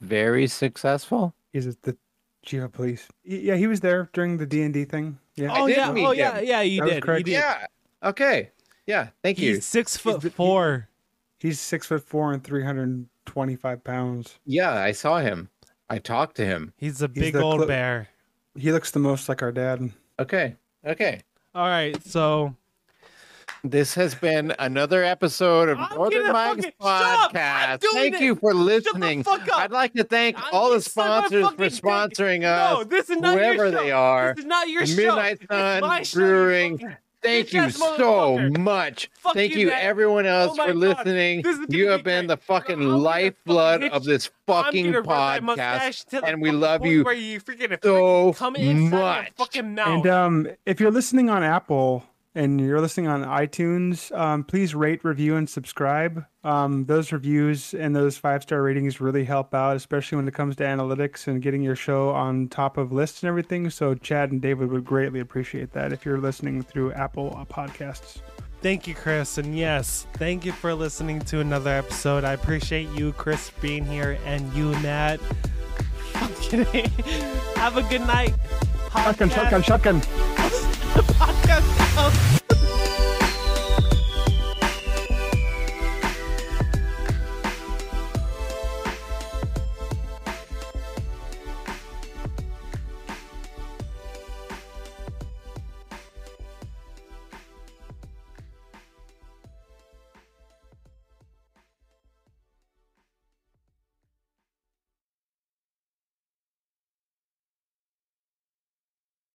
Speaker 3: very successful
Speaker 1: He's at the chief of police. Y- Yeah, he was there during the D and D thing. Yeah.
Speaker 2: oh
Speaker 3: did
Speaker 2: yeah
Speaker 3: meet
Speaker 2: oh
Speaker 3: him.
Speaker 2: yeah yeah you
Speaker 1: That was
Speaker 2: did, you
Speaker 1: Craig's-
Speaker 2: did.
Speaker 3: yeah okay yeah thank you
Speaker 2: he's six foot
Speaker 1: the- he-
Speaker 2: four
Speaker 1: He's six foot four and 325 pounds.
Speaker 3: yeah i saw him i talked to him
Speaker 2: he's a
Speaker 1: he's
Speaker 2: big
Speaker 1: the
Speaker 2: old
Speaker 1: clo-
Speaker 2: bear
Speaker 1: He looks the most like our dad.
Speaker 3: okay okay
Speaker 2: all right so
Speaker 3: this has been another episode of
Speaker 2: I'm
Speaker 3: Northern
Speaker 2: gonna
Speaker 3: Mike's
Speaker 2: fucking- Shut up! I'm
Speaker 3: podcast.
Speaker 2: doing
Speaker 3: Thank
Speaker 2: it!
Speaker 3: you for
Speaker 2: shut the
Speaker 3: listening.
Speaker 2: fuck up
Speaker 3: I'd like uh, to thank
Speaker 2: I'm
Speaker 3: all the
Speaker 2: gonna suck my
Speaker 3: sponsors for
Speaker 2: fucking dick.
Speaker 3: sponsoring
Speaker 2: no
Speaker 3: us,
Speaker 2: this is not your
Speaker 3: whoever
Speaker 2: show.
Speaker 3: they are.
Speaker 2: this is not your
Speaker 3: The
Speaker 2: show
Speaker 3: Midnight
Speaker 2: It's
Speaker 3: Sun
Speaker 2: my show, you
Speaker 3: Brewing
Speaker 2: fucking
Speaker 3: Thank you
Speaker 4: Bitch-ass
Speaker 3: so
Speaker 4: motherfucker.
Speaker 3: much.
Speaker 4: Fuck
Speaker 3: Thank
Speaker 4: you,
Speaker 3: you,
Speaker 4: Matt.
Speaker 3: everyone else
Speaker 4: my
Speaker 3: for
Speaker 4: God.
Speaker 3: listening.
Speaker 4: This is
Speaker 3: You
Speaker 4: gonna
Speaker 3: have
Speaker 4: be
Speaker 3: been
Speaker 4: great.
Speaker 3: the fucking
Speaker 4: I'm gonna
Speaker 3: lifeblood
Speaker 4: fucking hit
Speaker 3: of this
Speaker 4: I'm
Speaker 3: fucking
Speaker 4: gonna rub that
Speaker 3: podcast,
Speaker 4: mustache till the
Speaker 3: and we
Speaker 4: fucking
Speaker 3: love
Speaker 4: point
Speaker 3: you
Speaker 4: Where you freaking
Speaker 3: so
Speaker 4: come inside
Speaker 3: much.
Speaker 4: your fucking mouth.
Speaker 2: uh,
Speaker 1: And um, if you're listening on Apple and you're listening on iTunes, um, please rate, review, and subscribe. Um, those reviews and those five star ratings really help out, especially when it comes to analytics and getting your show on top of lists and everything. So Chad and David would greatly appreciate that if you're listening through Apple uh, podcasts.
Speaker 2: Thank you, Chris. And yes, thank you for listening to another episode. I appreciate you, Chris, being here, and you, (laughs) Matt. Fucking Have a good night.
Speaker 1: Shotgun,
Speaker 2: Podcast-
Speaker 1: shotgun, shotgun.
Speaker 2: Podcast.